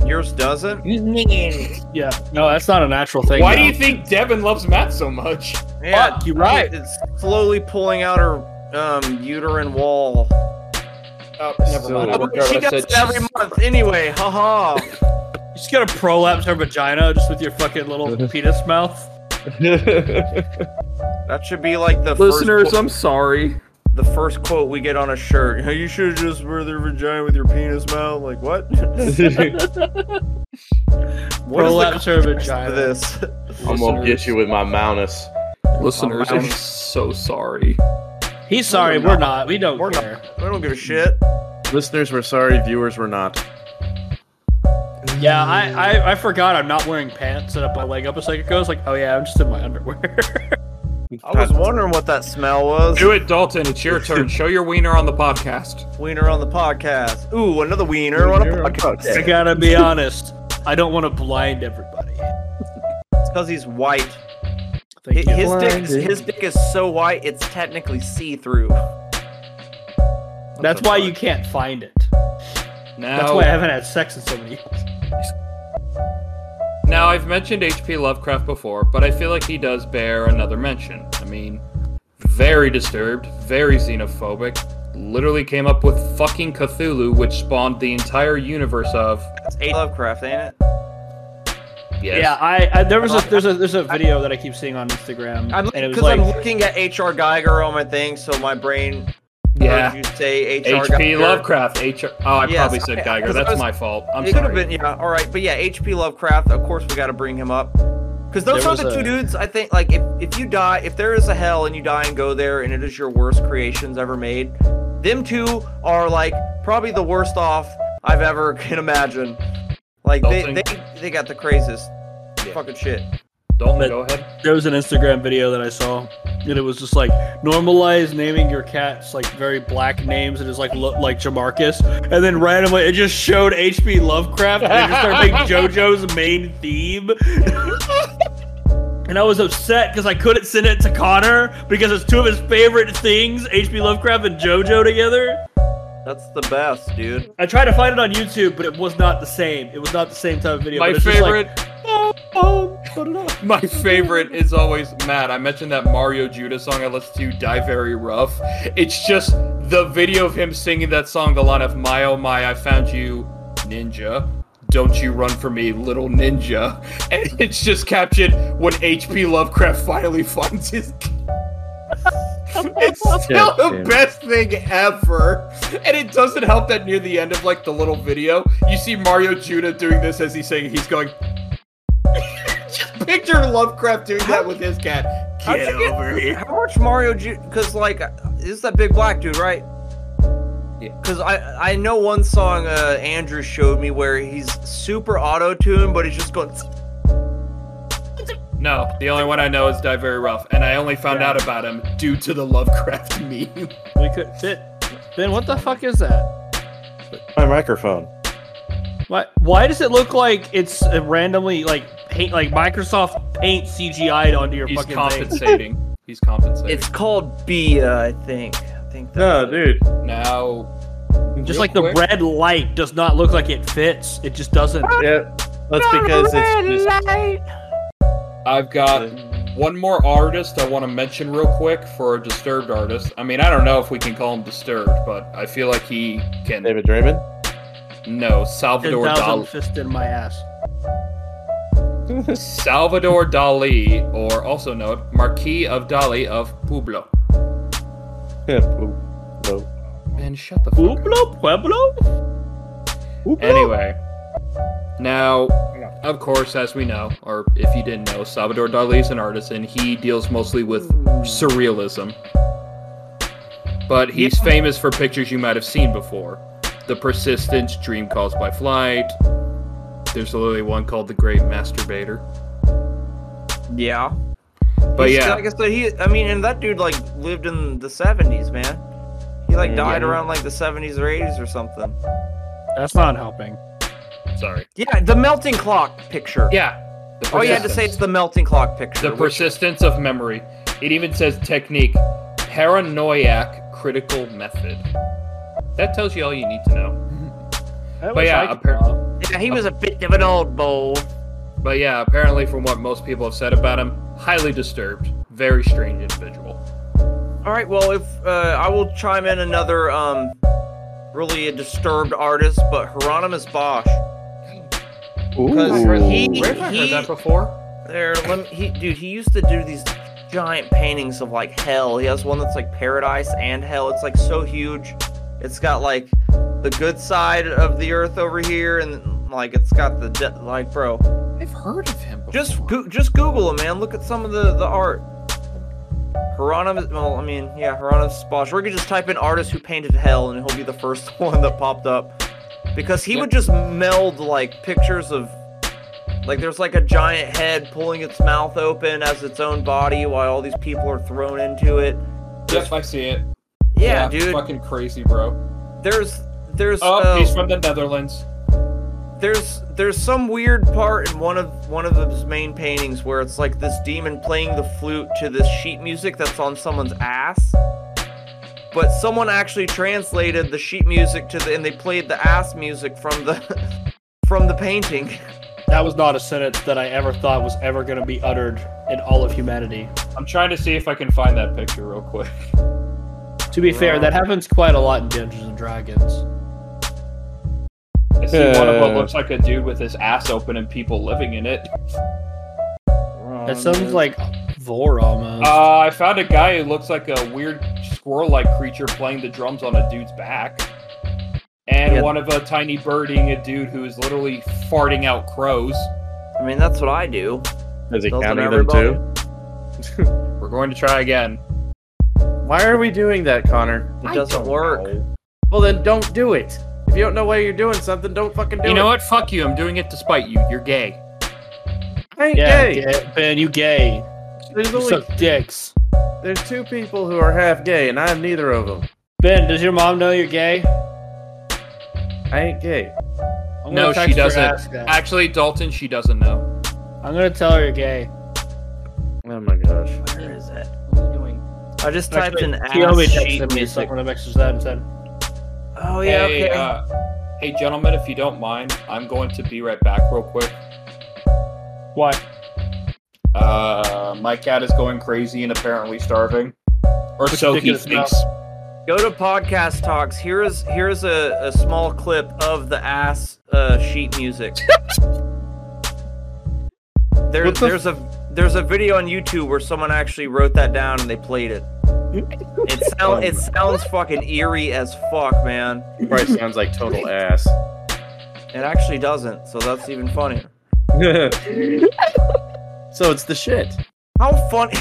Speaker 1: Yours doesn't?
Speaker 2: Yeah. No, that's not a natural thing.
Speaker 3: Why
Speaker 2: no.
Speaker 3: do you think Devin loves Matt so much?
Speaker 1: Yeah,
Speaker 2: Fuck, you're
Speaker 1: I mean,
Speaker 2: right.
Speaker 1: It's slowly pulling out her um, uterine wall.
Speaker 3: Oh, never
Speaker 4: So-
Speaker 3: mind. I
Speaker 1: Oh,
Speaker 3: regret
Speaker 1: she
Speaker 3: what I
Speaker 1: does
Speaker 3: said.
Speaker 1: it every month anyway. Haha.
Speaker 2: You just gotta prolapse her vagina just with your fucking little penis mouth.
Speaker 1: That should be like the
Speaker 8: Listeners,
Speaker 1: First
Speaker 8: I'm sorry.
Speaker 1: qu- the first quote we get on a shirt. You should just wear their vagina with your penis mouth. Like what? what is the
Speaker 2: prolapse her
Speaker 1: context
Speaker 2: vagina.
Speaker 1: of this?
Speaker 4: I'm gonna get you with my Mounus.
Speaker 8: Listeners,
Speaker 3: I'm
Speaker 8: I'm so sorry.
Speaker 2: He's sorry, we're not. We don't
Speaker 1: We're not.
Speaker 2: care.
Speaker 1: I don't give a shit.
Speaker 4: Listeners were sorry, viewers were not.
Speaker 2: Yeah, I, I I forgot I'm not wearing pants. Set up my leg up a second ago. I was like, oh yeah, I'm just in my underwear.
Speaker 1: I was wondering what that smell was.
Speaker 3: Do it, Dalton. It's your turn. Show your wiener on the podcast.
Speaker 1: Wiener on the podcast. Ooh, another wiener on a podcast.
Speaker 2: I
Speaker 1: It's
Speaker 2: gotta be honest. I don't want to blind everybody.
Speaker 1: because he's white.
Speaker 2: Thank
Speaker 1: Hi-
Speaker 2: you.
Speaker 1: His dick, his dick is so white, it's technically see-through.
Speaker 2: That's why you can't find it.
Speaker 3: Now,
Speaker 2: That's why I haven't had sex in so many years.
Speaker 3: Now, I've mentioned H.P. Lovecraft before, but I feel like he does bear another mention. I mean, very disturbed, very xenophobic, literally came up with fucking Cthulhu, which spawned the entire universe of.
Speaker 1: That's H. Lovecraft, ain't it?
Speaker 3: Yes.
Speaker 2: Yeah, I, I there was a there's a there's a video that I keep seeing on Instagram,
Speaker 1: I'm
Speaker 2: and it was
Speaker 1: because
Speaker 2: like
Speaker 1: I'm looking at H.R. Geiger on my thing, so my brain heard
Speaker 3: Yeah.
Speaker 1: you say H.R.
Speaker 3: H.P.
Speaker 1: Geiger.
Speaker 3: Lovecraft. H. Oh, I
Speaker 1: Yes,
Speaker 3: probably
Speaker 1: I-
Speaker 3: said Geiger.
Speaker 1: 'cause I
Speaker 3: That's
Speaker 1: was-
Speaker 3: my fault. I'm
Speaker 1: it could have
Speaker 3: sorry.
Speaker 1: been, yeah, all right, but yeah, H.P. Lovecraft. Of course, we got to bring him up because those
Speaker 2: There
Speaker 1: are
Speaker 2: was
Speaker 1: the two
Speaker 2: a-
Speaker 1: dudes. I think, like, if if you die, if there is a hell and you die and go there, and it is your worst creations ever made, them two are like probably the worst off I've ever can imagine. Like they,
Speaker 3: Dalton.
Speaker 1: they they got the craziest fucking shit.
Speaker 3: Dalton,
Speaker 2: But-
Speaker 3: go ahead.
Speaker 2: there was an Instagram video that I saw, and it was just like normalize naming your cats like very black names, and it's like lo- like Jamarcus, and then randomly it just showed H.P. Lovecraft, and it just started making JoJo's main theme. And I was upset because I couldn't send it to Connor because it's two of his favorite things, H.P. Lovecraft and JoJo together.
Speaker 1: That's the best, dude.
Speaker 2: I tried to find it on YouTube, but it was not the same. It was not the same type of video.
Speaker 3: My
Speaker 2: but it's just like,
Speaker 3: favorite. My favorite is always Matt. I mentioned that Mario Judah song I listened to, Die Very Rough. It's just the video of him singing that song, the line of My Oh My, I Found You, Ninja. Don't you run for me, little ninja. And it's just captioned when HP Lovecraft finally finds his. it's still
Speaker 8: God
Speaker 3: the
Speaker 8: damn.
Speaker 3: best thing ever. And it doesn't help that near the end of like the little video, you see Mario Judah doing this as he's saying, he's going, just picture Lovecraft doing that with his cat.
Speaker 1: How'd
Speaker 3: Get
Speaker 1: you get-
Speaker 3: over here.
Speaker 1: How much Mario? Because like, this is that big black dude, right?
Speaker 3: Yeah.
Speaker 1: Because I I know one song uh, Andrew showed me where he's super auto tuned, but he's just going.
Speaker 3: No, the only one I know is Die Very Rough, and I only found out about him due to the Lovecraft meme.
Speaker 2: we could fit. Ben, what the fuck is that?
Speaker 4: My microphone.
Speaker 2: Why, why does it look like it's uh, randomly like paint like Microsoft Paint CGI'd onto your
Speaker 3: He's
Speaker 2: fucking thing?
Speaker 3: compensating. He's compensating.
Speaker 1: It's called Bia, I think. I think.
Speaker 4: No, dude.
Speaker 3: now.
Speaker 2: Just like the red light does not look like it fits. It just doesn't.
Speaker 4: Yeah. That's because it's just
Speaker 3: I've got one more artist I want to mention real quick for a disturbed artist. I mean, I don't know if we can call him disturbed, but I feel like he can.
Speaker 4: David Draymond.
Speaker 3: No,
Speaker 2: Ten
Speaker 3: Salvador
Speaker 2: thousand
Speaker 3: Dali.
Speaker 2: fist in my ass.
Speaker 3: Salvador Dali, or also known Marquis of Dali of Pueblo.
Speaker 4: Yeah, oop, nope.
Speaker 3: Man, shut the fuck up.
Speaker 2: Pueblo, Pueblo.
Speaker 3: Anyway, now, of course, as we know, or if you didn't know, Salvador Dali is an artist and he deals mostly with surrealism. But he's famous for pictures you might have seen before The Persistence, Dream Caused by Flight. There's literally one called The Great Masturbator.
Speaker 1: Yeah.
Speaker 3: But
Speaker 1: He's-
Speaker 3: yeah,
Speaker 1: Like I said, he. I mean, and that dude like lived in the seventies, man. He
Speaker 3: Mm-hmm.
Speaker 1: like died around like the seventies or eighties or something.
Speaker 2: That's not helping.
Speaker 3: sorry.
Speaker 1: Yeah, the melting clock picture.
Speaker 3: Yeah. The
Speaker 1: All you had to
Speaker 3: Persistence.
Speaker 1: say is the melting clock picture.
Speaker 3: The persistence of memory. It even says technique, paranoiac critical method. That tells you all you need to know.
Speaker 2: I
Speaker 3: But
Speaker 2: wish
Speaker 3: yeah,
Speaker 2: I could
Speaker 3: apparently.
Speaker 2: draw.
Speaker 1: Yeah, he was a bit of an old bull.
Speaker 3: But yeah, apparently, from what most people have said about him, highly disturbed, very strange individual.
Speaker 1: All right, well, if uh, I will chime in another um, really a disturbed artist, but Hieronymus Bosch. Because he,
Speaker 3: Where have I heard
Speaker 1: he,
Speaker 3: that before?
Speaker 1: there, let me, he, dude, he used to do these giant paintings of like hell. He has one that's like paradise and hell. It's like so huge. It's got like the good side of the earth over here, and like it's got the de- like, bro.
Speaker 3: I've heard of him. Before.
Speaker 1: Just go- just Google it, man. Look at some of the the art. Hieronymus, well, I mean, yeah, Hieronymus Bosch. Or you could just type in artist who painted hell, and he'll be the first one that popped up. Because he would just meld like pictures of, like there's like a giant head pulling its mouth open as its own body, while all these people are thrown into it.
Speaker 3: Yep, I see it.
Speaker 1: Yeah, dude.
Speaker 3: Fucking crazy, bro.
Speaker 1: There's there's
Speaker 3: Oh,
Speaker 1: uh,
Speaker 3: he's from the Netherlands.
Speaker 1: there's there's some weird part in one of one of his main paintings where it's like this demon playing the flute to this sheet music that's on someone's ass. But someone actually translated the sheet music to the and they played the ass music from the from the painting.
Speaker 2: That was not a sentence that I ever thought was ever going to be uttered in all of humanity.
Speaker 3: I'm trying to see if I can find that picture real quick.
Speaker 2: To be fair, that happens quite a lot in Dungeons and Dragons.
Speaker 3: I see one of what
Speaker 4: Uh.
Speaker 3: looks like a dude with his ass open and people living in it.
Speaker 2: That sounds like Vor almost.
Speaker 3: Uh, I found a guy who looks like a weird squirrel-like creature playing the drums on a dude's back, and
Speaker 1: Yeah.
Speaker 3: one of a tiny bird eating a dude who is literally farting out crows.
Speaker 1: I mean that's what I do.
Speaker 4: Is he
Speaker 1: Those are
Speaker 4: counting them
Speaker 1: everybody.
Speaker 4: too?
Speaker 3: We're going to try again.
Speaker 4: Why are we doing that, Connor?
Speaker 1: It doesn't work.
Speaker 4: Well, then don't do it. If you don't know why you're doing something, don't fucking do it.
Speaker 3: You know what? Fuck you. I'm doing it despite you. You're gay.
Speaker 4: I ain't
Speaker 2: yeah,
Speaker 4: gay.
Speaker 2: gay- man, you gay.
Speaker 4: There's
Speaker 2: You
Speaker 4: only
Speaker 2: suck dicks.
Speaker 4: there's two people who are half gay, and I'm neither of them.
Speaker 2: Ben, does your mom know you're gay?
Speaker 4: I ain't gay.
Speaker 2: I'm gonna
Speaker 3: No,
Speaker 2: text
Speaker 3: she
Speaker 2: her,
Speaker 3: doesn't.
Speaker 2: ask that.
Speaker 3: Actually, Dalton, she doesn't know.
Speaker 2: I'm gonna tell her you're gay.
Speaker 4: Oh my gosh.
Speaker 1: Where is it?
Speaker 3: What are you doing?
Speaker 1: I just typed in
Speaker 2: she
Speaker 1: ass
Speaker 2: always
Speaker 1: sheet
Speaker 2: texted me, so I'm
Speaker 1: music.
Speaker 2: gonna message that instead.
Speaker 1: Oh yeah,
Speaker 3: hey,
Speaker 1: okay.
Speaker 3: uh, hey, gentlemen, if you don't mind, I'm going to be right back real quick.
Speaker 2: Why?
Speaker 3: Uh, my cat is going crazy and apparently starving. Or so he
Speaker 2: ridiculous
Speaker 3: thinks.
Speaker 1: Go to podcast talks. Here is here is a, a small clip of the ass uh, sheet music. there,
Speaker 4: What the
Speaker 1: there's a there's a video on YouTube where someone actually wrote that down and they played it. It sound it sounds fucking eerie as fuck, man.
Speaker 4: Probably sounds like total ass.
Speaker 1: It actually doesn't, so that's even funnier.
Speaker 4: so it's the shit.
Speaker 1: How funny?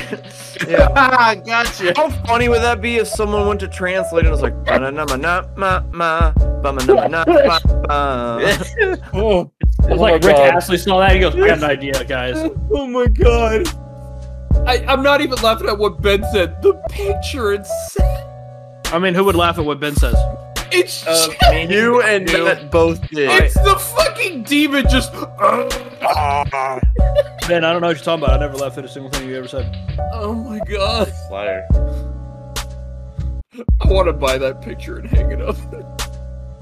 Speaker 1: yeah.
Speaker 4: Ah, gotcha.
Speaker 1: How funny would that be if someone went to translate and was like, "Ba na na ma na ma ma, ba ma na ma na ma ma."
Speaker 2: It's
Speaker 3: my
Speaker 2: like Rick
Speaker 3: God.
Speaker 2: Astley saw that. He goes, "I got an idea, guys."
Speaker 3: Oh my god. I, I'm not even laughing at what Ben said. The picture itself.
Speaker 2: I mean, who would laugh at what Ben says?
Speaker 3: It's just-
Speaker 4: You and
Speaker 1: Dude.
Speaker 4: Matt both did.
Speaker 3: it's the fucking demon just. uh,
Speaker 4: Ah.
Speaker 2: Ben, I don't know what you're talking about. I never laughed at a single thing you ever said.
Speaker 3: oh my god.
Speaker 4: Liar.
Speaker 3: I want to buy that picture and hang it up.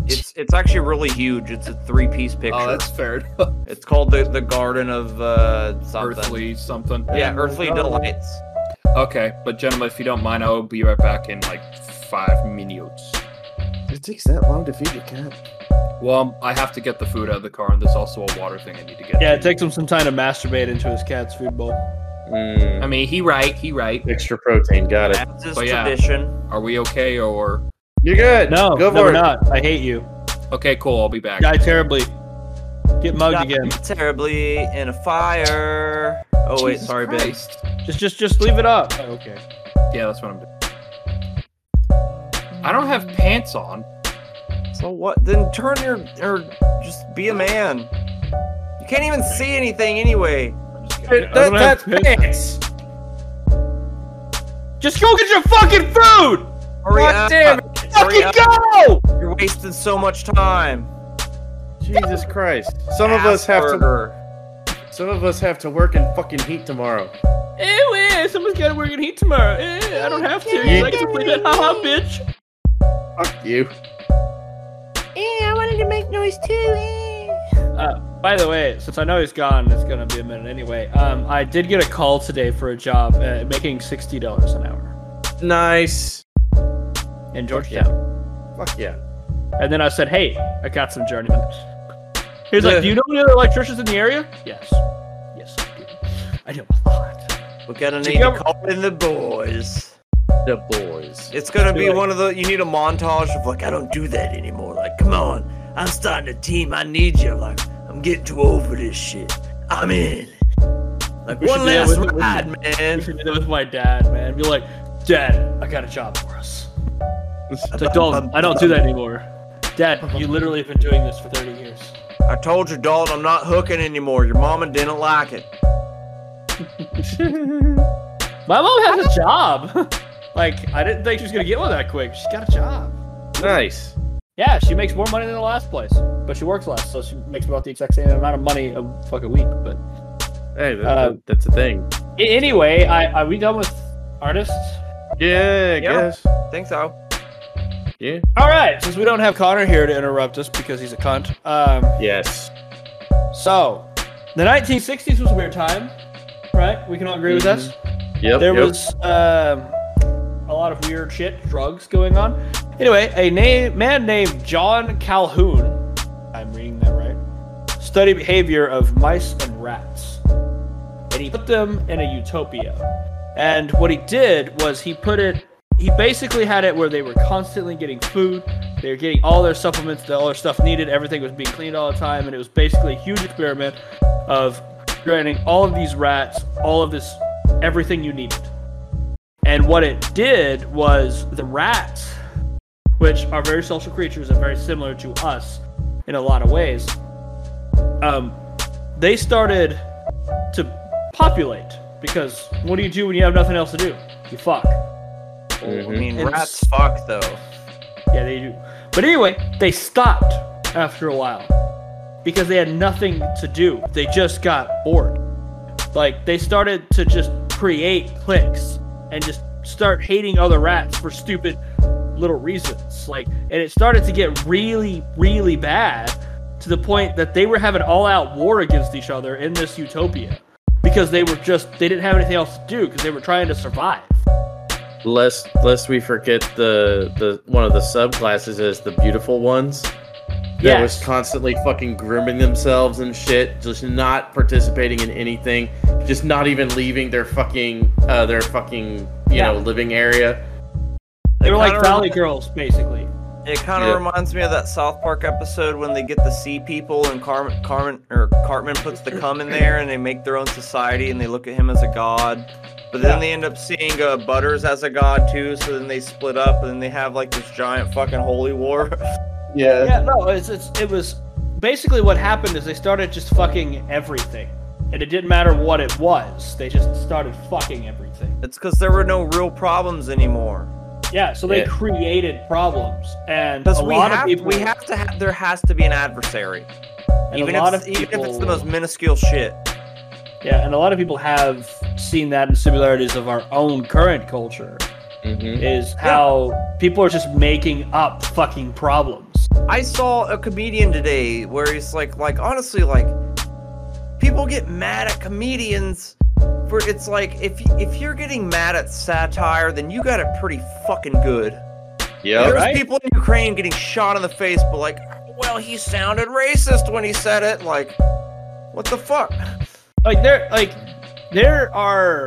Speaker 1: It's it's actually really huge. It's a three piece picture.
Speaker 3: Oh, that's fair enough.
Speaker 1: It's called the the Garden of uh, something.
Speaker 3: Earthly something.
Speaker 1: Yeah, Earthly Delights.
Speaker 3: Okay, but gentlemen, if you don't mind, I'll be right back in like five minutes.
Speaker 4: It takes that long to feed a cat.
Speaker 3: Well, I have to get the food out of the car, and there's also a water thing I need to get.
Speaker 2: Yeah,
Speaker 3: to.
Speaker 2: it takes him some time to masturbate into his cat's food bowl.
Speaker 3: I mean, he right, he right.
Speaker 4: Mm. Extra protein. Got it.
Speaker 1: That's his
Speaker 3: But yeah.
Speaker 1: tradition.
Speaker 3: Are we okay or?
Speaker 4: You're good.
Speaker 2: No,
Speaker 4: go
Speaker 2: no,
Speaker 4: for
Speaker 2: we're
Speaker 4: it.
Speaker 2: not. I hate you.
Speaker 3: Okay, cool. I'll be back.
Speaker 2: Die terribly. Get mugged
Speaker 1: Got
Speaker 2: again.
Speaker 1: terribly in a fire. Oh wait,
Speaker 3: Jesus
Speaker 1: sorry, Ben.
Speaker 3: Christ.
Speaker 2: Just, just, just leave it up. Oh, okay.
Speaker 3: Yeah, that's what I'm doing. I don't have pants on.
Speaker 1: So what? Then turn your or just be a man. You can't even see anything anyway.
Speaker 3: I'm just kidding.
Speaker 4: That,
Speaker 2: I don't
Speaker 4: that's
Speaker 2: have
Speaker 4: pants.
Speaker 2: Just go get your fucking food.
Speaker 1: Hurry
Speaker 4: God
Speaker 1: up!
Speaker 4: damn
Speaker 1: Hurry
Speaker 2: Fucking
Speaker 1: up!
Speaker 2: go.
Speaker 1: You're wasting so much time.
Speaker 4: Jesus Christ. Some of us have to.
Speaker 1: Asperger.
Speaker 4: Some of us have to work in fucking heat tomorrow.
Speaker 2: Ew, ew, someone's gotta work in heat tomorrow. Ew, I don't have to.
Speaker 4: You-
Speaker 2: I get to play that haha, bitch.
Speaker 4: Fuck you.
Speaker 7: make noise too. eh.
Speaker 2: Uh, by the way, since I know he's gone, it's gonna be a minute anyway. Um, I did get a call today for a job uh, making sixty dollars an hour
Speaker 4: Nice.
Speaker 2: in Georgetown,
Speaker 4: Fuck yeah.
Speaker 2: and then I said, "Hey, I got some journeymen." He was like, "Do you know any other electricians in the area?" Yes, yes, I do. I know a lot.
Speaker 1: We're gonna
Speaker 2: Did
Speaker 1: need
Speaker 2: you
Speaker 1: to
Speaker 2: ever-
Speaker 1: call in the boys.
Speaker 4: The boys.
Speaker 1: It's gonna be
Speaker 2: Like-
Speaker 1: one of the. You need a montage of like, I don't do that anymore. Like, come on, I'm starting a team. I need you. Like, I'm getting too old for this shit. I'm in. Like
Speaker 2: We should
Speaker 1: one
Speaker 2: do that
Speaker 1: last
Speaker 2: with-
Speaker 1: ride, man.
Speaker 2: If you did it with my dad, man, be like, "Dad, I got a job for us." It's like, "Dalton, I don't do that anymore." Dad, you literally have been doing this for thirty years.
Speaker 1: I told you, Dalton, I'm not hooking anymore. Your mama didn't like it.
Speaker 2: My mom has a job. like, I didn't think she was gonna get one that quick. She's got a job.
Speaker 4: Nice.
Speaker 2: Yeah, she makes more money than the last place, but she works less, so she makes about the exact same amount of money a fucking week. But
Speaker 4: Hey, that,
Speaker 2: Uh,
Speaker 4: that's a thing.
Speaker 2: A- anyway, I are we done with artists?
Speaker 4: Yeah, I guess.
Speaker 1: Think so?
Speaker 4: Yeah.
Speaker 2: All right, since we don't have Connor here to interrupt us because he's a cunt. Um,
Speaker 4: Yes.
Speaker 2: so the 1960s was a weird time, right? We can all agree with us.
Speaker 4: Mm-hmm. Yep.
Speaker 2: There
Speaker 4: yep.
Speaker 2: was um, a lot of weird shit, drugs going on. Anyway, a name, man named John Calhoun, I'm reading that right, studied behavior of mice and rats. And he put them in a utopia. And what he did was he put it, he basically had it where they were constantly getting food, they were getting all their supplements, all their stuff needed, everything was being cleaned all the time, and it was basically a huge experiment of draining all of these rats, all of this, everything you needed. And what it did was the rats, which are very social creatures and very similar to us in a lot of ways, um, they started to populate because what do you do when you have nothing else to do? You fuck.
Speaker 1: I mean,
Speaker 2: It's-
Speaker 1: rats fuck though.
Speaker 2: Yeah, they do. But anyway, they stopped after a while because they had nothing to do. They just got bored. Like, they started to just create cliques and just start hating other rats for stupid little reasons. Like, and it started to get really, really bad to the point that they were having all out war against each other in this utopia because they were just, they didn't have anything else to do because they were trying to survive.
Speaker 4: lest lest we forget the the one of the subclasses is the beautiful ones that
Speaker 2: Yes.
Speaker 4: was constantly fucking grooming themselves and shit just not participating in anything just not even leaving their fucking uh their fucking you
Speaker 2: Yeah.
Speaker 4: know living area
Speaker 2: They were like
Speaker 1: kinda
Speaker 2: Valley
Speaker 1: remi-
Speaker 2: Girls, basically.
Speaker 1: It kind of
Speaker 4: Yeah.
Speaker 1: reminds me of that South Park episode when they get the sea people and Carmen, Carmen or Cartman puts the cum in there and they make their own society and they look at him as a god. But then
Speaker 2: Yeah.
Speaker 1: they end up seeing uh, Butters as a god too, so then they split up and then they have like this giant fucking holy war.
Speaker 2: yeah, no, it's, it's it was basically what happened is they started just fucking everything, and it didn't matter what it was. They just started fucking everything.
Speaker 1: It's because there were no real problems anymore.
Speaker 2: Yeah, so they
Speaker 4: Yeah.
Speaker 2: created problems, and
Speaker 1: Because
Speaker 2: a
Speaker 1: we
Speaker 2: lot
Speaker 1: have
Speaker 2: of people
Speaker 1: we have to have there has to be an adversary,
Speaker 2: and
Speaker 1: even
Speaker 2: a lot
Speaker 1: if
Speaker 2: of
Speaker 1: even if it's the
Speaker 2: people-
Speaker 1: most minuscule shit.
Speaker 2: yeah, and a lot of people have seen that in similarities of our own current culture
Speaker 4: mm-hmm.
Speaker 2: is how people are just making up fucking problems.
Speaker 1: I saw a comedian today where he's like, like honestly, like people get mad at comedians for it's like if if you're getting mad at satire, then you got it pretty fucking good.
Speaker 4: yeah
Speaker 1: There's
Speaker 2: right.
Speaker 1: people in Ukraine getting shot in the face, but like, well, he sounded racist when he said it. Like, what the fuck?
Speaker 2: like there like there are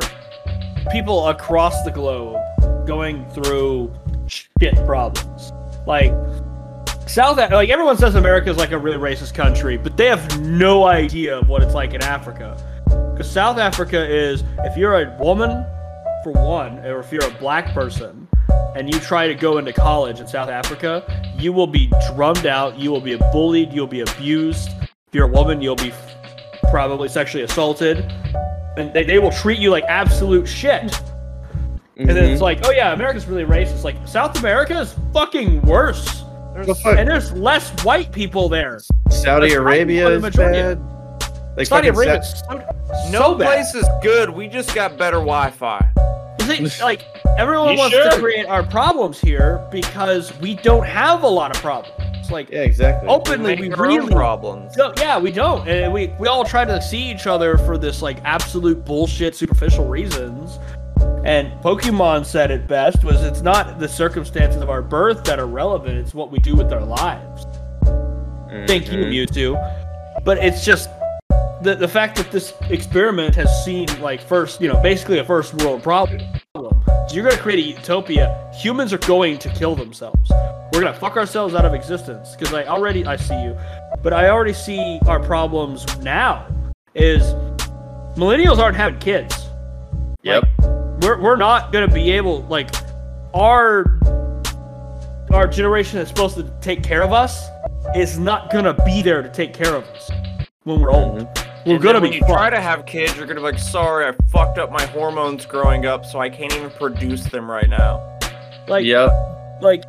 Speaker 2: people across the globe going through shit problems like south Af- like everyone says america is like a really racist country but they have no idea of what it's like in africa because south africa is if you're a woman for one or if you're a black person and you try to go into college in south africa you will be drummed out you will be bullied you'll be abused if you're a woman you'll be probably sexually assaulted, and they, they will treat you like absolute shit.
Speaker 4: Mm-hmm.
Speaker 2: And then it's like, oh yeah, America's really racist. Like South America is fucking worse,
Speaker 4: The fuck?
Speaker 2: and there's less white people there.
Speaker 4: saudi
Speaker 2: the
Speaker 4: arabia is
Speaker 2: majority
Speaker 4: bad
Speaker 2: of-
Speaker 4: They
Speaker 2: Saudi
Speaker 4: fucking
Speaker 2: Arabia,
Speaker 4: sa-
Speaker 2: is so,
Speaker 1: No
Speaker 2: so bad.
Speaker 1: place is good. We just got better Wi-Fi.
Speaker 2: You think, like everyone
Speaker 3: You
Speaker 2: wants
Speaker 3: should.
Speaker 2: to create our problems here because we don't have a lot of problems. It's like
Speaker 4: Yeah, exactly.
Speaker 2: openly, we
Speaker 1: Make your own
Speaker 2: really
Speaker 1: problems.
Speaker 2: don't- yeah, we don't. And we we all try to see each other for this like absolute bullshit, superficial reasons. And Pokemon said it best: was it's not the circumstances of our birth that are relevant; it's what we do with our lives. Thank you, Mewtwo. But it's just the the fact that this experiment has seen like first, you know, basically a first world problem. So you're gonna create a utopia. Humans are going to kill themselves. We're gonna fuck ourselves out of existence because I already I see you, but I already see our problems now. Is millennials aren't having kids.
Speaker 3: Yep.
Speaker 2: We're we're not gonna be able like our our generation that's supposed to take care of us is not gonna be there to take care of us when we're old. We're
Speaker 1: Mm-hmm. And then
Speaker 2: gonna
Speaker 1: when
Speaker 2: be
Speaker 1: you try
Speaker 2: fucked.
Speaker 1: to have kids, you're gonna be like, sorry, I fucked up my hormones growing up, so I can't even produce them right now.
Speaker 2: like
Speaker 8: Yep.
Speaker 2: like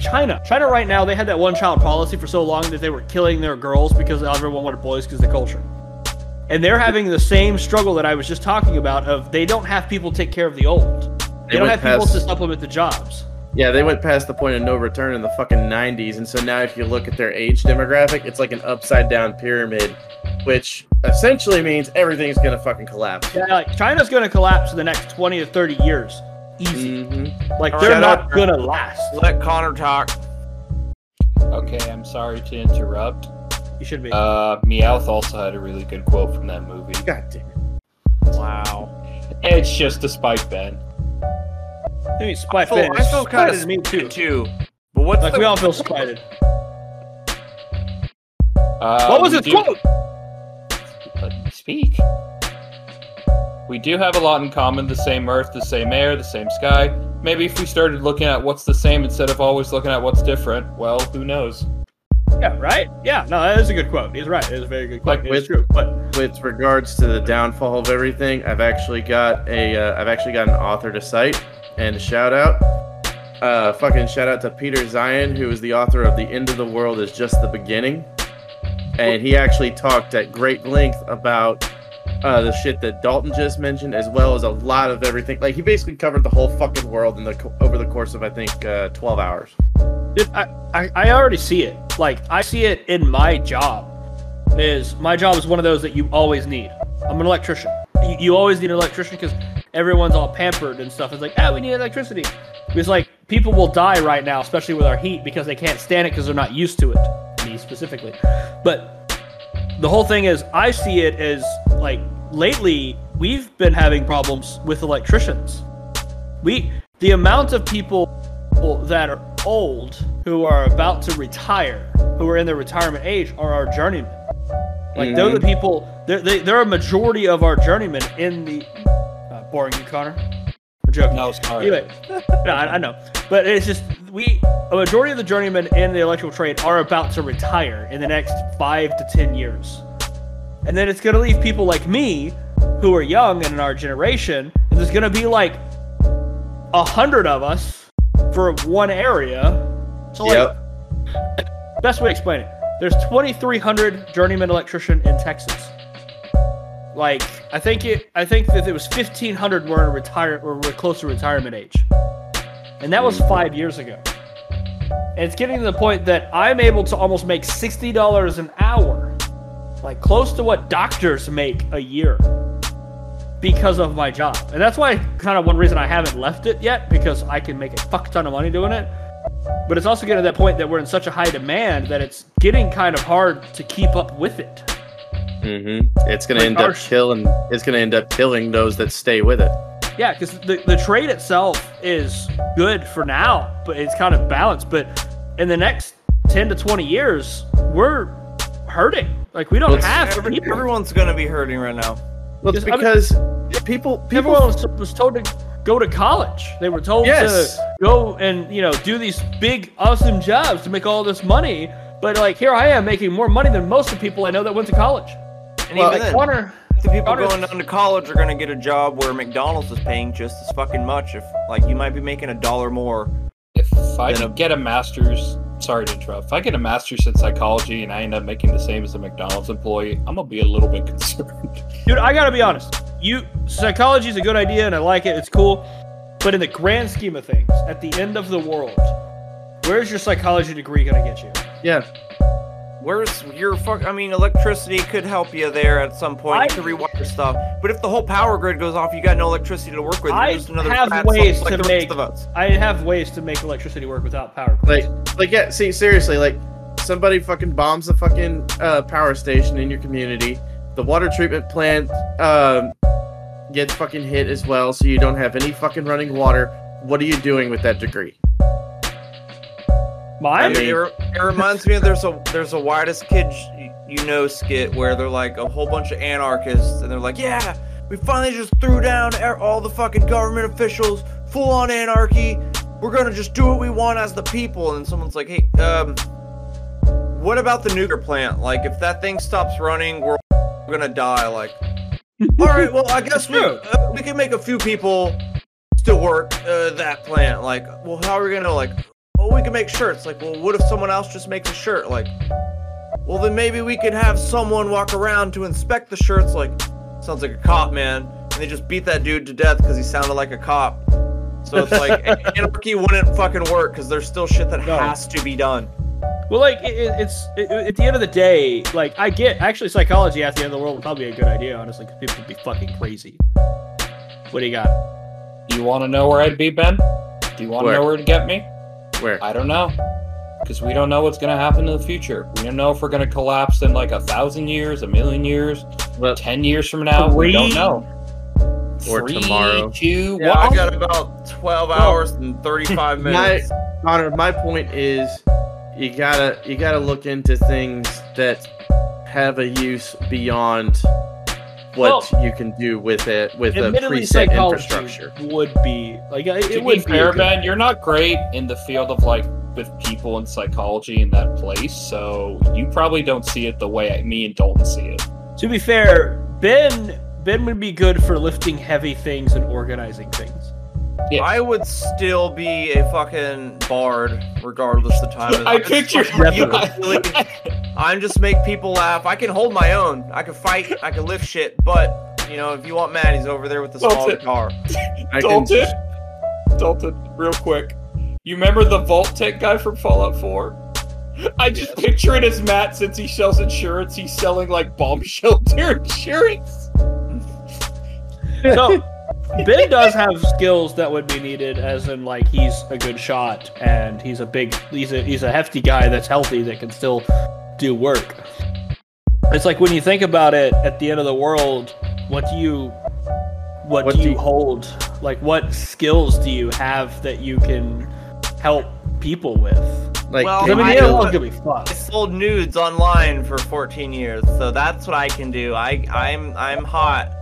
Speaker 2: China. China right now they had that one child policy for so long that they were killing their girls because everyone wanted boys because of the culture. And they're having the same struggle that I was just talking about of they don't have people take care of the old. They,
Speaker 4: They
Speaker 2: don't have
Speaker 4: went
Speaker 2: people
Speaker 4: past-
Speaker 2: to supplement the jobs.
Speaker 4: Yeah, they went past the point of no return in the fucking 90s. And so now, if you look at their age demographic, it's like an upside down pyramid, which essentially means everything's going to fucking collapse.
Speaker 2: Yeah, like China's gonna collapse in the next 20 to 30 years. Easy.
Speaker 4: Mhm.
Speaker 2: Like
Speaker 1: All
Speaker 2: they're
Speaker 1: right.
Speaker 2: not gonna last.
Speaker 1: Let Connor talk.
Speaker 3: Okay, I'm sorry to interrupt.
Speaker 2: You should be.
Speaker 3: Uh, Meowth also had a really good quote from that movie.
Speaker 4: God damn it.
Speaker 1: Wow.
Speaker 3: It's just despite Ben.
Speaker 2: I mean, Spy
Speaker 1: feel-
Speaker 2: Fitness.
Speaker 1: I feel
Speaker 2: Spy
Speaker 1: kinda
Speaker 2: is me too.
Speaker 1: Two. But what's
Speaker 2: Like
Speaker 1: the
Speaker 2: we all feel spited.
Speaker 3: Uh,
Speaker 2: What was
Speaker 3: we
Speaker 2: his
Speaker 3: do-
Speaker 2: quote?
Speaker 3: Let me speak. We do have a lot in common the same earth, the same air, the same sky. Maybe if we started looking at what's the same instead of always looking at what's different, well, who knows?
Speaker 2: Yeah, right? Yeah, no, that is a good quote. He's right. It is a very good quote.
Speaker 4: Like
Speaker 2: it's
Speaker 4: with-
Speaker 2: true. But
Speaker 4: With regards to the downfall of everything, I've actually got a, uh, I've actually got an author to cite and a shout out. Uh, fucking shout out to Peter Zion, who is the author of "The End of the World Is Just the Beginning," and he actually talked at great length about uh, the shit that Dalton just mentioned, as well as a lot of everything. Like he basically covered the whole fucking world in the co- over the course of I think uh, twelve hours.
Speaker 2: Dude, I, I, I already see it. Like, I see it in my job. Is my job is one of those that you always need. I'm an electrician. You, you always need an electrician because everyone's all pampered and stuff. It's like, ah, we need electricity. It's like people will die right now, especially with our heat, because they can't stand it because they're not used to it. Me specifically. But the whole thing is, I see it as like lately we've been having problems with electricians. We the amount of people that are old who are about to retire, who are in their retirement age, are our journeymen. Like they're the people. They're they, they're a majority of our journeymen in the uh, boring you, Connor. I'm joking.
Speaker 3: No, sorry.
Speaker 2: Anyway, no, I, I know, but it's just we a majority of the journeymen in the electrical trade are about to retire in the next five to ten years, and then it's gonna leave people like me, who are young and in our generation, and there's gonna be like a hundred of us for one area. So like,
Speaker 4: Yep.
Speaker 2: best way to explain it. There's 2,300 journeyman electrician in Texas. Like, I think it. I think that it was 1,500 were in retire or were close to retirement age, and that was five years ago. And it's getting to the point that I'm able to almost make sixty dollars an hour, like close to what doctors make a year, because of my job. And that's why kind of one reason I haven't left it yet because I can make a fuck ton of money doing it. But it's also getting to that point that we're in such a high demand that it's getting kind of hard to keep up with it.
Speaker 4: Mm-hmm. It's gonna
Speaker 2: Like
Speaker 4: end
Speaker 2: our
Speaker 4: up
Speaker 2: sh-
Speaker 4: killing. It's gonna end up killing those that stay with it.
Speaker 2: Yeah, because the, the trade itself is good for now, but it's kind of balanced. But in the next 10 to 20 years, we're hurting. Like, we don't
Speaker 4: Well,
Speaker 2: have
Speaker 1: Every-
Speaker 2: people.
Speaker 1: everyone's gonna be hurting right now.
Speaker 4: Well, it's
Speaker 2: Just- I mean-
Speaker 4: because people, people,
Speaker 2: Everyone was, was told to go to college. They were told
Speaker 4: Yes.
Speaker 2: to go and, you know, do these big, awesome jobs to make all this money. But, like, here I am making more money than most of the people I know that went to college.
Speaker 1: And
Speaker 4: Well,
Speaker 1: even
Speaker 4: like,
Speaker 1: then,
Speaker 2: Connor,
Speaker 1: the people
Speaker 2: Connor's-
Speaker 1: going down to college are gonna get a job where McDonald's is paying just as fucking much. If like you might be making a dollar more.
Speaker 3: If I
Speaker 1: Then a-
Speaker 3: could get a master's, sorry to interrupt, if I get a master's in psychology and I end up making the same as a McDonald's employee, I'm going to be a little bit concerned.
Speaker 2: Dude, I gotta be honest. You psychology is a good idea, and I like it. It's cool, but in the grand scheme of things, at the end of the world, Where's your psychology degree gonna get you?
Speaker 4: Yeah.
Speaker 1: Where's your fuck? I mean, electricity could help you there at some point
Speaker 2: I-
Speaker 1: to rewire stuff. But if the whole power grid goes off, you got no electricity to work with. You're
Speaker 2: I
Speaker 1: just another
Speaker 2: have
Speaker 1: fat fuck
Speaker 2: ways
Speaker 1: like
Speaker 2: to
Speaker 1: the
Speaker 2: make-
Speaker 1: rest of us.
Speaker 2: I have ways to make electricity work without power.
Speaker 4: Like, like yeah. See, seriously, like somebody fucking bombs the fucking uh, power station in your community. The water treatment plant um, gets fucking hit as well, so you don't have any fucking running water. What are you doing with that degree?
Speaker 1: I
Speaker 2: Mine?
Speaker 1: mean, it, re- it reminds me of there's a there's a widest kids you know skit where they're like a whole bunch of anarchists and they're like, yeah, we finally just threw down er- all the fucking government officials, full on anarchy. We're gonna just do what we want as the people. And someone's like, hey, um, what about the nuclear plant? Like, if that thing stops running, we're all gonna die. Like, all right, well, I guess we
Speaker 2: True.
Speaker 1: uh, we can make a few people still work uh, that plant. Like, well, how are we gonna like? Well, we can make shirts. Like, well, what if someone else just makes a shirt? Like, well, then maybe we could have someone walk around to inspect the shirts. Like, sounds like a cop, man. And they just beat that dude to death because he sounded like a cop. So it's like anarchy wouldn't fucking work because there's still shit that
Speaker 2: No.
Speaker 1: has to be done.
Speaker 2: Well, like it, it- it's it, at the end of the day, like I get actually psychology at the end of the world would probably be a good idea, honestly, because people would be fucking crazy. What do you got?
Speaker 3: You want to know where I'd be, Ben? Do you want to
Speaker 4: Where?
Speaker 3: know where to get me?
Speaker 4: Where?
Speaker 3: I don't know. Because we don't know what's going to happen in the future. We don't know if we're going to collapse in like a thousand years, a million years,
Speaker 4: Well,
Speaker 3: 10 years from now. We don't
Speaker 2: three-
Speaker 3: know.
Speaker 4: Or
Speaker 3: Three,
Speaker 4: tomorrow.
Speaker 3: two,
Speaker 1: Yeah, I
Speaker 3: one.
Speaker 1: got about 12 hours and 35 minutes.
Speaker 4: Connor, my point is, you gotta you gotta look into things that have a use beyond what you can do with it with a
Speaker 2: Admittedly,
Speaker 4: preset
Speaker 2: psychology
Speaker 4: infrastructure.
Speaker 2: would be like it,
Speaker 3: to
Speaker 2: it
Speaker 3: be
Speaker 2: would be a
Speaker 3: fair,
Speaker 2: good-
Speaker 3: Ben, you're not great in the field of like with people and psychology in that place, so you probably don't see it the way me and Dalton see it.
Speaker 2: To be fair, Ben Ben would be good for lifting heavy things and organizing things.
Speaker 3: Yeah.
Speaker 1: I would still be a fucking bard, regardless the time. of-
Speaker 3: I
Speaker 1: just
Speaker 3: picture
Speaker 1: fucking
Speaker 2: you.
Speaker 1: really- I'm just make people laugh. I can hold my own. I can fight. I can lift shit. But you know, if you want Matt, he's over there with the
Speaker 3: Well,
Speaker 1: small
Speaker 3: that's it.
Speaker 1: guitar.
Speaker 4: I can
Speaker 3: Dalton, Dalton, real quick. You remember the vault tech guy from Fallout 4? I just picture it as Matt since he sells insurance, he's selling like bomb shelter insurance.
Speaker 2: So Ben does have skills that would be needed, as in like he's a good shot and he's a big he's a he's a hefty guy that's healthy that can still do work. It's like when you think about it, at the end of the world, what do you what, do you hold? Like what skills do you have that you can help people with?
Speaker 4: like
Speaker 1: Well,
Speaker 2: I mean,
Speaker 1: I
Speaker 2: the
Speaker 1: know-
Speaker 2: world could be
Speaker 1: I
Speaker 2: fucked.
Speaker 1: sold nudes online for 14 years, so that's what I can do. I I'm I'm hot.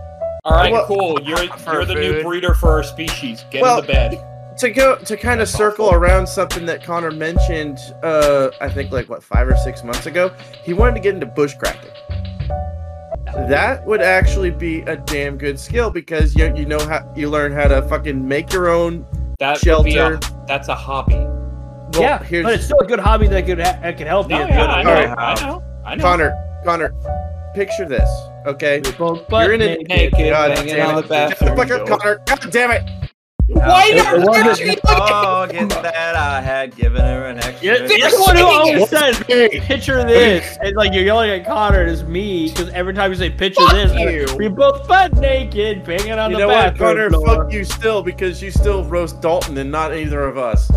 Speaker 3: Alright,
Speaker 4: Well-
Speaker 3: cool. You're
Speaker 1: For
Speaker 3: you're the new
Speaker 1: food.
Speaker 3: breeder for our species. Get
Speaker 4: Well-
Speaker 3: in the bed.
Speaker 4: to go to kind of
Speaker 3: That's
Speaker 4: circle
Speaker 3: awful.
Speaker 4: around something that Connor mentioned. Uh, I think like what five or six months ago, he wanted to get into bushcrafting. That would actually be a damn good skill because you you know how you learn how to fucking make your own
Speaker 3: That would be
Speaker 4: shelter.
Speaker 3: a, that's a hobby.
Speaker 4: Well,
Speaker 2: yeah,
Speaker 4: here's-
Speaker 2: but it's still a good hobby that could ha- that could help
Speaker 3: No,
Speaker 2: you.
Speaker 3: Oh, yeah, I know,
Speaker 4: All right.
Speaker 3: I know. I know.
Speaker 4: Connor, Connor, picture this, okay?
Speaker 2: We're both butt
Speaker 4: You're in a-
Speaker 2: naked.
Speaker 4: God
Speaker 3: banging
Speaker 4: damn
Speaker 3: on
Speaker 4: it.
Speaker 3: the bathroom
Speaker 4: Fuck up,
Speaker 3: door.
Speaker 4: Connor. God damn it.
Speaker 3: Why
Speaker 2: It- it
Speaker 3: not?
Speaker 2: wasn't-
Speaker 1: Oh, get that! I had given her an extra.
Speaker 2: Yeah, that's the one who always says, "Picture this," and like you're yelling at Connor, and it's me because every time you say "picture this,"
Speaker 3: you.
Speaker 2: we both butt naked, banging on
Speaker 4: You
Speaker 2: the
Speaker 4: know what,
Speaker 2: bathroom
Speaker 4: Connor?
Speaker 2: door.
Speaker 4: Fuck you still because you still roast Dalton and not either of us.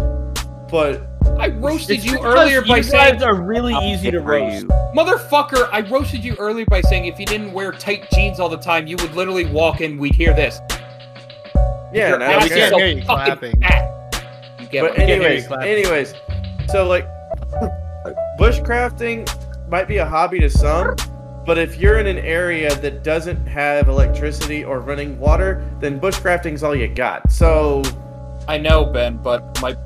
Speaker 4: But
Speaker 3: I roasted
Speaker 2: It's
Speaker 3: you
Speaker 2: because
Speaker 3: earlier by
Speaker 2: you
Speaker 3: saying
Speaker 2: guys are really easy to roast.
Speaker 3: Motherfucker, I roasted you earlier by saying if you didn't wear tight jeans all the time, you would literally walk in, we'd hear this.
Speaker 4: yeah,
Speaker 3: Your
Speaker 4: no,
Speaker 3: ass
Speaker 4: we
Speaker 3: is
Speaker 4: can't.
Speaker 6: can't
Speaker 3: so
Speaker 6: hear you
Speaker 3: fucking
Speaker 6: clapping.
Speaker 3: fat. You get
Speaker 4: But
Speaker 3: what I'm saying?
Speaker 4: anyways,
Speaker 2: clapping.
Speaker 4: anyways, so like bushcrafting might be a hobby to some, but if you're in an area that doesn't have electricity or running water, then bushcrafting's all you got. So
Speaker 3: I know, Ben, but my.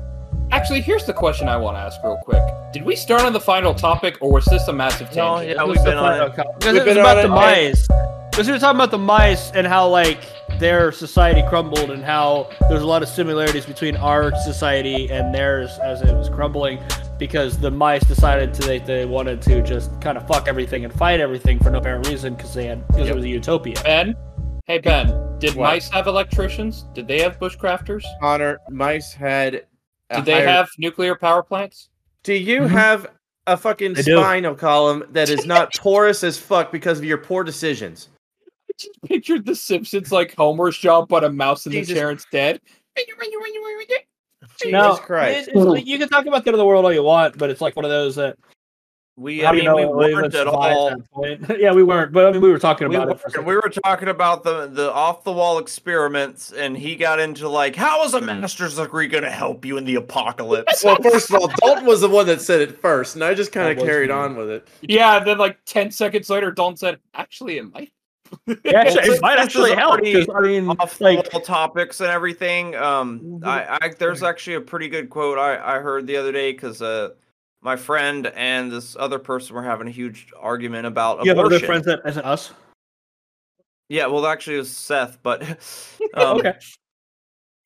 Speaker 3: Actually, here's the question I want to ask real quick. Did we start on the final topic, or was this a massive
Speaker 1: No,
Speaker 3: tangent?
Speaker 1: yeah, we've been on it.
Speaker 2: Because
Speaker 4: We've
Speaker 2: it was
Speaker 4: been on
Speaker 2: about the
Speaker 4: it.
Speaker 2: mice. Because we were talking about the mice and how like their society crumbled and how there's a lot of similarities between our society and theirs as it was crumbling because the mice decided to they, they wanted to just kind of fuck everything and fight everything for no apparent reason because they had because it
Speaker 4: Yep.
Speaker 2: was a utopia.
Speaker 3: Ben? Hey, Ben, did
Speaker 4: What?
Speaker 3: mice have electricians? Did they have bushcrafters?
Speaker 4: Connor, mice had a
Speaker 3: Did they
Speaker 4: higher-
Speaker 3: have nuclear power plants?
Speaker 4: Do you have a fucking
Speaker 2: I Mm-hmm. do.
Speaker 4: spinal column that is not porous as fuck because of your poor decisions?
Speaker 3: I just pictured The Simpsons like Homer's job, but a mouse in the
Speaker 4: Jesus.
Speaker 3: chair instead.
Speaker 4: Jesus
Speaker 2: No.
Speaker 4: Christ.
Speaker 2: It- it's- you can talk about the end of the world all you want, but it's like one of those that
Speaker 1: We,
Speaker 2: how
Speaker 1: I
Speaker 2: do you
Speaker 1: mean, we
Speaker 2: know it
Speaker 1: weren't
Speaker 2: was
Speaker 1: at
Speaker 2: survived
Speaker 1: all.
Speaker 2: that point? yeah, we weren't, but I mean, we were talking
Speaker 1: We
Speaker 2: about
Speaker 1: were,
Speaker 2: it. For a second.
Speaker 1: we were talking about the the off the wall experiments, and he got into like, how is a master's degree going to help you in the apocalypse?
Speaker 4: Well, first of all, Dalton was the one that said it first, and I just kind
Speaker 2: That
Speaker 4: of
Speaker 2: was
Speaker 4: carried
Speaker 2: me.
Speaker 4: on with it.
Speaker 3: Yeah, and then like ten seconds later, Dalton said, "Actually, it might."
Speaker 2: Yeah, actually,
Speaker 1: This
Speaker 2: it might
Speaker 1: is
Speaker 2: actually help
Speaker 1: already
Speaker 2: because I mean,
Speaker 1: off
Speaker 2: like,
Speaker 1: the wall topics and everything. Um, I, I there's actually a pretty good quote I, I heard the other day because uh, my friend and this other person were having a huge argument about
Speaker 2: you have
Speaker 1: abortion.
Speaker 2: other friends that isn't us.
Speaker 1: Yeah, well, actually, it was Seth, but um,
Speaker 2: Okay,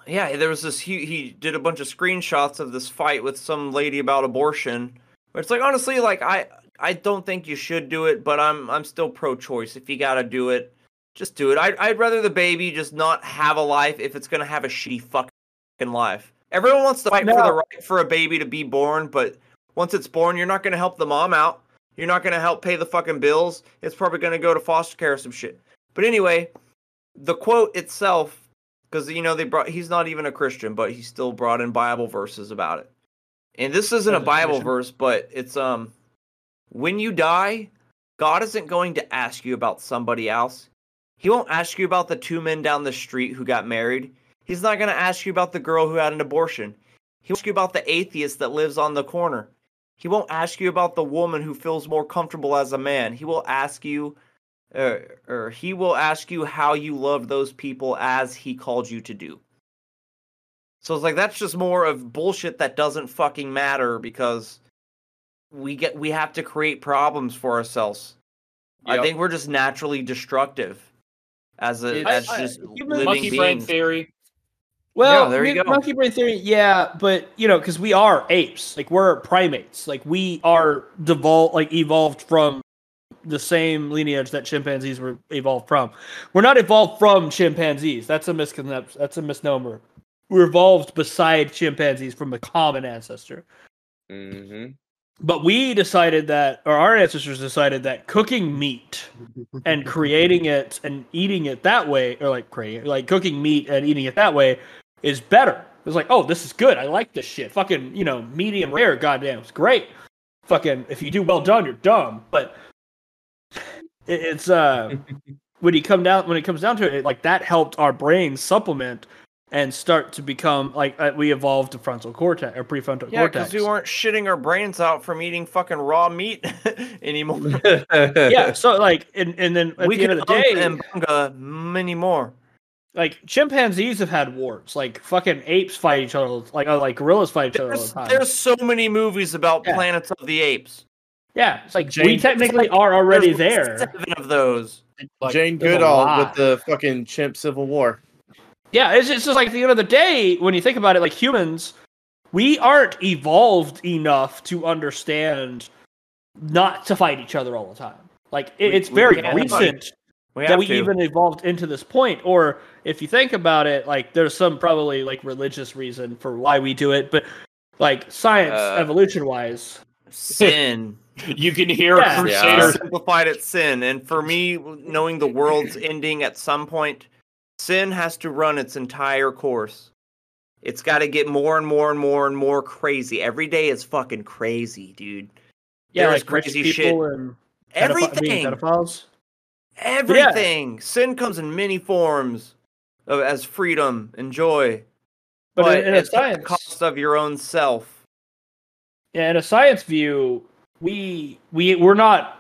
Speaker 1: yeah, there was this. He he did a bunch of screenshots of this fight with some lady about abortion. But It's like honestly, like I I don't think you should do it, but I'm I'm still pro-choice. If you gotta do it, just do it. I I'd rather the baby just not have a life if it's gonna have a shitty fucking life. Everyone wants to fight for the
Speaker 2: No.
Speaker 1: right for a baby to be born, but once it's born, you're not gonna help the mom out. You're not gonna help pay the fucking bills. It's probably gonna go to foster care or some shit. But anyway, the quote itself because you know they brought he's not even a christian but he still brought in bible verses about it and this isn't a
Speaker 2: As a
Speaker 1: bible
Speaker 2: tradition.
Speaker 1: verse but it's um when you die god isn't going to ask you about somebody else he won't ask you about the two men down the street who got married he's not going to ask you about the girl who had an abortion he'll ask you about the atheist that lives on the corner he won't ask you about the woman who feels more comfortable as a man he will ask you or, or he will ask you how you love those people as he called you to do. So it's like that's just more of bullshit that doesn't fucking matter because we get we have to create problems for ourselves. I
Speaker 3: Yep.
Speaker 1: think we're just naturally destructive as a
Speaker 4: It-
Speaker 1: as
Speaker 2: I- I-
Speaker 1: just
Speaker 2: human
Speaker 1: living
Speaker 3: Monkey brain
Speaker 1: beings.
Speaker 3: theory.
Speaker 2: well,
Speaker 1: Yeah, there you
Speaker 2: we-
Speaker 1: go.
Speaker 2: monkey brain theory, yeah, but you know, because we are apes, like we're primates, like we are devolved, like evolved from the same lineage that chimpanzees were evolved from. We're not evolved from chimpanzees. That's a misconception. That's a misnomer. We're evolved beside chimpanzees from a common ancestor.
Speaker 4: Mm-hmm.
Speaker 2: But we decided that, or our ancestors decided that cooking meat and creating it and eating it that way, or like creating, like cooking meat and eating it that way, is better. It's like, oh, this is good. I like this shit. Fucking, you know, medium rare. Goddamn, it's great. Fucking, if you do well done, you're dumb. But it, it's uh, when you come down, when it comes down to it, it, like that helped our brain supplement and start to become like uh, we evolved to frontal cortex or prefrontal
Speaker 1: Yeah,
Speaker 2: cortex.
Speaker 1: because we weren't shitting our brains out from eating fucking raw meat anymore.
Speaker 2: yeah. So like, and and then at
Speaker 1: we
Speaker 2: the
Speaker 1: could
Speaker 2: end of the day,
Speaker 1: and bunga many more.
Speaker 2: like chimpanzees have had wars. Like fucking apes fight each other. Like uh, like gorillas fight each other all
Speaker 1: There's,
Speaker 2: the time.
Speaker 1: there's so many movies about
Speaker 2: Yeah.
Speaker 1: Planets of the Apes.
Speaker 2: yeah, it's like we
Speaker 3: James-
Speaker 2: technically are already
Speaker 1: There's
Speaker 2: there.
Speaker 1: Seven of those.
Speaker 3: Like,
Speaker 4: Jane
Speaker 2: there's a
Speaker 4: Goodall
Speaker 2: lot.
Speaker 4: with the fucking chimp civil war.
Speaker 2: Yeah, it's, it's just like at the end of the day when you think about it. Like humans, we aren't evolved enough to understand not to fight each other all the time. Like it,
Speaker 1: We-
Speaker 2: it's
Speaker 1: we
Speaker 2: very
Speaker 1: can't fight.
Speaker 2: recent
Speaker 1: We
Speaker 2: that
Speaker 1: have
Speaker 2: we
Speaker 1: to.
Speaker 2: even evolved into this point. Or if you think about it, like there's some probably like religious reason for why we do it, but like science,
Speaker 1: Uh,
Speaker 2: evolution wise,
Speaker 1: sin.
Speaker 3: you can hear
Speaker 2: Yeah.
Speaker 3: a
Speaker 1: I
Speaker 3: crusader.
Speaker 1: simplified it sin, and for me, knowing the world's ending at some point, sin has to run its entire course. It's got to get more and more and more and more crazy. Every day is fucking crazy, dude.
Speaker 2: yeah,
Speaker 1: There's
Speaker 2: like rich
Speaker 1: crazy
Speaker 2: people
Speaker 1: shit.
Speaker 2: and pedophi-
Speaker 1: Everything.
Speaker 2: being pedophiles.
Speaker 1: Everything. Sin comes in many forms of, as freedom and joy,
Speaker 2: But,
Speaker 1: but,
Speaker 2: in, in a
Speaker 1: it's at
Speaker 2: science,
Speaker 1: the cost of your own self.
Speaker 2: yeah, in a science view, we we we're not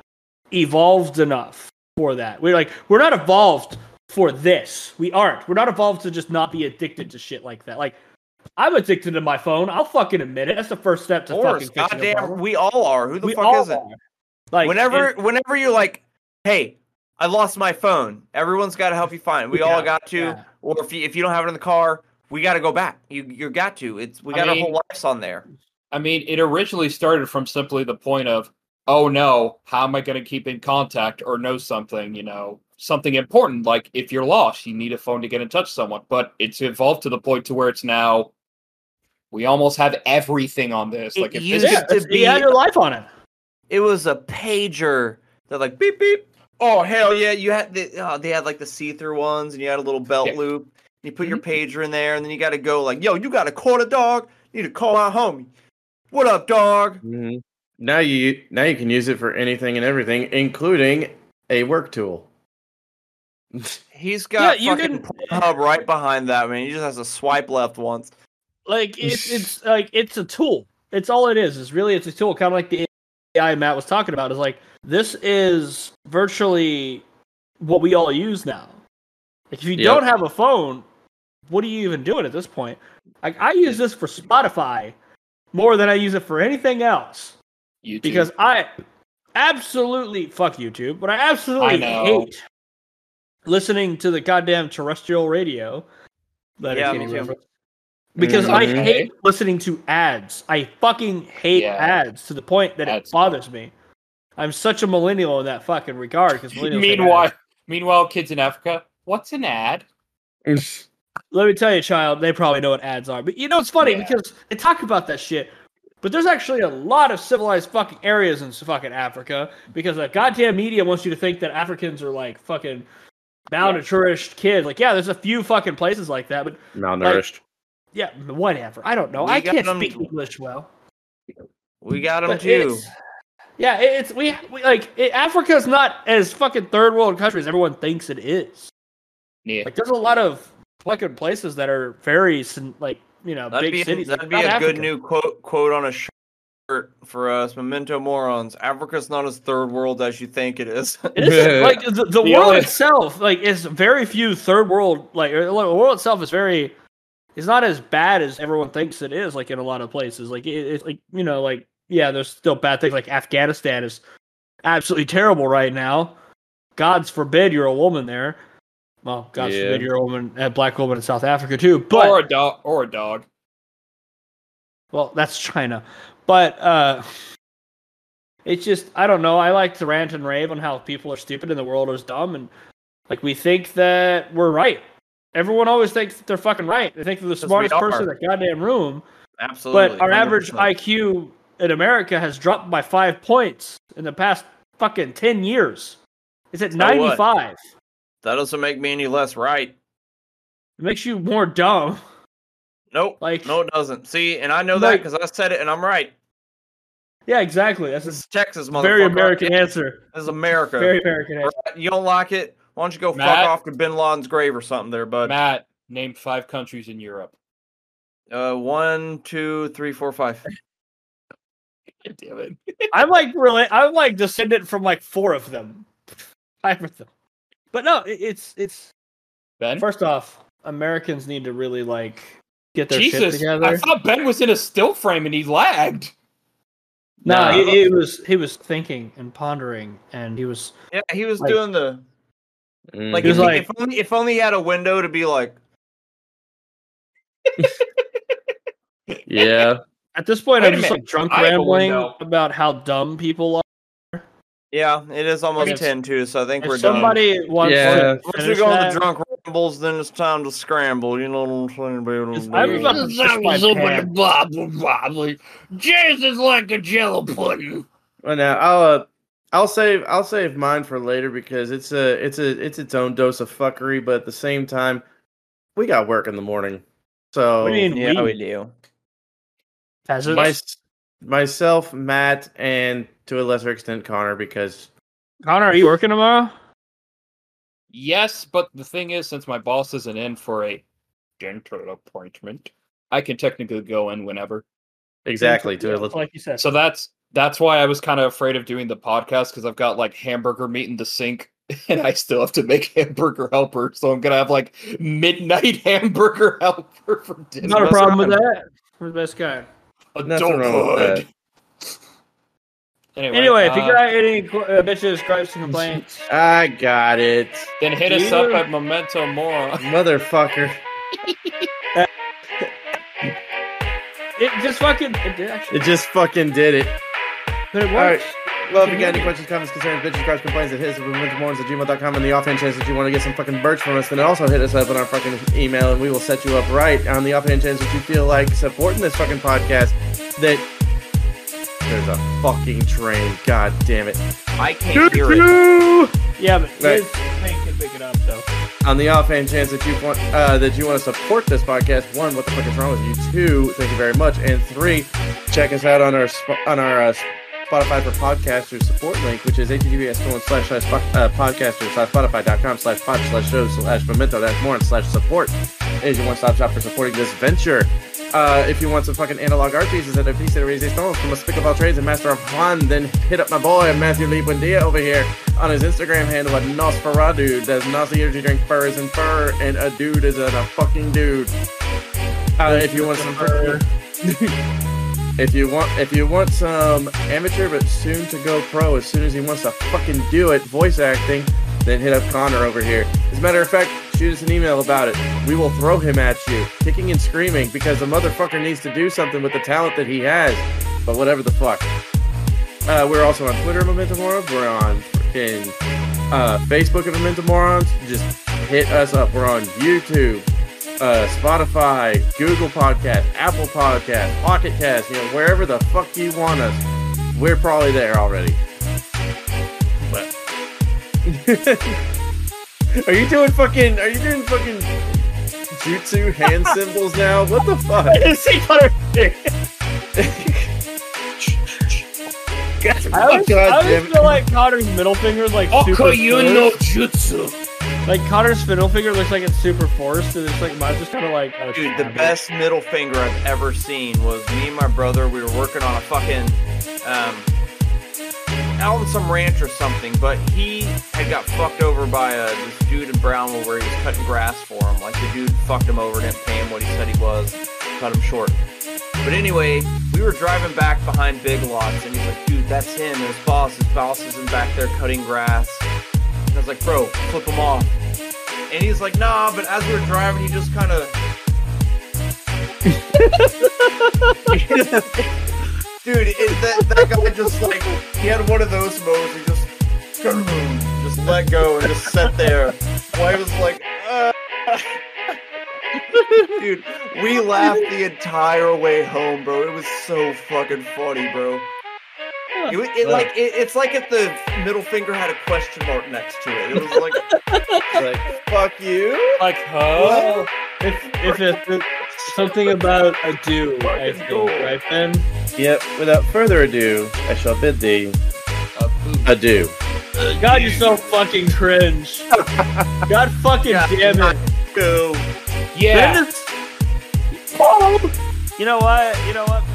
Speaker 2: evolved enough for that. We're like we're not evolved for this. We aren't. We're not evolved to just not be addicted to shit like that. Like I'm addicted to my phone. I'll fucking admit it. That's the first step to
Speaker 1: Of course,
Speaker 2: fucking fixing the
Speaker 1: goddamn,
Speaker 2: problem.
Speaker 1: we all are. Who the
Speaker 2: We
Speaker 1: fuck
Speaker 2: all
Speaker 1: isn't?
Speaker 2: are. Like
Speaker 1: whenever
Speaker 2: it-
Speaker 1: whenever you're like, hey, I lost my phone. Everyone's got to help you find. it. We all
Speaker 2: Yeah,
Speaker 1: got to.
Speaker 2: yeah.
Speaker 1: Or if you, if you don't have it in the car, we got to go back. You you got to. It's we
Speaker 3: I
Speaker 1: got
Speaker 3: mean-
Speaker 1: our whole lives on there.
Speaker 3: I mean, it originally started from simply the point of, oh no, how am I going to keep in contact or know something, you know, something important? Like if you're lost, you need a phone to get in touch with someone. But it's evolved to the point to where it's now We almost have everything on this.
Speaker 1: It
Speaker 3: like if
Speaker 1: used
Speaker 3: this
Speaker 1: to
Speaker 2: It's- You had
Speaker 1: be-
Speaker 2: your life on it.
Speaker 1: It was a pager. They're like beep beep. Oh hell yeah! You had the, oh, they had like the see-through ones, and you had a little belt
Speaker 3: Yeah.
Speaker 1: loop. You put your
Speaker 2: Mm-hmm.
Speaker 1: pager in there, and then you got to go like, yo, you got to call the dog. You need to call my homie. What up, dog?
Speaker 2: Mm-hmm.
Speaker 4: Mhm. Now you now you can use it for anything and everything, including a work tool.
Speaker 2: Mm-hmm.
Speaker 1: He's got
Speaker 2: Yeah, you
Speaker 1: fucking
Speaker 2: can-
Speaker 1: Pornhub right behind that man. He just has to swipe left once.
Speaker 2: Like it's it's like it's a tool. It's all it is. It's really it's a tool, kind of like the AI Matt was talking about. Is like this is virtually what we all use now. Like if you
Speaker 4: Yep.
Speaker 2: don't have a phone, what are you even doing at this point? Like I use this for Spotify more than I use it for anything else
Speaker 3: YouTube.
Speaker 2: because I absolutely fuck YouTube, but I absolutely
Speaker 3: I know.
Speaker 2: hate listening to the goddamn terrestrial radio. That
Speaker 1: Yeah,
Speaker 2: is
Speaker 1: me
Speaker 2: any
Speaker 1: too.
Speaker 2: reference. Because I
Speaker 3: Mhm.
Speaker 2: hate listening to ads. I fucking hate
Speaker 3: Yeah.
Speaker 2: ads to the point that
Speaker 3: Ads.
Speaker 2: it bothers me. I'm such a millennial in that fucking regard. Because
Speaker 3: meanwhile, meanwhile, kids in Africa, what's an ad?
Speaker 2: let me tell you, child, they probably know what ads are. But you know, it's funny
Speaker 3: Yeah.
Speaker 2: because they talk about that shit. But there's actually a lot of civilized fucking areas in fucking Africa because the goddamn media wants you to think that Africans are like fucking malnourished kids. Like, yeah, there's a few fucking places like that, but
Speaker 4: Malnourished.
Speaker 2: yeah, whatever. I don't know.
Speaker 1: We
Speaker 2: I
Speaker 1: got
Speaker 2: can't
Speaker 1: them-
Speaker 2: speak English well.
Speaker 1: We got him
Speaker 2: But
Speaker 1: too.
Speaker 2: it's- Yeah, it- it's we, we like it, Africa's not as fucking third world country as everyone thinks it is.
Speaker 3: Yeah.
Speaker 2: Like, there's a lot of fucking places that are very sin- like you know
Speaker 1: That'd
Speaker 2: big
Speaker 1: be,
Speaker 2: cities.
Speaker 1: that'd
Speaker 2: Like,
Speaker 1: be
Speaker 2: not
Speaker 1: a good
Speaker 2: Africa.
Speaker 1: new quote quote on a shirt for us, memento morons. Africa's not as third world as you think it is.
Speaker 2: It is, like the, the,
Speaker 3: The
Speaker 2: world
Speaker 3: only-
Speaker 2: itself, like is very few third world like or, like, the world itself is very is not as bad as everyone thinks it is. Like in a lot of places, like it, it's like you know like yeah, there's still bad things. Like Afghanistan is absolutely terrible right now. God's forbid you're a woman there. Well, God
Speaker 4: Yeah.
Speaker 2: forbid you're a woman, a black woman in South Africa too. But
Speaker 3: or a dog or a dog.
Speaker 2: well, that's China. But uh it's just I don't know. I like to rant and rave on how people are stupid and the world is dumb and like we think that we're right. Everyone always thinks that they're fucking right. They think they're the
Speaker 1: we
Speaker 2: smartest person in
Speaker 1: are.
Speaker 2: the goddamn room.
Speaker 1: Absolutely.
Speaker 2: but our average
Speaker 1: 100%.
Speaker 2: IQ in America has dropped by five points in the past fucking ten years. It's at
Speaker 1: So what?
Speaker 2: ninety five.
Speaker 1: that doesn't make me any less right.
Speaker 2: It makes you more dumb.
Speaker 1: Nope.
Speaker 2: Like
Speaker 1: No, it doesn't. See, and I know that
Speaker 2: Like-
Speaker 1: because I said it, and I'm right.
Speaker 2: Yeah, exactly. That's
Speaker 1: This
Speaker 2: a
Speaker 1: is Texas, motherfucker.
Speaker 2: very American answer.
Speaker 1: This is America.
Speaker 2: Very American answer.
Speaker 1: You don't like it? Why don't you go
Speaker 3: Matt?
Speaker 1: fuck off to Bin Laden's grave or something there, bud?
Speaker 3: Matt, name five countries in Europe.
Speaker 1: Uh, one, two, three, four, five.
Speaker 3: God damn it.
Speaker 2: I'm like really, I'm like descendant from like four of them, five of them. But no, it, it's it's
Speaker 3: Ben?
Speaker 2: first off, Americans need to really like get their shit
Speaker 3: Jesus. I
Speaker 2: together.
Speaker 3: thought Ben was in a still frame and he lagged.
Speaker 2: No,
Speaker 1: Nah.
Speaker 2: he, he was he was thinking and pondering, and he was
Speaker 1: Yeah, he was
Speaker 2: Like-
Speaker 1: doing the like.
Speaker 2: He
Speaker 1: If,
Speaker 2: was
Speaker 1: he-
Speaker 2: like-
Speaker 1: if only if only he had a window to be like.
Speaker 8: Yeah.
Speaker 2: at this point I'm
Speaker 3: Wait a
Speaker 2: just
Speaker 3: minute,
Speaker 2: like drunk
Speaker 3: I have a
Speaker 2: rambling
Speaker 3: window.
Speaker 2: about how dumb people are.
Speaker 1: Yeah, it is almost
Speaker 2: If-
Speaker 1: ten too, so I think we're
Speaker 2: If somebody wants
Speaker 8: Yeah.
Speaker 2: to
Speaker 1: done. Once we
Speaker 2: finish
Speaker 1: go on
Speaker 2: that-
Speaker 1: the drunk rambles, then it's time to scramble. You know what I'm saying, baby?
Speaker 2: Just- I'm about to shit my pants.
Speaker 6: Jesus, like a jello pudding.
Speaker 4: Well, now I'll uh, I'll save I'll save mine for later because it's a it's a it's its own dose of fuckery, but at the same time, we got work in the morning, so
Speaker 2: What do you mean
Speaker 1: yeah, we
Speaker 2: we?
Speaker 1: do.
Speaker 2: Peasants?
Speaker 4: my, myself, Matt, and to a lesser extent Connor because
Speaker 2: Connor, are you working tomorrow?
Speaker 3: Yes, but the thing is, since my boss isn't in for a dental appointment, I can technically go in whenever.
Speaker 4: exactly to a
Speaker 2: Yeah,
Speaker 4: little
Speaker 2: like you said.
Speaker 3: So that's that's why I was kind of afraid of doing the podcast because I've got like hamburger meat in the sink and I still have to make hamburger helper. So I'm gonna have like midnight hamburger helper for dinner.
Speaker 2: not a problem with that. We're the best guy.
Speaker 4: Nothing wrong with
Speaker 3: Adulthood. Anyway,
Speaker 2: Anyway, if you
Speaker 3: uh,
Speaker 2: got any qu- uh, bitches, gripes, and complaints,
Speaker 4: I got it,
Speaker 3: then hit us up
Speaker 2: Yeah.
Speaker 3: at Memento Mora.
Speaker 4: motherfucker.
Speaker 2: it just fucking it did actually.
Speaker 4: It just fucking did it.
Speaker 2: But it works.
Speaker 4: All right. Love you got any questions, comments, concerns, bitches, cries, complaints at his mornings at gmail.com and the offhand chance that you want to get some fucking birch from us, then also hit us up on our fucking email and we will set you up right on the offhand chance that you feel like supporting this fucking podcast that there's a fucking train. God damn it.
Speaker 9: I can't hear it.
Speaker 2: Yeah, but
Speaker 4: Right.
Speaker 2: his thing can pick it up, though.
Speaker 4: on the offhand chance that you want uh, that you want to support this podcast, one, what the fuck is wrong with you? Two, thank you very much, and three, check us out on our Sp- on our uh, Spotify for Podcasters support link, which is https colon slash slash po- uh, podcaster slash spotify.com slash pod slash show slash memento dash more slash support. It is your one stop shop for supporting this venture. Uh, if you want some fucking analog art pieces at a piece that raises stones from a spick of all trades and master of one, then hit up my boy Matthew Lee Buendia over here on his Instagram handle at Nosferatu. That's Nazi energy drink fur is in fur, and a dude is in a fucking dude. Uh, if you want some fur. If you want, if you want some amateur but soon to go pro, as soon as he wants to fucking do it, voice acting, then hit up Connor over here. As a matter of fact, shoot us an email about it. We will throw him at you, kicking and screaming, because the motherfucker needs to do something with the talent that he has. But whatever the fuck. Uh, we're also on Twitter, Momentum Morons. We're on freaking uh, Facebook at Momentum Morons. Just hit us up. We're on YouTube uh, Spotify, Google Podcast, Apple Podcast, Pocket Cast, you know, wherever the fuck you want us, we're probably there already. But are you doing fucking? Are you doing fucking jutsu hand symbols now? What the fuck?
Speaker 2: See, Connor, I always, I
Speaker 4: God damn
Speaker 2: always
Speaker 4: it.
Speaker 2: feel like Connor's middle finger is like super
Speaker 10: Okay, you
Speaker 2: forced.
Speaker 10: know jutsu.
Speaker 2: Like Connor's middle finger looks like it's super forced, and it's like mine's just kind of like. oh,
Speaker 9: Dude, the
Speaker 2: snap.
Speaker 9: best middle finger I've ever seen was me and my brother. We were working on a fucking um, out on some ranch or something, but he had got fucked over by uh, this dude in Brownwood where he was cutting grass for him. Like the dude fucked him over, didn't pay him what he said he was, cut him short. But anyway, we were driving back behind Big Lots, and he's like, "Dude, that's him. His boss. His boss is in back there cutting grass." And I was like, "Bro, flip him off." And he's like, "Nah," but as we were driving, he just kind of Dude, it, that, that guy just like he had one of those moments. He just just let go and just sat there. Why was like, uh. dude, we laughed the entire way home, bro. It was so fucking funny, bro. It, wa- it like it, it's like if the middle finger had a question mark next to it. It was like,
Speaker 4: Like, fuck you.
Speaker 3: Like, huh?
Speaker 2: If if it's it's something about a do, I think, right, Ben?
Speaker 4: Yep. Without further ado, I shall bid thee adieu.
Speaker 2: God, you're so fucking cringe. God fucking damn it.
Speaker 9: go.
Speaker 3: Yeah.
Speaker 2: Ben is- You know what? You know what?